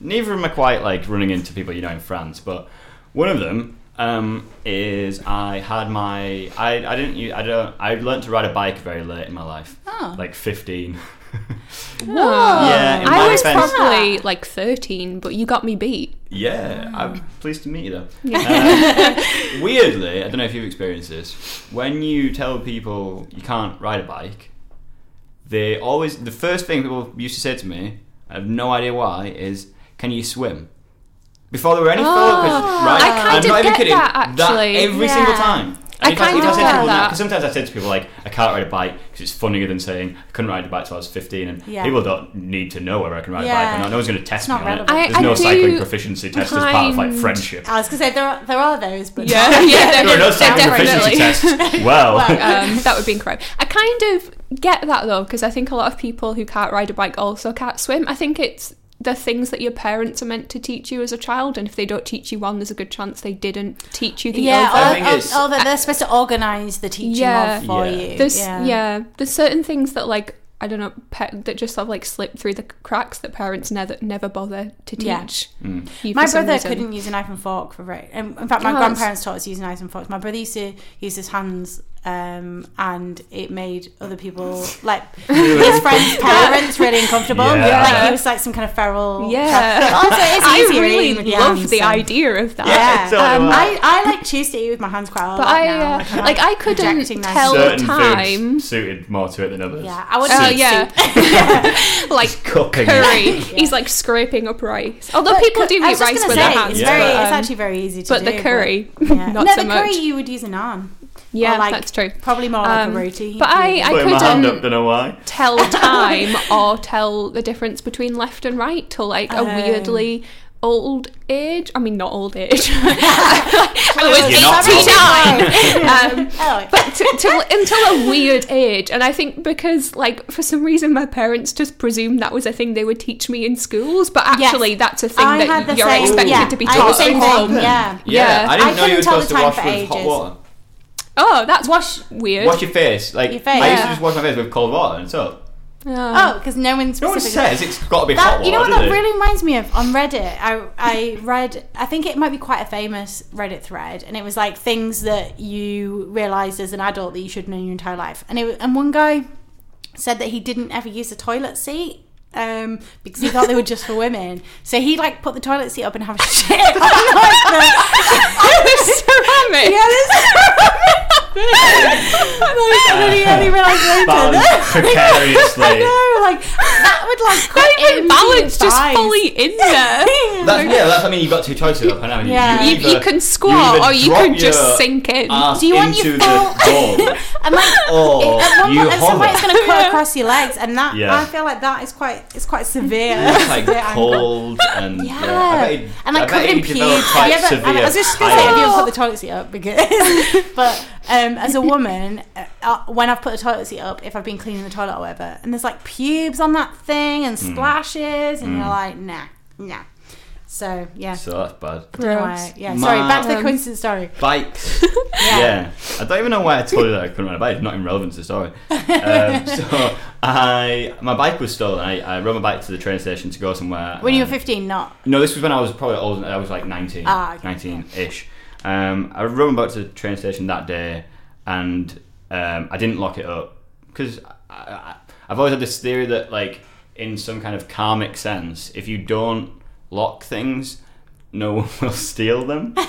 [SPEAKER 2] Neither of them are quite like running into people you know in France, but one of them um, is I had my I, I didn't u- I don't I learned to ride a bike very late in my life,
[SPEAKER 1] Oh.
[SPEAKER 2] like fifteen.
[SPEAKER 3] Whoa!
[SPEAKER 2] Yeah, in
[SPEAKER 3] I
[SPEAKER 2] my
[SPEAKER 3] was
[SPEAKER 2] defense-
[SPEAKER 3] probably like thirteen, but you got me beat.
[SPEAKER 2] Yeah, I'm pleased to meet you though. Uh, weirdly, I don't know if you've experienced this. When you tell people you can't ride a bike, they always the first thing people used to say to me, I have no idea why, is "Can you swim?" Before there were any thought, 'cause- right?
[SPEAKER 3] Oh, I kind
[SPEAKER 2] I'm
[SPEAKER 3] of
[SPEAKER 2] not even
[SPEAKER 3] get
[SPEAKER 2] kidding.
[SPEAKER 3] that, actually.
[SPEAKER 2] every
[SPEAKER 1] Yeah.
[SPEAKER 2] single time.
[SPEAKER 3] I
[SPEAKER 2] if if
[SPEAKER 3] kind
[SPEAKER 2] I
[SPEAKER 3] of
[SPEAKER 2] say to
[SPEAKER 3] get
[SPEAKER 2] people now-
[SPEAKER 3] that.
[SPEAKER 2] 'cause sometimes I say to people like, "I can't ride a bike" because it's funnier than saying "I couldn't ride a bike till I was 15 and
[SPEAKER 1] Yeah.
[SPEAKER 2] people don't need to know whether I can ride a bike
[SPEAKER 1] Yeah.
[SPEAKER 2] or not. No one's going to
[SPEAKER 1] It's
[SPEAKER 2] test me
[SPEAKER 1] not
[SPEAKER 2] on it.
[SPEAKER 1] relevant. I-
[SPEAKER 2] There's
[SPEAKER 3] I
[SPEAKER 2] no
[SPEAKER 3] do
[SPEAKER 2] cycling proficiency test as part of like
[SPEAKER 3] kind-
[SPEAKER 2] friendship.
[SPEAKER 1] I was gonna say there are, there are those, but
[SPEAKER 3] Yeah, yeah,
[SPEAKER 2] There are no cycling proficiency
[SPEAKER 3] definitely.
[SPEAKER 2] tests. Well,
[SPEAKER 3] um, that would be incredible. I kind of get that though, because I think a lot of people who can't ride a bike also can't swim. I think it's they're things that your parents are meant to teach you as a child, and if they don't teach you one, there's a good chance they didn't teach you the
[SPEAKER 1] Yeah,
[SPEAKER 3] other.
[SPEAKER 2] I
[SPEAKER 1] or,
[SPEAKER 2] think
[SPEAKER 1] or,
[SPEAKER 2] it's-
[SPEAKER 1] or that they're supposed to organise the teaching
[SPEAKER 3] Yeah.
[SPEAKER 1] of for
[SPEAKER 2] Yeah.
[SPEAKER 1] you.
[SPEAKER 3] There's
[SPEAKER 1] yeah.
[SPEAKER 3] yeah. there's certain things that like I don't know pa- that just have like slipped through the cracks that parents never never bother to teach.
[SPEAKER 1] Yeah.
[SPEAKER 3] you for
[SPEAKER 1] My
[SPEAKER 3] some
[SPEAKER 1] brother
[SPEAKER 3] reason.
[SPEAKER 1] couldn't use a knife and fork for very. Um, in fact, my
[SPEAKER 3] Oh, that's-
[SPEAKER 1] grandparents taught us to use knives and forks. My brother used to use his hands, um, and it made other people like his friends' parents really uncomfortable.
[SPEAKER 2] Yeah.
[SPEAKER 1] Like he was like some kind of feral.
[SPEAKER 3] Yeah.
[SPEAKER 1] child. Also, it's
[SPEAKER 3] I
[SPEAKER 1] easier
[SPEAKER 3] really
[SPEAKER 1] with your
[SPEAKER 3] love
[SPEAKER 1] hands,
[SPEAKER 3] the
[SPEAKER 1] so-
[SPEAKER 3] idea of that.
[SPEAKER 1] Yeah,
[SPEAKER 2] so do
[SPEAKER 1] um,
[SPEAKER 2] I.
[SPEAKER 1] I, I like choose to eat with my hands quite a lot.
[SPEAKER 3] But I,
[SPEAKER 1] now.
[SPEAKER 3] uh,
[SPEAKER 1] kinda
[SPEAKER 3] like, I couldn't
[SPEAKER 1] rejecting knives.
[SPEAKER 3] tell- All the
[SPEAKER 2] Certain
[SPEAKER 3] time.
[SPEAKER 2] foods suited more to it than others.
[SPEAKER 1] Yeah, I would.
[SPEAKER 3] Oh
[SPEAKER 1] eat
[SPEAKER 3] yeah,
[SPEAKER 1] soup.
[SPEAKER 3] like
[SPEAKER 2] Cooking.
[SPEAKER 3] curry. He's like scraping up rice. Although people do
[SPEAKER 1] I
[SPEAKER 3] eat
[SPEAKER 1] was just
[SPEAKER 3] rice
[SPEAKER 1] gonna
[SPEAKER 3] with
[SPEAKER 1] say,
[SPEAKER 3] their hands.
[SPEAKER 1] It's,
[SPEAKER 2] Yeah.
[SPEAKER 1] very,
[SPEAKER 3] but,
[SPEAKER 1] it's
[SPEAKER 3] um,
[SPEAKER 1] actually very easy to
[SPEAKER 3] but
[SPEAKER 1] do.
[SPEAKER 3] the curry,
[SPEAKER 1] yeah.
[SPEAKER 3] not
[SPEAKER 1] no,
[SPEAKER 3] so
[SPEAKER 1] the
[SPEAKER 3] much.
[SPEAKER 1] curry you would use a naan.
[SPEAKER 3] yeah,
[SPEAKER 1] Or, like,
[SPEAKER 3] that's true.
[SPEAKER 1] Probably more like
[SPEAKER 3] Um,
[SPEAKER 1] a roti.
[SPEAKER 3] But I, I
[SPEAKER 2] Putting
[SPEAKER 3] couldn't
[SPEAKER 2] my hand up, don't know why.
[SPEAKER 3] tell time or tell the difference between left and right till like a
[SPEAKER 1] Oh.
[SPEAKER 3] weirdly old age. I mean, not old age. I was
[SPEAKER 2] You're not
[SPEAKER 3] eighty-nine. Um,
[SPEAKER 1] Oh,
[SPEAKER 3] but to, to, until a weird age, and I think because like for some reason my parents just presumed that was a thing they would teach me in schools, but
[SPEAKER 1] Yes.
[SPEAKER 3] actually that's a thing
[SPEAKER 1] I had
[SPEAKER 3] that
[SPEAKER 1] the
[SPEAKER 3] you're
[SPEAKER 1] same-
[SPEAKER 3] expected
[SPEAKER 1] yeah,
[SPEAKER 3] to be
[SPEAKER 1] I had the
[SPEAKER 3] taught.
[SPEAKER 1] same
[SPEAKER 3] at
[SPEAKER 1] thing.
[SPEAKER 3] home.
[SPEAKER 1] Yeah.
[SPEAKER 3] Yeah.
[SPEAKER 2] I didn't
[SPEAKER 1] I
[SPEAKER 2] know you
[SPEAKER 1] couldn't
[SPEAKER 2] were
[SPEAKER 1] tell
[SPEAKER 2] supposed to
[SPEAKER 1] the
[SPEAKER 2] wash
[SPEAKER 1] time
[SPEAKER 2] with
[SPEAKER 1] for
[SPEAKER 2] hot
[SPEAKER 1] ages.
[SPEAKER 2] water.
[SPEAKER 3] Oh, that's wash weird.
[SPEAKER 2] Wash your face. Like
[SPEAKER 1] Your face.
[SPEAKER 2] I used to
[SPEAKER 3] Yeah.
[SPEAKER 2] just wash my face with cold water and so.
[SPEAKER 3] Oh.
[SPEAKER 1] Oh, because no one
[SPEAKER 2] No one
[SPEAKER 1] specifically.
[SPEAKER 2] says it's got to be hot
[SPEAKER 1] That,
[SPEAKER 2] water.
[SPEAKER 1] you know what
[SPEAKER 2] does
[SPEAKER 1] that
[SPEAKER 2] it?
[SPEAKER 1] really reminds me of on Reddit. I I read I think it might be quite a famous Reddit thread, and it was like things that you realised as an adult that you should know your entire life. And it, and one guy said that he didn't ever use the toilet seat. Um, because he thought they were just for women, so he like put the toilet seat up and have a shit on like the,
[SPEAKER 3] ceramic.
[SPEAKER 1] yeah, this and then he only realised later that
[SPEAKER 2] Balanced precariously.
[SPEAKER 1] no, like that would like quite
[SPEAKER 3] It balanced just
[SPEAKER 1] imbalanced.
[SPEAKER 3] fully in there.
[SPEAKER 2] That's, yeah, that's, I mean, you've got two choices up and down.
[SPEAKER 1] Yeah.
[SPEAKER 3] You,
[SPEAKER 2] either-
[SPEAKER 3] you can squat
[SPEAKER 2] either
[SPEAKER 3] or you
[SPEAKER 2] drop
[SPEAKER 3] can just
[SPEAKER 2] your
[SPEAKER 3] sink in.
[SPEAKER 2] ass
[SPEAKER 1] Do you want
[SPEAKER 2] into
[SPEAKER 1] your
[SPEAKER 2] the
[SPEAKER 1] full-
[SPEAKER 2] bowl,
[SPEAKER 1] And like
[SPEAKER 2] or
[SPEAKER 1] at one
[SPEAKER 2] you
[SPEAKER 1] point, at some point,
[SPEAKER 2] hover.
[SPEAKER 1] it's going to cut across your legs, and that
[SPEAKER 2] Yeah.
[SPEAKER 1] I feel like that is quite it's quite severe.
[SPEAKER 2] It's like
[SPEAKER 1] severe angle.
[SPEAKER 2] cold and yeah. I
[SPEAKER 1] Yeah,
[SPEAKER 2] bet he-
[SPEAKER 1] and
[SPEAKER 2] I
[SPEAKER 1] like
[SPEAKER 2] bet
[SPEAKER 1] covered in
[SPEAKER 2] he developed
[SPEAKER 1] pubes. Have
[SPEAKER 2] quite
[SPEAKER 1] you ever?
[SPEAKER 2] severe
[SPEAKER 1] and I was just going to say,
[SPEAKER 2] pile.
[SPEAKER 1] have you ever put the toilet seat up? Because, but um, as a woman, uh, uh, when I've put the toilet seat up, if I've been cleaning the toilet or whatever, and there's like pubes on that thing
[SPEAKER 2] Hmm.
[SPEAKER 1] and splashes, and you're like, nah, nah. So yeah,
[SPEAKER 2] So that's bad.
[SPEAKER 1] Anyway, yeah. Sorry,
[SPEAKER 2] Ma-
[SPEAKER 1] back to the coincidence story.
[SPEAKER 2] Bikes. yeah. I don't even know why I told you that I couldn't ride a bike. It's not even relevant to the story. Um, so I, my bike was stolen. I, I rode my bike to the train station to go somewhere.
[SPEAKER 1] When you were
[SPEAKER 2] um,
[SPEAKER 1] 15, not
[SPEAKER 2] No, this was when I was probably older. I was like 19,
[SPEAKER 1] Ah, okay.
[SPEAKER 2] 19-ish. Um, I run back to the train station that day, and um, I didn't lock it up because I, I, I've always had this theory that, like, in some kind of karmic sense, if you don't lock things, no one will steal them. so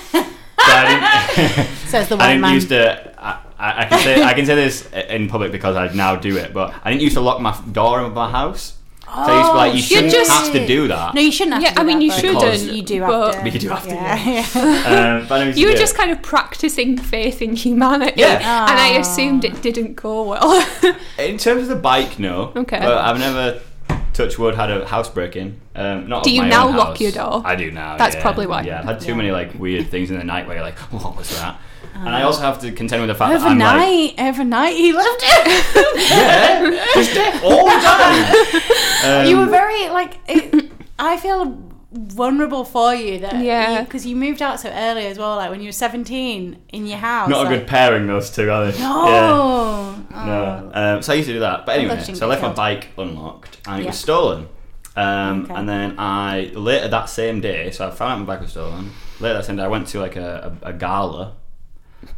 [SPEAKER 2] I didn't,
[SPEAKER 1] says the
[SPEAKER 2] I
[SPEAKER 1] one
[SPEAKER 2] didn't
[SPEAKER 1] man.
[SPEAKER 2] used to. I, I, I can say I can say this in public because I now do it, but I didn't used to lock my door of my house. so I used to
[SPEAKER 1] Oh,
[SPEAKER 2] be like, you shouldn't
[SPEAKER 3] just-
[SPEAKER 2] have to do that.
[SPEAKER 1] No, you shouldn't have
[SPEAKER 3] Yeah,
[SPEAKER 1] to. do
[SPEAKER 3] I mean,
[SPEAKER 1] that,
[SPEAKER 3] you
[SPEAKER 1] but
[SPEAKER 2] shouldn't,
[SPEAKER 1] You do
[SPEAKER 3] but-
[SPEAKER 1] have to.
[SPEAKER 2] But you do have to,
[SPEAKER 1] Yeah.
[SPEAKER 2] um, but I used to
[SPEAKER 3] you were
[SPEAKER 2] do it.
[SPEAKER 3] just kind of practicing faith in humanity,
[SPEAKER 2] Yeah.
[SPEAKER 1] Ah.
[SPEAKER 3] and I assumed it didn't go well.
[SPEAKER 2] In terms of the bike, no.
[SPEAKER 3] Okay.
[SPEAKER 2] But I've never, touch wood, had a house break in. Um, not
[SPEAKER 3] Do
[SPEAKER 2] of
[SPEAKER 3] you
[SPEAKER 2] my
[SPEAKER 3] now
[SPEAKER 2] own
[SPEAKER 3] lock
[SPEAKER 2] house.
[SPEAKER 3] your door?
[SPEAKER 2] I do now.
[SPEAKER 3] That's
[SPEAKER 2] yeah.
[SPEAKER 3] probably why.
[SPEAKER 2] Yeah, I've had too many like weird things in the night where you're like, "Oh, what was that? And
[SPEAKER 3] Um,
[SPEAKER 2] I also have to contend with the fact that I'm like,
[SPEAKER 1] overnight, overnight, he loved it.
[SPEAKER 2] yeah, just it all the time. Um,
[SPEAKER 1] you were very like. It, I feel vulnerable for you that
[SPEAKER 3] Yeah.
[SPEAKER 1] because you, moved out so early as well. Like when you were 17 in your house.
[SPEAKER 2] not a
[SPEAKER 1] like, oh,
[SPEAKER 2] good pairing, those two, are they? Yeah.
[SPEAKER 1] No.
[SPEAKER 2] No. Um, so I used to do that. But anyway,
[SPEAKER 1] Unlocking
[SPEAKER 2] so I left my
[SPEAKER 1] killed.
[SPEAKER 2] bike unlocked and it was
[SPEAKER 1] Yeah.
[SPEAKER 2] stolen. Um,
[SPEAKER 1] Okay.
[SPEAKER 2] And then I, later that same day, so I found out my bike was stolen. Later that same day, I went to like a, a, a gala.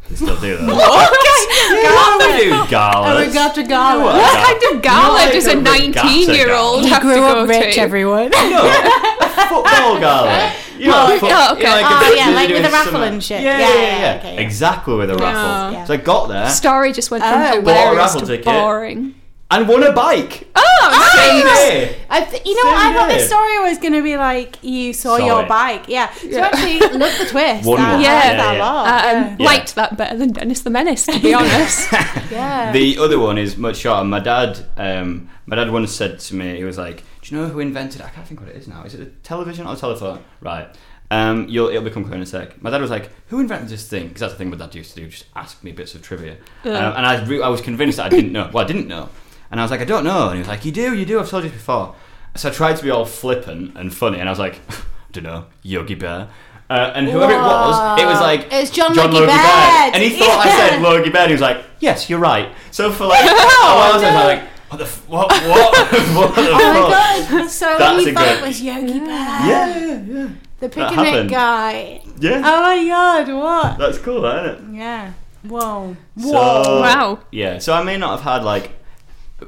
[SPEAKER 2] They still do that.
[SPEAKER 1] Gala.
[SPEAKER 2] They do galas.
[SPEAKER 1] we got to gala.
[SPEAKER 2] You know
[SPEAKER 3] what
[SPEAKER 2] a
[SPEAKER 3] kind of
[SPEAKER 2] You know
[SPEAKER 3] gala
[SPEAKER 2] what
[SPEAKER 3] does
[SPEAKER 2] a
[SPEAKER 3] a
[SPEAKER 2] good regatta gala?
[SPEAKER 3] 19 year old
[SPEAKER 1] He
[SPEAKER 3] have to
[SPEAKER 1] grew
[SPEAKER 3] go
[SPEAKER 1] up rich,
[SPEAKER 3] to?
[SPEAKER 1] everyone.
[SPEAKER 2] No, a football gala. You know, like,
[SPEAKER 3] Oh,
[SPEAKER 2] foot-
[SPEAKER 3] okay.
[SPEAKER 2] you know, like a
[SPEAKER 3] Oh,
[SPEAKER 2] bit
[SPEAKER 1] yeah,
[SPEAKER 2] they
[SPEAKER 1] like
[SPEAKER 2] do
[SPEAKER 1] with
[SPEAKER 2] in
[SPEAKER 1] a raffle
[SPEAKER 2] summer.
[SPEAKER 1] and shit.
[SPEAKER 2] Yeah,
[SPEAKER 1] Yeah,
[SPEAKER 2] yeah,
[SPEAKER 1] yeah,
[SPEAKER 2] yeah.
[SPEAKER 1] okay, yeah.
[SPEAKER 2] Exactly with a raffle.
[SPEAKER 1] Yeah.
[SPEAKER 2] So I got there.
[SPEAKER 3] Story just went from
[SPEAKER 1] Oh.
[SPEAKER 2] Bought a
[SPEAKER 3] hilarious
[SPEAKER 2] raffle
[SPEAKER 3] to
[SPEAKER 2] ticket.
[SPEAKER 3] boring.
[SPEAKER 2] And won a bike.
[SPEAKER 3] Oh,
[SPEAKER 2] Same day.
[SPEAKER 1] I th- you know, what? I
[SPEAKER 2] Same
[SPEAKER 1] thought
[SPEAKER 2] day.
[SPEAKER 1] this story was going to be like you saw
[SPEAKER 2] Saw
[SPEAKER 1] your
[SPEAKER 2] it.
[SPEAKER 1] bike. Yeah. So actually, love the twist.
[SPEAKER 2] One
[SPEAKER 1] I
[SPEAKER 2] more.
[SPEAKER 1] like
[SPEAKER 3] Yeah.
[SPEAKER 1] that
[SPEAKER 2] Yeah,
[SPEAKER 1] a lot.
[SPEAKER 3] um,
[SPEAKER 2] Yeah.
[SPEAKER 3] Liked that better than Dennis the Menace, to be honest.
[SPEAKER 1] Yeah.
[SPEAKER 2] The other one is much shorter. My dad, um, my dad once said to me, he was like, "Do you know who invented? I can't think what it is now. Is it the television or the telephone? Right. Um, you'll it'll become clear in a sec." My dad was like, "Who invented this thing?" Because that's the thing my dad used to do, just ask me bits of trivia. Um, and I, re- I was convinced that I didn't know. Well, I didn't know, and I was like, "I don't know." And he was like, "You do, you do. I've told you before." so I tried to be all flippant and funny, and I was like, don't know, Yogi Bear. Uh, and whoever it was, it was like
[SPEAKER 1] It's John Logie Baird.
[SPEAKER 2] and he thought I said
[SPEAKER 1] Yeah.
[SPEAKER 2] Logie Baird. He was like, "Yes, you're right." So for like, I was I was like, "What the f- what what what the
[SPEAKER 1] Oh my
[SPEAKER 2] fuck?"
[SPEAKER 1] god! So
[SPEAKER 2] Uh, That's
[SPEAKER 1] he
[SPEAKER 2] a
[SPEAKER 1] thought
[SPEAKER 2] good-
[SPEAKER 1] it was Yogi Bear,
[SPEAKER 2] Yeah, yeah,
[SPEAKER 1] the
[SPEAKER 2] that
[SPEAKER 1] picnic
[SPEAKER 2] happened.
[SPEAKER 1] guy.
[SPEAKER 2] yeah.
[SPEAKER 1] Oh my god! What?
[SPEAKER 2] That's cool, isn't it?
[SPEAKER 1] Yeah. Whoa.
[SPEAKER 2] So,
[SPEAKER 3] Wow.
[SPEAKER 2] Yeah, so I may not have had like,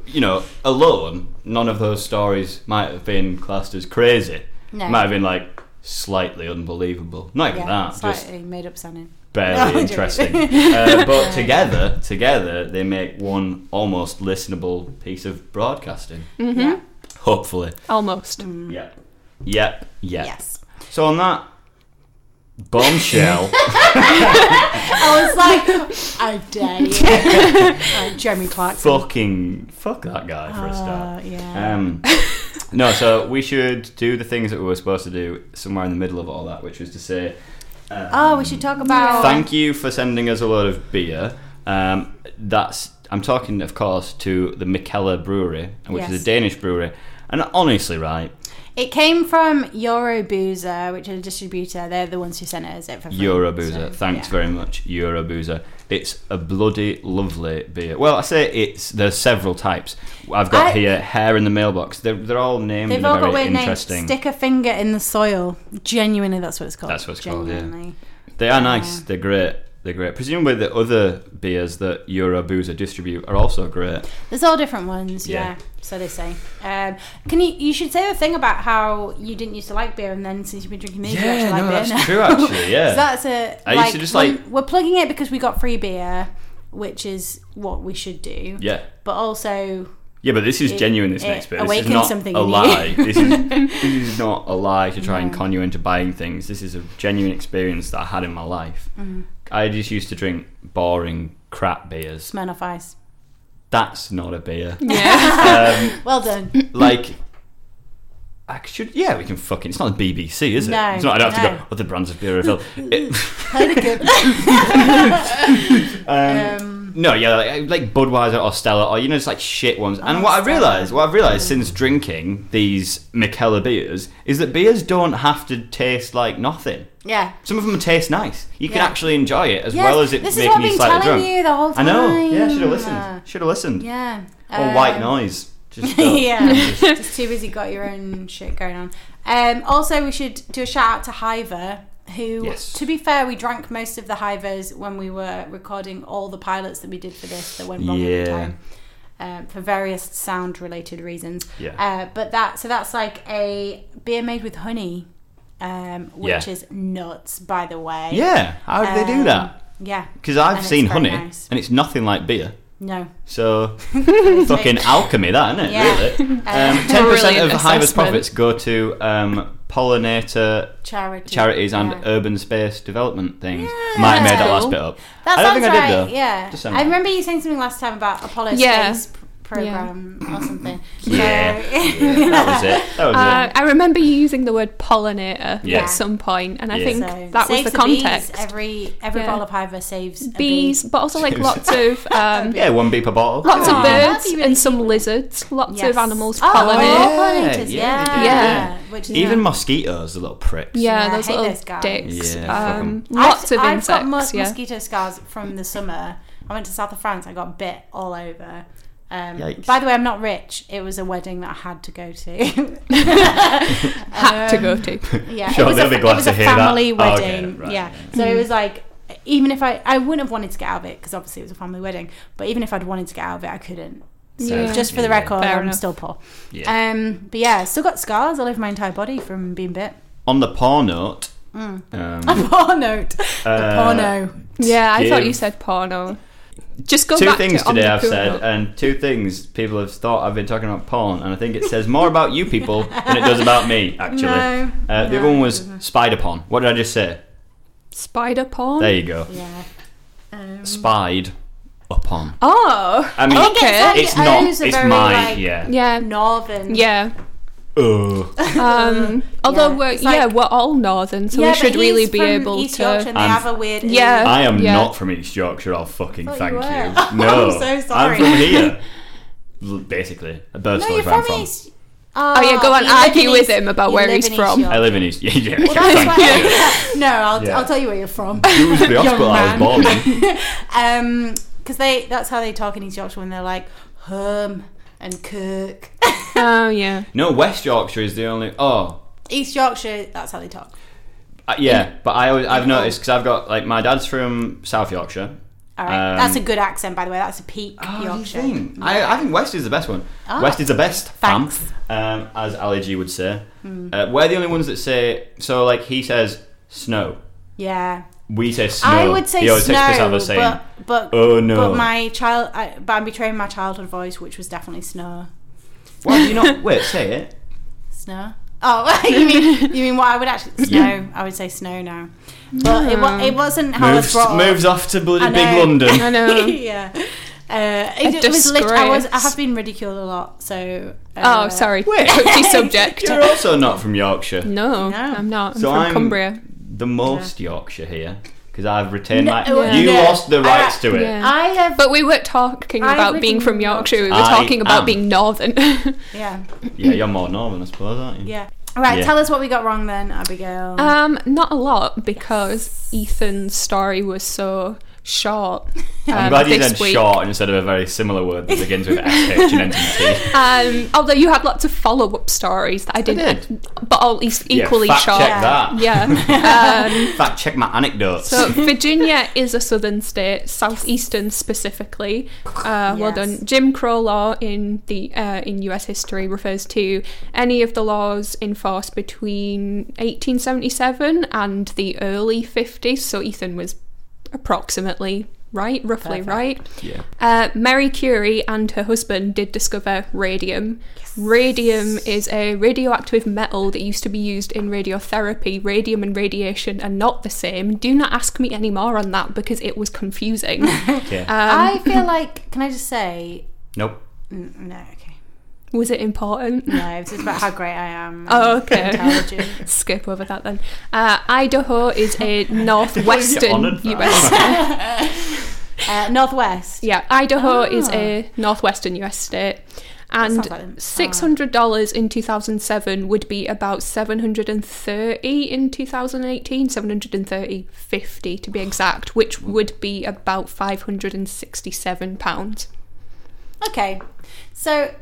[SPEAKER 2] you know, alone. None of those stories might have been classed as crazy.
[SPEAKER 1] No.
[SPEAKER 2] Might have been like slightly unbelievable. Not even
[SPEAKER 1] Yeah,
[SPEAKER 2] that. Ah, Just
[SPEAKER 1] slightly made up sounding.
[SPEAKER 2] barely
[SPEAKER 1] No, I'm
[SPEAKER 2] interesting.
[SPEAKER 1] joking.
[SPEAKER 2] uh, but together, together, they make one almost listenable piece of broadcasting.
[SPEAKER 1] Yeah.
[SPEAKER 2] Hopefully.
[SPEAKER 3] Almost.
[SPEAKER 1] Mm. Mm-hmm.
[SPEAKER 2] Yep. Yep. Yep.
[SPEAKER 1] Yes.
[SPEAKER 2] So on that bombshell,
[SPEAKER 1] I was like, I dare you. like Jeremy Clarkson.
[SPEAKER 2] fucking fuck that guy for a start.
[SPEAKER 1] Uh, yeah.
[SPEAKER 2] Um, no, so we should do the things that we were supposed to do somewhere in the middle of all that, which was to say
[SPEAKER 1] oh, we should talk about.
[SPEAKER 2] Thank you for sending us a load of beer. Um, that's I'm talking, of course, to the Mikkeller Brewery, which is
[SPEAKER 1] Yes.
[SPEAKER 2] a Danish brewery. And honestly, right,
[SPEAKER 1] It came from Euroboozer, which is a distributor. They're the ones who sent us it for free.
[SPEAKER 2] Euroboozer.
[SPEAKER 1] so,
[SPEAKER 2] thanks
[SPEAKER 1] yeah.
[SPEAKER 2] very much, Euroboozer. It's a bloody lovely beer. Well, I say it's. There's several types. I've got
[SPEAKER 1] I-
[SPEAKER 2] here hair in the mailbox. They're, they're all named
[SPEAKER 1] They've
[SPEAKER 2] in a
[SPEAKER 1] all
[SPEAKER 2] very
[SPEAKER 1] got weird names.
[SPEAKER 2] interesting.
[SPEAKER 1] Stick a finger in the soil. Genuinely, that's what it's called.
[SPEAKER 2] That's what it's called, yeah.
[SPEAKER 1] Genuinely.
[SPEAKER 2] They are nice. They're great. They're great. Presumably, the other beers that Euroboozer distribute are also great.
[SPEAKER 1] There's all different ones,
[SPEAKER 2] Yeah.
[SPEAKER 1] yeah. so they say. Um, can you? You should say the thing about how you didn't used to like beer, and then since you've been drinking these, you
[SPEAKER 2] Yeah,
[SPEAKER 1] actually
[SPEAKER 2] no,
[SPEAKER 1] like beer
[SPEAKER 2] that's
[SPEAKER 1] now.
[SPEAKER 2] true, actually, yeah.
[SPEAKER 1] so that's a.
[SPEAKER 2] I used to just, like-
[SPEAKER 1] we're- we're plugging it because we got free beer, which is what we should do.
[SPEAKER 2] Yeah.
[SPEAKER 1] But also,
[SPEAKER 2] Yeah, but this is
[SPEAKER 1] It-
[SPEAKER 2] genuine. This
[SPEAKER 1] it
[SPEAKER 2] next bit. This is
[SPEAKER 1] awakens
[SPEAKER 2] not
[SPEAKER 1] something
[SPEAKER 2] a
[SPEAKER 1] in you.
[SPEAKER 2] lie. this, is, this is not a lie to try and con you into buying things. This is a genuine experience that I had in my life.
[SPEAKER 1] Mm-hmm.
[SPEAKER 2] I just used to drink boring crap beers.
[SPEAKER 1] Smirnoff Ice.
[SPEAKER 2] That's not a beer.
[SPEAKER 3] Yeah.
[SPEAKER 1] Well done.
[SPEAKER 2] like. I should, yeah, we can fucking. It's not the BBC, is it?
[SPEAKER 1] No,
[SPEAKER 2] it's not. I don't have to
[SPEAKER 1] no.
[SPEAKER 2] go. Other brands of beer available. It-
[SPEAKER 1] Um,
[SPEAKER 2] No, yeah, like, uh, like Budweiser or Stella or you know, just like shit ones.
[SPEAKER 1] Oh,
[SPEAKER 2] and what I realised, what I've realised since drinking these Mikella beers is that beers don't have to taste like nothing.
[SPEAKER 1] yeah.
[SPEAKER 2] Some of them taste nice. You can
[SPEAKER 1] Yeah.
[SPEAKER 2] actually enjoy it as
[SPEAKER 1] Yes,
[SPEAKER 2] well as it
[SPEAKER 1] this is
[SPEAKER 2] making
[SPEAKER 1] what I've
[SPEAKER 2] you
[SPEAKER 1] been
[SPEAKER 2] slightly
[SPEAKER 1] telling
[SPEAKER 2] drunk.
[SPEAKER 1] you the whole
[SPEAKER 2] I know. Yeah, should have
[SPEAKER 1] time.
[SPEAKER 2] listened. Should have listened.
[SPEAKER 1] Yeah.
[SPEAKER 2] Or white
[SPEAKER 1] Um,
[SPEAKER 2] noise. Just don't.
[SPEAKER 1] yeah, just too busy got your own shit going on. Um, also, we should do a shout out to Hiver, who,
[SPEAKER 2] Yes.
[SPEAKER 1] to be fair, we drank most of the Hivers when we were recording all the pilots that we did for this that went wrong
[SPEAKER 2] Yeah.
[SPEAKER 1] every time. Uh, for various sound-related reasons,
[SPEAKER 2] Yeah.
[SPEAKER 1] Uh, but that so that's like a beer made with honey, um, which
[SPEAKER 2] Yeah.
[SPEAKER 1] is nuts, by the way.
[SPEAKER 2] Yeah, How did they do
[SPEAKER 1] Um,
[SPEAKER 2] that?
[SPEAKER 1] Yeah,
[SPEAKER 2] Because I've
[SPEAKER 1] and it's
[SPEAKER 2] seen
[SPEAKER 1] very
[SPEAKER 2] honey,
[SPEAKER 1] nice.
[SPEAKER 2] and it's nothing like beer.
[SPEAKER 1] No,
[SPEAKER 2] So fucking alchemy, that isn't it?
[SPEAKER 1] Yeah.
[SPEAKER 2] Really. Um, Ten percent
[SPEAKER 3] Brilliant
[SPEAKER 2] of Hiver's
[SPEAKER 3] assessment.
[SPEAKER 2] profits go to um, pollinator
[SPEAKER 1] charity,
[SPEAKER 2] charities and
[SPEAKER 1] yeah.
[SPEAKER 2] urban space development things. Might have made that
[SPEAKER 3] That's
[SPEAKER 2] last
[SPEAKER 3] cool.
[SPEAKER 2] bit up.
[SPEAKER 1] That
[SPEAKER 2] I don't
[SPEAKER 1] sounds
[SPEAKER 2] think I did
[SPEAKER 1] right.
[SPEAKER 2] though.
[SPEAKER 1] Yeah,
[SPEAKER 2] Just saying.
[SPEAKER 1] I remember you saying something last time about Apollo
[SPEAKER 3] Yeah.
[SPEAKER 1] space pr- program or something.
[SPEAKER 2] Yeah.
[SPEAKER 1] So-
[SPEAKER 2] Yeah, that was it. That was
[SPEAKER 3] Uh,
[SPEAKER 2] it.
[SPEAKER 3] I remember you using the word pollinator
[SPEAKER 2] Yeah.
[SPEAKER 3] at some point, and I
[SPEAKER 2] Yeah.
[SPEAKER 3] think
[SPEAKER 1] so
[SPEAKER 3] that was
[SPEAKER 1] saves
[SPEAKER 3] the
[SPEAKER 1] bees.
[SPEAKER 3] context.
[SPEAKER 1] Every every
[SPEAKER 3] Yeah.
[SPEAKER 1] ball of hiver saves a
[SPEAKER 3] bees,
[SPEAKER 1] bee.
[SPEAKER 3] but also like lots of um,
[SPEAKER 2] Yeah, one beep per bottle.
[SPEAKER 3] lots
[SPEAKER 1] Aw,
[SPEAKER 3] of
[SPEAKER 1] that'd
[SPEAKER 3] birds
[SPEAKER 1] be really
[SPEAKER 3] and some
[SPEAKER 1] cute.
[SPEAKER 3] lizards. Lots
[SPEAKER 1] Yes.
[SPEAKER 3] of animals
[SPEAKER 1] Oh,
[SPEAKER 3] pollinate.
[SPEAKER 1] pollinators,
[SPEAKER 2] yeah, they
[SPEAKER 1] yeah.
[SPEAKER 2] do,
[SPEAKER 3] Yeah.
[SPEAKER 1] Which is
[SPEAKER 2] Even mosquitoes, the little pricks.
[SPEAKER 3] Yeah,
[SPEAKER 1] Yeah, I
[SPEAKER 3] those
[SPEAKER 1] hate
[SPEAKER 3] little
[SPEAKER 1] those guys.
[SPEAKER 3] dicks.
[SPEAKER 2] Yeah, fuck 'em.
[SPEAKER 3] um,
[SPEAKER 1] I've-
[SPEAKER 3] lots of
[SPEAKER 1] I've
[SPEAKER 3] insects.
[SPEAKER 1] got mos-
[SPEAKER 3] yeah.
[SPEAKER 1] mosquito scars from the summer. I went to south of France. I got bit all over. Um,
[SPEAKER 2] Yikes.
[SPEAKER 1] by the way, I'm not rich. It was a wedding that I had to go to.
[SPEAKER 3] Had to go to.
[SPEAKER 1] Yeah,
[SPEAKER 2] Sure,
[SPEAKER 1] it was
[SPEAKER 2] they'll
[SPEAKER 1] a,
[SPEAKER 2] be
[SPEAKER 1] it
[SPEAKER 2] glad
[SPEAKER 1] was
[SPEAKER 2] to
[SPEAKER 1] a
[SPEAKER 2] hear that.
[SPEAKER 1] family
[SPEAKER 2] Oh, okay,
[SPEAKER 1] wedding.
[SPEAKER 2] right,
[SPEAKER 1] yeah, so
[SPEAKER 3] Mm-hmm.
[SPEAKER 1] it was like even if I I wouldn't have wanted to get out of it because obviously it was a family wedding, but even if I'd wanted to get out of it, I couldn't. So
[SPEAKER 3] Yeah.
[SPEAKER 1] just for the
[SPEAKER 2] Yeah.
[SPEAKER 1] record,
[SPEAKER 3] Fair
[SPEAKER 1] I'm
[SPEAKER 3] enough.
[SPEAKER 1] still poor.
[SPEAKER 2] Yeah.
[SPEAKER 1] Um, but yeah, still got scars all over my entire body from being bit.
[SPEAKER 2] On the paw note. Um,
[SPEAKER 1] Porno, the
[SPEAKER 2] Uh,
[SPEAKER 1] porno.
[SPEAKER 3] Yeah, I thought
[SPEAKER 2] Give-
[SPEAKER 3] you said porno. Just go
[SPEAKER 2] two
[SPEAKER 3] back
[SPEAKER 2] things
[SPEAKER 3] to on
[SPEAKER 2] today
[SPEAKER 3] the
[SPEAKER 2] I've said,
[SPEAKER 3] porno.
[SPEAKER 2] and two things people have thought I've been talking about porn, and I think it says more about you people than it does about me, actually.
[SPEAKER 1] No,
[SPEAKER 2] uh, the other one was spider porn. What did I just say?
[SPEAKER 3] Spider porn.
[SPEAKER 2] There you go.
[SPEAKER 1] Yeah. Um,
[SPEAKER 2] Spied upon.
[SPEAKER 3] oh,
[SPEAKER 2] I mean,
[SPEAKER 1] I think
[SPEAKER 3] Okay.
[SPEAKER 1] it's,
[SPEAKER 2] it's not.
[SPEAKER 1] O's
[SPEAKER 2] It's
[SPEAKER 1] are very,
[SPEAKER 2] my
[SPEAKER 1] like,
[SPEAKER 2] yeah.
[SPEAKER 3] yeah,
[SPEAKER 1] northern.
[SPEAKER 3] um, yeah.
[SPEAKER 2] Oh.
[SPEAKER 3] Um, although
[SPEAKER 1] Yeah,
[SPEAKER 3] we're
[SPEAKER 1] it's
[SPEAKER 3] yeah
[SPEAKER 1] like-
[SPEAKER 3] we're all northern, so
[SPEAKER 1] Yeah,
[SPEAKER 3] we should
[SPEAKER 1] but
[SPEAKER 3] really
[SPEAKER 1] he's
[SPEAKER 3] be
[SPEAKER 1] from
[SPEAKER 3] able
[SPEAKER 1] East
[SPEAKER 3] to.
[SPEAKER 1] Yorkshire and they
[SPEAKER 2] I'm-
[SPEAKER 1] have a weird.
[SPEAKER 3] Yeah.
[SPEAKER 2] I am
[SPEAKER 3] Yeah.
[SPEAKER 2] not from East Yorkshire. I'll fucking
[SPEAKER 1] Thought you
[SPEAKER 2] thank you.
[SPEAKER 1] were.
[SPEAKER 2] No,
[SPEAKER 1] I'm so sorry.
[SPEAKER 2] I'm from here. L- Basically, a birth
[SPEAKER 1] No,
[SPEAKER 2] story
[SPEAKER 1] you're
[SPEAKER 2] where I'm
[SPEAKER 1] from
[SPEAKER 2] from.
[SPEAKER 1] East.
[SPEAKER 3] Oh, yeah, go on,
[SPEAKER 1] you live
[SPEAKER 3] argue
[SPEAKER 1] in
[SPEAKER 3] with
[SPEAKER 1] East-
[SPEAKER 3] him about
[SPEAKER 1] you
[SPEAKER 3] where
[SPEAKER 1] live
[SPEAKER 3] he's
[SPEAKER 1] in
[SPEAKER 3] from.
[SPEAKER 1] East York.
[SPEAKER 2] I live in East. Yeah, yeah.
[SPEAKER 1] Well, that's
[SPEAKER 2] thank
[SPEAKER 1] why-
[SPEAKER 2] you.
[SPEAKER 1] no, I'll,
[SPEAKER 2] Yeah.
[SPEAKER 1] I'll tell you where you're from.
[SPEAKER 2] Dewsbury
[SPEAKER 1] Young
[SPEAKER 2] Hospital, I was
[SPEAKER 1] man.
[SPEAKER 2] born in.
[SPEAKER 1] Um 'cause because they that's how they talk in East Yorkshire when they're like hum and kirk.
[SPEAKER 3] Oh yeah.
[SPEAKER 2] No, West Yorkshire is the only. Oh,
[SPEAKER 1] East Yorkshire, that's how they talk.
[SPEAKER 2] uh, yeah. But I always, I've noticed because I've got like my dad's from South Yorkshire.
[SPEAKER 1] All right,
[SPEAKER 2] Um,
[SPEAKER 1] that's a good accent, by the way. That's a peak
[SPEAKER 2] Oh,
[SPEAKER 1] Yorkshire.
[SPEAKER 2] you think? I, I think West is the best one. West is the best, fam,
[SPEAKER 1] Ah, Thanks. Hmm.
[SPEAKER 2] um, as Ali G would say. Uh, we're the only ones that say so. Like he says snow,
[SPEAKER 1] Yeah,
[SPEAKER 2] we say snow.
[SPEAKER 1] I would say
[SPEAKER 2] he always takes piss out
[SPEAKER 1] snow,
[SPEAKER 2] of us saying,
[SPEAKER 1] but but
[SPEAKER 2] "Oh, no."
[SPEAKER 1] but my child, I, but I'm betraying my childhood voice, which was definitely snow,
[SPEAKER 2] "Why do you not wait? Say it."
[SPEAKER 1] snow. Oh, you mean you mean what I would actually snow? I would say snow now, but it, wa- it wasn't how
[SPEAKER 2] Moves,
[SPEAKER 1] I was brought up.
[SPEAKER 2] moves off to bloody
[SPEAKER 1] I
[SPEAKER 2] big
[SPEAKER 1] know.
[SPEAKER 2] London.
[SPEAKER 3] I know.
[SPEAKER 1] yeah. Uh, it, it was lit- I was I have been ridiculed a lot, so. Uh,
[SPEAKER 3] Oh, sorry. Touchy subject.
[SPEAKER 2] You're also not from Yorkshire.
[SPEAKER 3] No,
[SPEAKER 1] No.
[SPEAKER 3] I'm not. I'm
[SPEAKER 2] So
[SPEAKER 3] from
[SPEAKER 2] I'm-
[SPEAKER 3] Cumbria.
[SPEAKER 2] The most Yorkshire here because I've retained
[SPEAKER 1] No,
[SPEAKER 2] my.
[SPEAKER 1] yeah.
[SPEAKER 2] You
[SPEAKER 1] no.
[SPEAKER 2] lost the
[SPEAKER 1] I-
[SPEAKER 2] rights to it.
[SPEAKER 3] Yeah.
[SPEAKER 1] I have,
[SPEAKER 3] But we weren't talking
[SPEAKER 1] I've
[SPEAKER 3] about being
[SPEAKER 1] written
[SPEAKER 3] from
[SPEAKER 1] Yorkshire.
[SPEAKER 3] Yorkshire. We were
[SPEAKER 2] I
[SPEAKER 3] talking about
[SPEAKER 2] am.
[SPEAKER 3] being northern.
[SPEAKER 1] yeah,
[SPEAKER 2] Yeah, you're more northern, I suppose, aren't you?
[SPEAKER 1] Mm. yeah. All right,
[SPEAKER 2] Yeah.
[SPEAKER 1] tell us what we got wrong then, Abigail.
[SPEAKER 3] um, not a lot because Ethan's story was so short.
[SPEAKER 2] I'm
[SPEAKER 3] um,
[SPEAKER 2] glad you
[SPEAKER 3] this
[SPEAKER 2] said
[SPEAKER 3] week.
[SPEAKER 2] short instead of a very similar word that begins with SH and ends in T.
[SPEAKER 3] Um, although you had lots of follow-up stories that I didn't, but all e- equally
[SPEAKER 2] yeah, fact
[SPEAKER 3] short.
[SPEAKER 2] Check that.
[SPEAKER 3] Yeah. Um,
[SPEAKER 2] Fact check my anecdotes.
[SPEAKER 3] So Virginia is a southern state, southeastern specifically. Uh, Well
[SPEAKER 1] Yes.
[SPEAKER 3] done. Jim Crow law in the uh, in U.S. history refers to any of the laws in force between 1877 and the early 50s. So Ethan was approximately right, roughly right.
[SPEAKER 2] yeah.
[SPEAKER 3] Uh, Mary Curie and her husband did discover radium. Radium is a radioactive metal that used to be used in radiotherapy. Radium and radiation are not the same. Do not ask me any more on that because it was confusing.
[SPEAKER 1] I feel like, can I just say,
[SPEAKER 2] Nope.
[SPEAKER 1] n- no, okay.
[SPEAKER 3] was it important?
[SPEAKER 1] No, it's just about how great I am.
[SPEAKER 3] Oh,
[SPEAKER 1] and
[SPEAKER 3] okay.
[SPEAKER 1] Intelligent.
[SPEAKER 3] Skip over that then. Uh, Idaho is a
[SPEAKER 2] You honoured
[SPEAKER 3] northwestern
[SPEAKER 2] that.
[SPEAKER 3] US.
[SPEAKER 1] Uh, Northwest.
[SPEAKER 3] yeah, Idaho is a northwestern US state. And
[SPEAKER 1] sounds like them.
[SPEAKER 3] six hundred dollars in two thousand seven would be about seven hundred and thirty in 2018, 730.50 to be exact, which would be about five hundred and sixty-seven pounds.
[SPEAKER 1] Okay. So,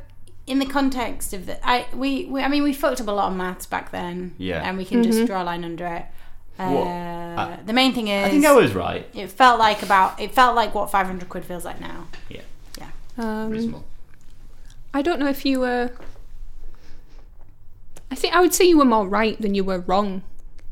[SPEAKER 1] in the context of the, I we, we I mean we fucked up a lot of maths back then.
[SPEAKER 2] Yeah.
[SPEAKER 1] And we can just draw a line under it.
[SPEAKER 2] What-
[SPEAKER 1] Uh,
[SPEAKER 2] I-
[SPEAKER 1] the main thing is,
[SPEAKER 2] I think I was right.
[SPEAKER 1] it felt like about it felt like what 500 quid feels like now.
[SPEAKER 2] Yeah.
[SPEAKER 1] Yeah. Um,
[SPEAKER 2] Reasonable.
[SPEAKER 3] I don't know if you were. I think I would say you were more right than you were wrong.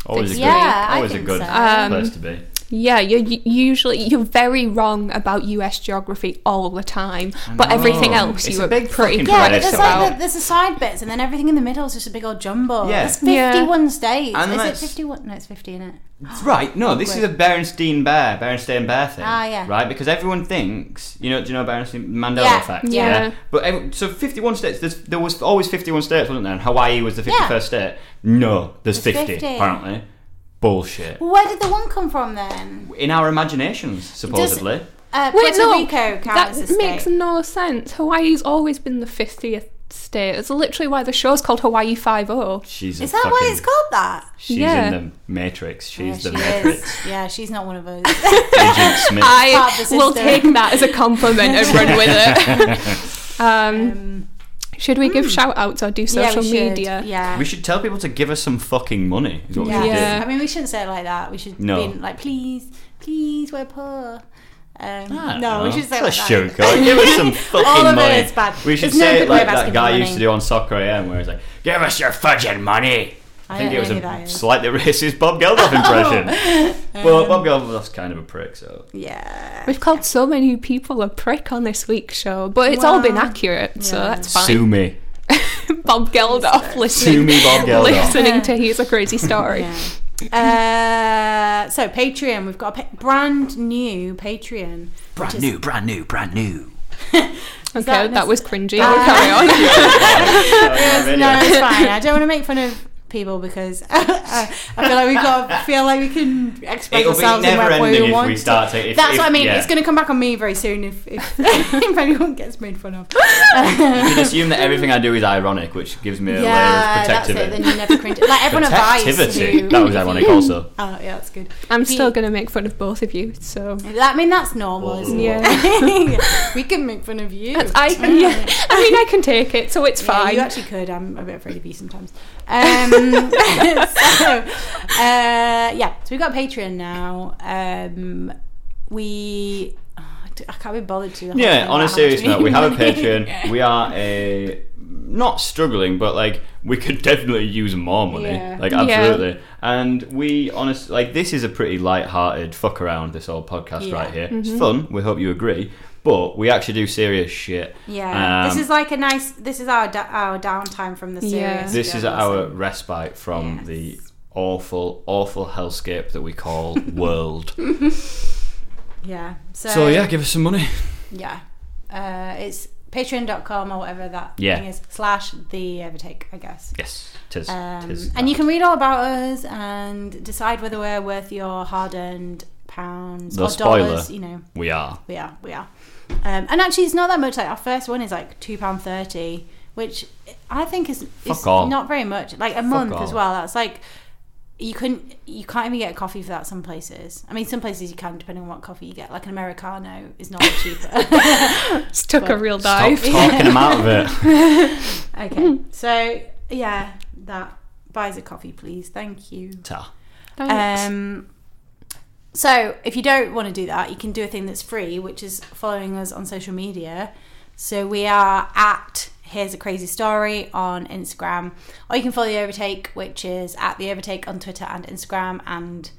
[SPEAKER 2] Always a good,
[SPEAKER 1] Yeah, I
[SPEAKER 2] always a
[SPEAKER 1] think
[SPEAKER 2] good
[SPEAKER 1] so. Um,
[SPEAKER 2] place to be.
[SPEAKER 3] Yeah, you're u- usually you're very wrong about U.S. geography all the time, but everything
[SPEAKER 2] know.
[SPEAKER 3] else
[SPEAKER 2] It's
[SPEAKER 3] you
[SPEAKER 2] a
[SPEAKER 3] were
[SPEAKER 2] big
[SPEAKER 3] pretty
[SPEAKER 2] fucking
[SPEAKER 3] correct
[SPEAKER 1] Yeah, but
[SPEAKER 2] Right,
[SPEAKER 1] there's
[SPEAKER 2] so-
[SPEAKER 1] like the, there's the side bits, and then everything in the middle is just a big old jumble.
[SPEAKER 2] Yeah.
[SPEAKER 1] It's
[SPEAKER 3] Yeah.
[SPEAKER 1] 51 states.
[SPEAKER 2] And
[SPEAKER 1] is it
[SPEAKER 2] that's-
[SPEAKER 1] 51? No, it's 50 in it.
[SPEAKER 2] Right, no, this is a Berenstain Bear, Berenstain Bear thing.
[SPEAKER 1] Ah, yeah.
[SPEAKER 2] Right, because everyone thinks, you know, do you know Berenstain Mandela
[SPEAKER 1] Yeah,
[SPEAKER 2] effect?
[SPEAKER 3] yeah. Yeah.
[SPEAKER 2] But every, so 51 states, there's, there was always 51 states, wasn't there? And Hawaii was the 51st state. No, there's, 50,
[SPEAKER 1] 50.
[SPEAKER 2] apparently. Bullshit.
[SPEAKER 1] Where did the one come from then?
[SPEAKER 2] In our imaginations, supposedly.
[SPEAKER 1] Uh,
[SPEAKER 3] Wait,
[SPEAKER 1] Puerto
[SPEAKER 3] no,
[SPEAKER 1] Rico
[SPEAKER 3] that
[SPEAKER 1] counts as a
[SPEAKER 3] makes
[SPEAKER 1] state.
[SPEAKER 3] no sense. Hawaii's always been the fiftieth state. It's literally why the show's called Hawaii Five O.
[SPEAKER 2] She's a
[SPEAKER 1] Is that
[SPEAKER 2] fucking,
[SPEAKER 1] why it's called that?
[SPEAKER 2] She's
[SPEAKER 3] Yeah.
[SPEAKER 2] in the Matrix. She's
[SPEAKER 1] yeah,
[SPEAKER 2] the
[SPEAKER 1] she
[SPEAKER 2] Matrix.
[SPEAKER 1] is. Yeah, she's not one of us.
[SPEAKER 2] Agent Smith.
[SPEAKER 3] I
[SPEAKER 1] Part of the
[SPEAKER 3] will
[SPEAKER 1] system.
[SPEAKER 3] take that as a compliment and run with it. um, should we give shout outs or do
[SPEAKER 1] hmm. yeah,
[SPEAKER 3] social
[SPEAKER 1] we should.
[SPEAKER 3] media?
[SPEAKER 1] Yeah.
[SPEAKER 2] We should tell people to give us some fucking money. Is what
[SPEAKER 1] yeah.
[SPEAKER 2] we should
[SPEAKER 3] Yeah.
[SPEAKER 1] I mean, we shouldn't say it like that. We should
[SPEAKER 2] No.
[SPEAKER 1] be like, please, please, we're poor. Um,
[SPEAKER 2] do. I don't
[SPEAKER 1] no, we
[SPEAKER 2] know.
[SPEAKER 1] should say it like that.
[SPEAKER 2] That's true. God, give us some fucking
[SPEAKER 1] All of
[SPEAKER 2] money.
[SPEAKER 1] it is bad.
[SPEAKER 2] We should
[SPEAKER 1] There's no
[SPEAKER 2] say
[SPEAKER 1] good way
[SPEAKER 2] it like
[SPEAKER 1] of
[SPEAKER 2] that
[SPEAKER 1] asking
[SPEAKER 2] guy
[SPEAKER 1] for
[SPEAKER 2] used
[SPEAKER 1] money.
[SPEAKER 2] to do on Soccer AM, where he's like, "Give us your fudging money." I,
[SPEAKER 1] I
[SPEAKER 2] think
[SPEAKER 1] don't
[SPEAKER 2] it was
[SPEAKER 1] know who that
[SPEAKER 2] a
[SPEAKER 1] is.
[SPEAKER 2] slightly racist Bob Geldof impression. well, Bob Geldof's kind of a prick, so
[SPEAKER 1] Yeah.
[SPEAKER 3] We've called so many people a prick on this week's show, but it's all been accurate, so that's fine.
[SPEAKER 2] sue me,
[SPEAKER 3] Bob Geldof
[SPEAKER 2] sue
[SPEAKER 3] listening,
[SPEAKER 2] me, Bob Geldof.
[SPEAKER 3] listening to Here's a Crazy Story.
[SPEAKER 1] Uh, so Patreon, we've got a pa- brand new Patreon.
[SPEAKER 4] Brand new, brand new, brand new.
[SPEAKER 3] Okay,
[SPEAKER 1] that Uh,
[SPEAKER 3] that, was cringy. We'll carry on.
[SPEAKER 2] Sorry, I'm
[SPEAKER 1] No,
[SPEAKER 2] ready.
[SPEAKER 1] it's fine. I don't want to make fun of people because uh, I feel like we got I feel like we can express
[SPEAKER 2] It'll be
[SPEAKER 1] ourselves in
[SPEAKER 2] never
[SPEAKER 1] whatever way
[SPEAKER 2] ending
[SPEAKER 1] we
[SPEAKER 2] if
[SPEAKER 1] want.
[SPEAKER 2] we start to. If,
[SPEAKER 1] That's
[SPEAKER 2] if,
[SPEAKER 1] what I mean.
[SPEAKER 2] yeah.
[SPEAKER 1] It's going to come back on me very soon if if, if anyone gets made fun of. yeah,
[SPEAKER 2] You can assume that everything I do is ironic, which gives me a layer of
[SPEAKER 1] that's it. Then
[SPEAKER 2] protectivity.
[SPEAKER 1] you never cringe. Like everyone of us
[SPEAKER 2] Protectivity.
[SPEAKER 1] do.
[SPEAKER 2] That was ironic, also.
[SPEAKER 1] Oh yeah, that's good.
[SPEAKER 3] I'm
[SPEAKER 1] He-
[SPEAKER 3] still gonna make fun of both of you. So
[SPEAKER 1] I mean, that's
[SPEAKER 2] Oh.
[SPEAKER 1] normal, isn't
[SPEAKER 3] Yeah.
[SPEAKER 1] it? we can make fun of you.
[SPEAKER 3] I can, yeah, I mean, I can take it, so it's
[SPEAKER 1] Yeah,
[SPEAKER 3] fine.
[SPEAKER 1] you actually could. I'm a bit afraid of you sometimes. Um, so, uh, yeah, so we've got Patreon now. Um, we. oh, I can't be bothered to.
[SPEAKER 2] Yeah, on a serious note, we have a Patreon.
[SPEAKER 1] Yeah.
[SPEAKER 2] We are a not struggling, but like we could definitely use more money.
[SPEAKER 1] Yeah.
[SPEAKER 2] Like
[SPEAKER 3] Yeah.
[SPEAKER 2] absolutely. And we honestly like this is a pretty light-hearted fuck around this whole podcast
[SPEAKER 1] Yeah. Mm-hmm.
[SPEAKER 2] right here. It's fun. We hope you agree. But we actually do serious shit.
[SPEAKER 1] Yeah,
[SPEAKER 2] Um,
[SPEAKER 1] this is like a nice. This is our da- our downtime from the serious.
[SPEAKER 3] Yeah.
[SPEAKER 2] This is our
[SPEAKER 1] journalism.
[SPEAKER 2] respite from
[SPEAKER 1] Yes.
[SPEAKER 2] the awful, awful hellscape that we call world.
[SPEAKER 1] Yeah. So,
[SPEAKER 2] so yeah, give us some money.
[SPEAKER 1] yeah. Uh, it's patreon.com or whatever that
[SPEAKER 2] Yeah.
[SPEAKER 1] thing is slash the overtake, I guess.
[SPEAKER 2] Yes, tis.
[SPEAKER 1] Um,
[SPEAKER 2] tis
[SPEAKER 1] and you
[SPEAKER 2] that.
[SPEAKER 1] can read all about us and decide whether we're worth your hard-earned pounds
[SPEAKER 2] The
[SPEAKER 1] or
[SPEAKER 2] spoiler.
[SPEAKER 1] dollars. You know,
[SPEAKER 2] We are.
[SPEAKER 1] we are, we are. Um, and actually, it's not that much. Like our first one is like two pound thirty, which I think is, is
[SPEAKER 2] Fuck all.
[SPEAKER 1] not very much. Like a month as
[SPEAKER 2] all.
[SPEAKER 1] well. That's like you couldn't, you can't even get a coffee for that. Some places, I mean, some places you can, depending on what coffee you get. Like an americano is not cheaper.
[SPEAKER 3] It's took a real
[SPEAKER 2] Stop
[SPEAKER 3] dive.
[SPEAKER 2] talking them out of it.
[SPEAKER 1] okay, so yeah, that buys a coffee, please. Thank you.
[SPEAKER 2] Ta.
[SPEAKER 3] Thanks.
[SPEAKER 1] Um, so if you don't want to do that, you can do a thing that's free, which is following us on social media. So we are at Here's a Crazy Story on Instagram, or you can follow the Overtake, which is at the Overtake on Twitter and Instagram, and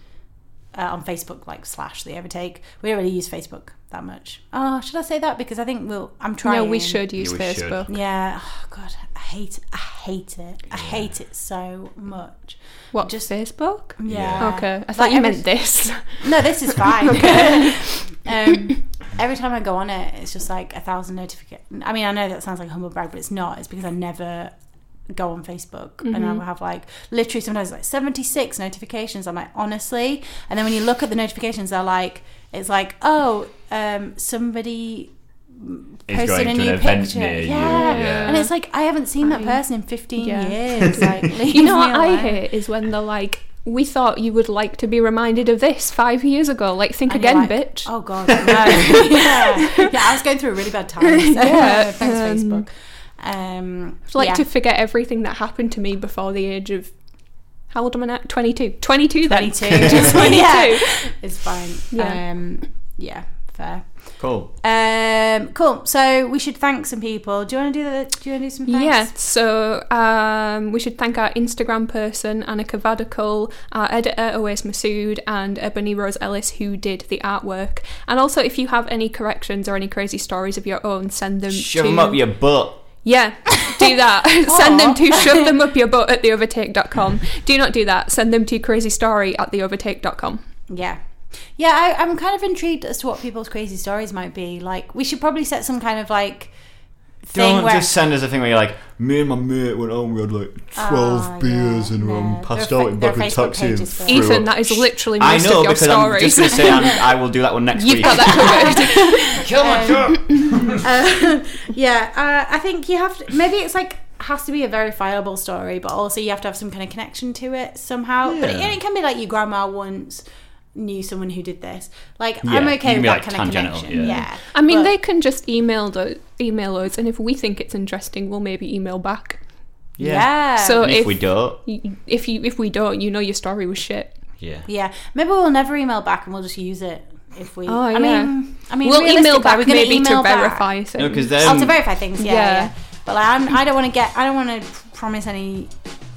[SPEAKER 1] uh, on Facebook, like slash the Overtake. We don't really use Facebook that much. Oh, should I say that because I think we'll. I'm trying.
[SPEAKER 3] no, we should use
[SPEAKER 2] we should.
[SPEAKER 3] Facebook.
[SPEAKER 1] Yeah. Oh God, I hate. I hate it. I hate it so much.
[SPEAKER 3] What?
[SPEAKER 1] Just-
[SPEAKER 3] Just Facebook?
[SPEAKER 1] Yeah.
[SPEAKER 3] Okay, I thought
[SPEAKER 1] Like
[SPEAKER 3] you
[SPEAKER 1] every-
[SPEAKER 3] meant this.
[SPEAKER 1] No, this is fine. um, every time I go on it, it's just like a thousand notifications. I mean, I know that sounds like a humble brag, but it's not. It's because I never go on Facebook and
[SPEAKER 3] Mm-hmm.
[SPEAKER 1] I will have like literally sometimes like 76 notifications. I'm like, honestly. And then when you look at the notifications, they're like, it's like, oh, um, somebody
[SPEAKER 2] Is
[SPEAKER 1] posted
[SPEAKER 2] going
[SPEAKER 1] a
[SPEAKER 2] to
[SPEAKER 1] new
[SPEAKER 2] an event
[SPEAKER 1] picture.
[SPEAKER 2] near you.
[SPEAKER 1] yeah.
[SPEAKER 2] Yeah.
[SPEAKER 1] And it's like, I haven't seen that person in 15
[SPEAKER 3] Yeah.
[SPEAKER 1] years. Like,
[SPEAKER 3] you know what I hate is when they're like, "We thought you would like to be reminded of this five years ago." Like, think
[SPEAKER 1] And you're
[SPEAKER 3] again,
[SPEAKER 1] like,
[SPEAKER 3] bitch.
[SPEAKER 1] Oh god, no. yeah. yeah, I was going through a really bad time. So, yeah, thanks Facebook. Um,
[SPEAKER 3] I'd like
[SPEAKER 1] yeah.
[SPEAKER 3] to forget everything that happened to me before the age of how old am I now? Twenty-two. Twenty-two. Then.
[SPEAKER 1] 22,
[SPEAKER 3] Just 22.
[SPEAKER 1] Yeah, it's fine.
[SPEAKER 3] Yeah.
[SPEAKER 1] Um, yeah, fair.
[SPEAKER 2] Cool.
[SPEAKER 1] Um, cool. So we should thank some people. Do you want to do the? Do you want to do some thanks?
[SPEAKER 3] Yeah, so um, we should thank our Instagram person, Annika Vadakul, our editor, Owais Masood, and Ebony Rose Ellis, who did the artwork. And also, if you have any corrections or any crazy stories of your own, send them
[SPEAKER 2] Shove
[SPEAKER 3] to...
[SPEAKER 2] them up your butt.
[SPEAKER 3] Yeah, do that. send them to shove them up your butt at theovertake.com. Do not do that. Send them to crazystory at theovertake.com.
[SPEAKER 1] Yeah. Yeah, I, I'm kind of intrigued as to what people's crazy stories might be. Like, we should probably set some kind of like thing
[SPEAKER 2] Don't
[SPEAKER 1] where
[SPEAKER 2] just send us a thing where you're like, me and my mate went home, we had like 12
[SPEAKER 1] Oh,
[SPEAKER 2] beers
[SPEAKER 1] yeah,
[SPEAKER 2] and
[SPEAKER 1] no.
[SPEAKER 2] um, passed
[SPEAKER 1] Their
[SPEAKER 2] out
[SPEAKER 1] fa-
[SPEAKER 2] in
[SPEAKER 1] their
[SPEAKER 2] back of a
[SPEAKER 1] Facebook
[SPEAKER 2] taxi and
[SPEAKER 1] pages for that.
[SPEAKER 2] threw
[SPEAKER 3] Ethan,
[SPEAKER 2] up."
[SPEAKER 3] that is literally
[SPEAKER 2] I
[SPEAKER 3] most
[SPEAKER 2] know,
[SPEAKER 3] of your
[SPEAKER 2] because I'm just
[SPEAKER 3] stories.
[SPEAKER 2] going to say I'm, I will do that one next
[SPEAKER 3] You've
[SPEAKER 2] week.
[SPEAKER 3] got that covered.
[SPEAKER 2] Kill
[SPEAKER 1] Um,
[SPEAKER 2] my cat.
[SPEAKER 1] yeah, uh, I think you have to. Maybe it's like has to be a verifiable story, but also you have to have some kind of connection to it somehow. But it,
[SPEAKER 2] Yeah.
[SPEAKER 1] it can be like your grandma once knew someone who did this. Like
[SPEAKER 2] Yeah,
[SPEAKER 1] I'm
[SPEAKER 2] you
[SPEAKER 1] okay
[SPEAKER 2] can
[SPEAKER 1] with
[SPEAKER 2] be,
[SPEAKER 1] that
[SPEAKER 2] like,
[SPEAKER 1] kind
[SPEAKER 2] tangential,
[SPEAKER 1] of connection. Yeah.
[SPEAKER 2] yeah.
[SPEAKER 3] I mean,
[SPEAKER 1] But-
[SPEAKER 3] they can just email us, email us, and if we think it's interesting, we'll maybe email back.
[SPEAKER 2] Yeah.
[SPEAKER 1] yeah.
[SPEAKER 3] So
[SPEAKER 2] And if,
[SPEAKER 3] if
[SPEAKER 2] we don't,
[SPEAKER 3] y- if you if we don't, you know your story was shit.
[SPEAKER 2] yeah.
[SPEAKER 1] yeah, maybe we'll never email back and we'll just use it if we.
[SPEAKER 3] Oh,
[SPEAKER 1] I
[SPEAKER 3] yeah.
[SPEAKER 1] mean, I mean,
[SPEAKER 3] We'll email
[SPEAKER 1] realistically,
[SPEAKER 3] back
[SPEAKER 1] we're gonna
[SPEAKER 3] maybe to
[SPEAKER 1] email back.
[SPEAKER 3] verify things.
[SPEAKER 2] No, because
[SPEAKER 1] oh, to
[SPEAKER 2] then
[SPEAKER 1] verify things, yeah, yeah.
[SPEAKER 3] yeah.
[SPEAKER 1] But like, I'm, I don't want to get. I don't want to promise any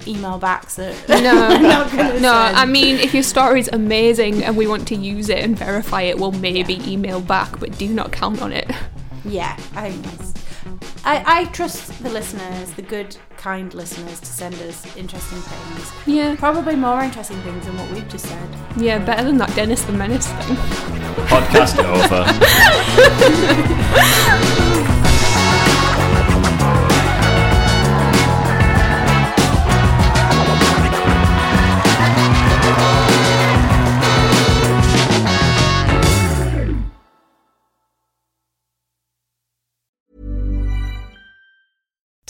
[SPEAKER 1] email backs that.
[SPEAKER 3] no, no. I mean, if your story's amazing and we want to use it and verify it, we'll maybe email back, but do not count on it.
[SPEAKER 1] Yeah, I think that's. I, I trust the listeners, the good, kind listeners, to send us interesting things.
[SPEAKER 3] Yeah,
[SPEAKER 1] Probably more interesting things than what we've just said.
[SPEAKER 3] yeah. Better than that Dennis the Menace thing.
[SPEAKER 2] podcast over.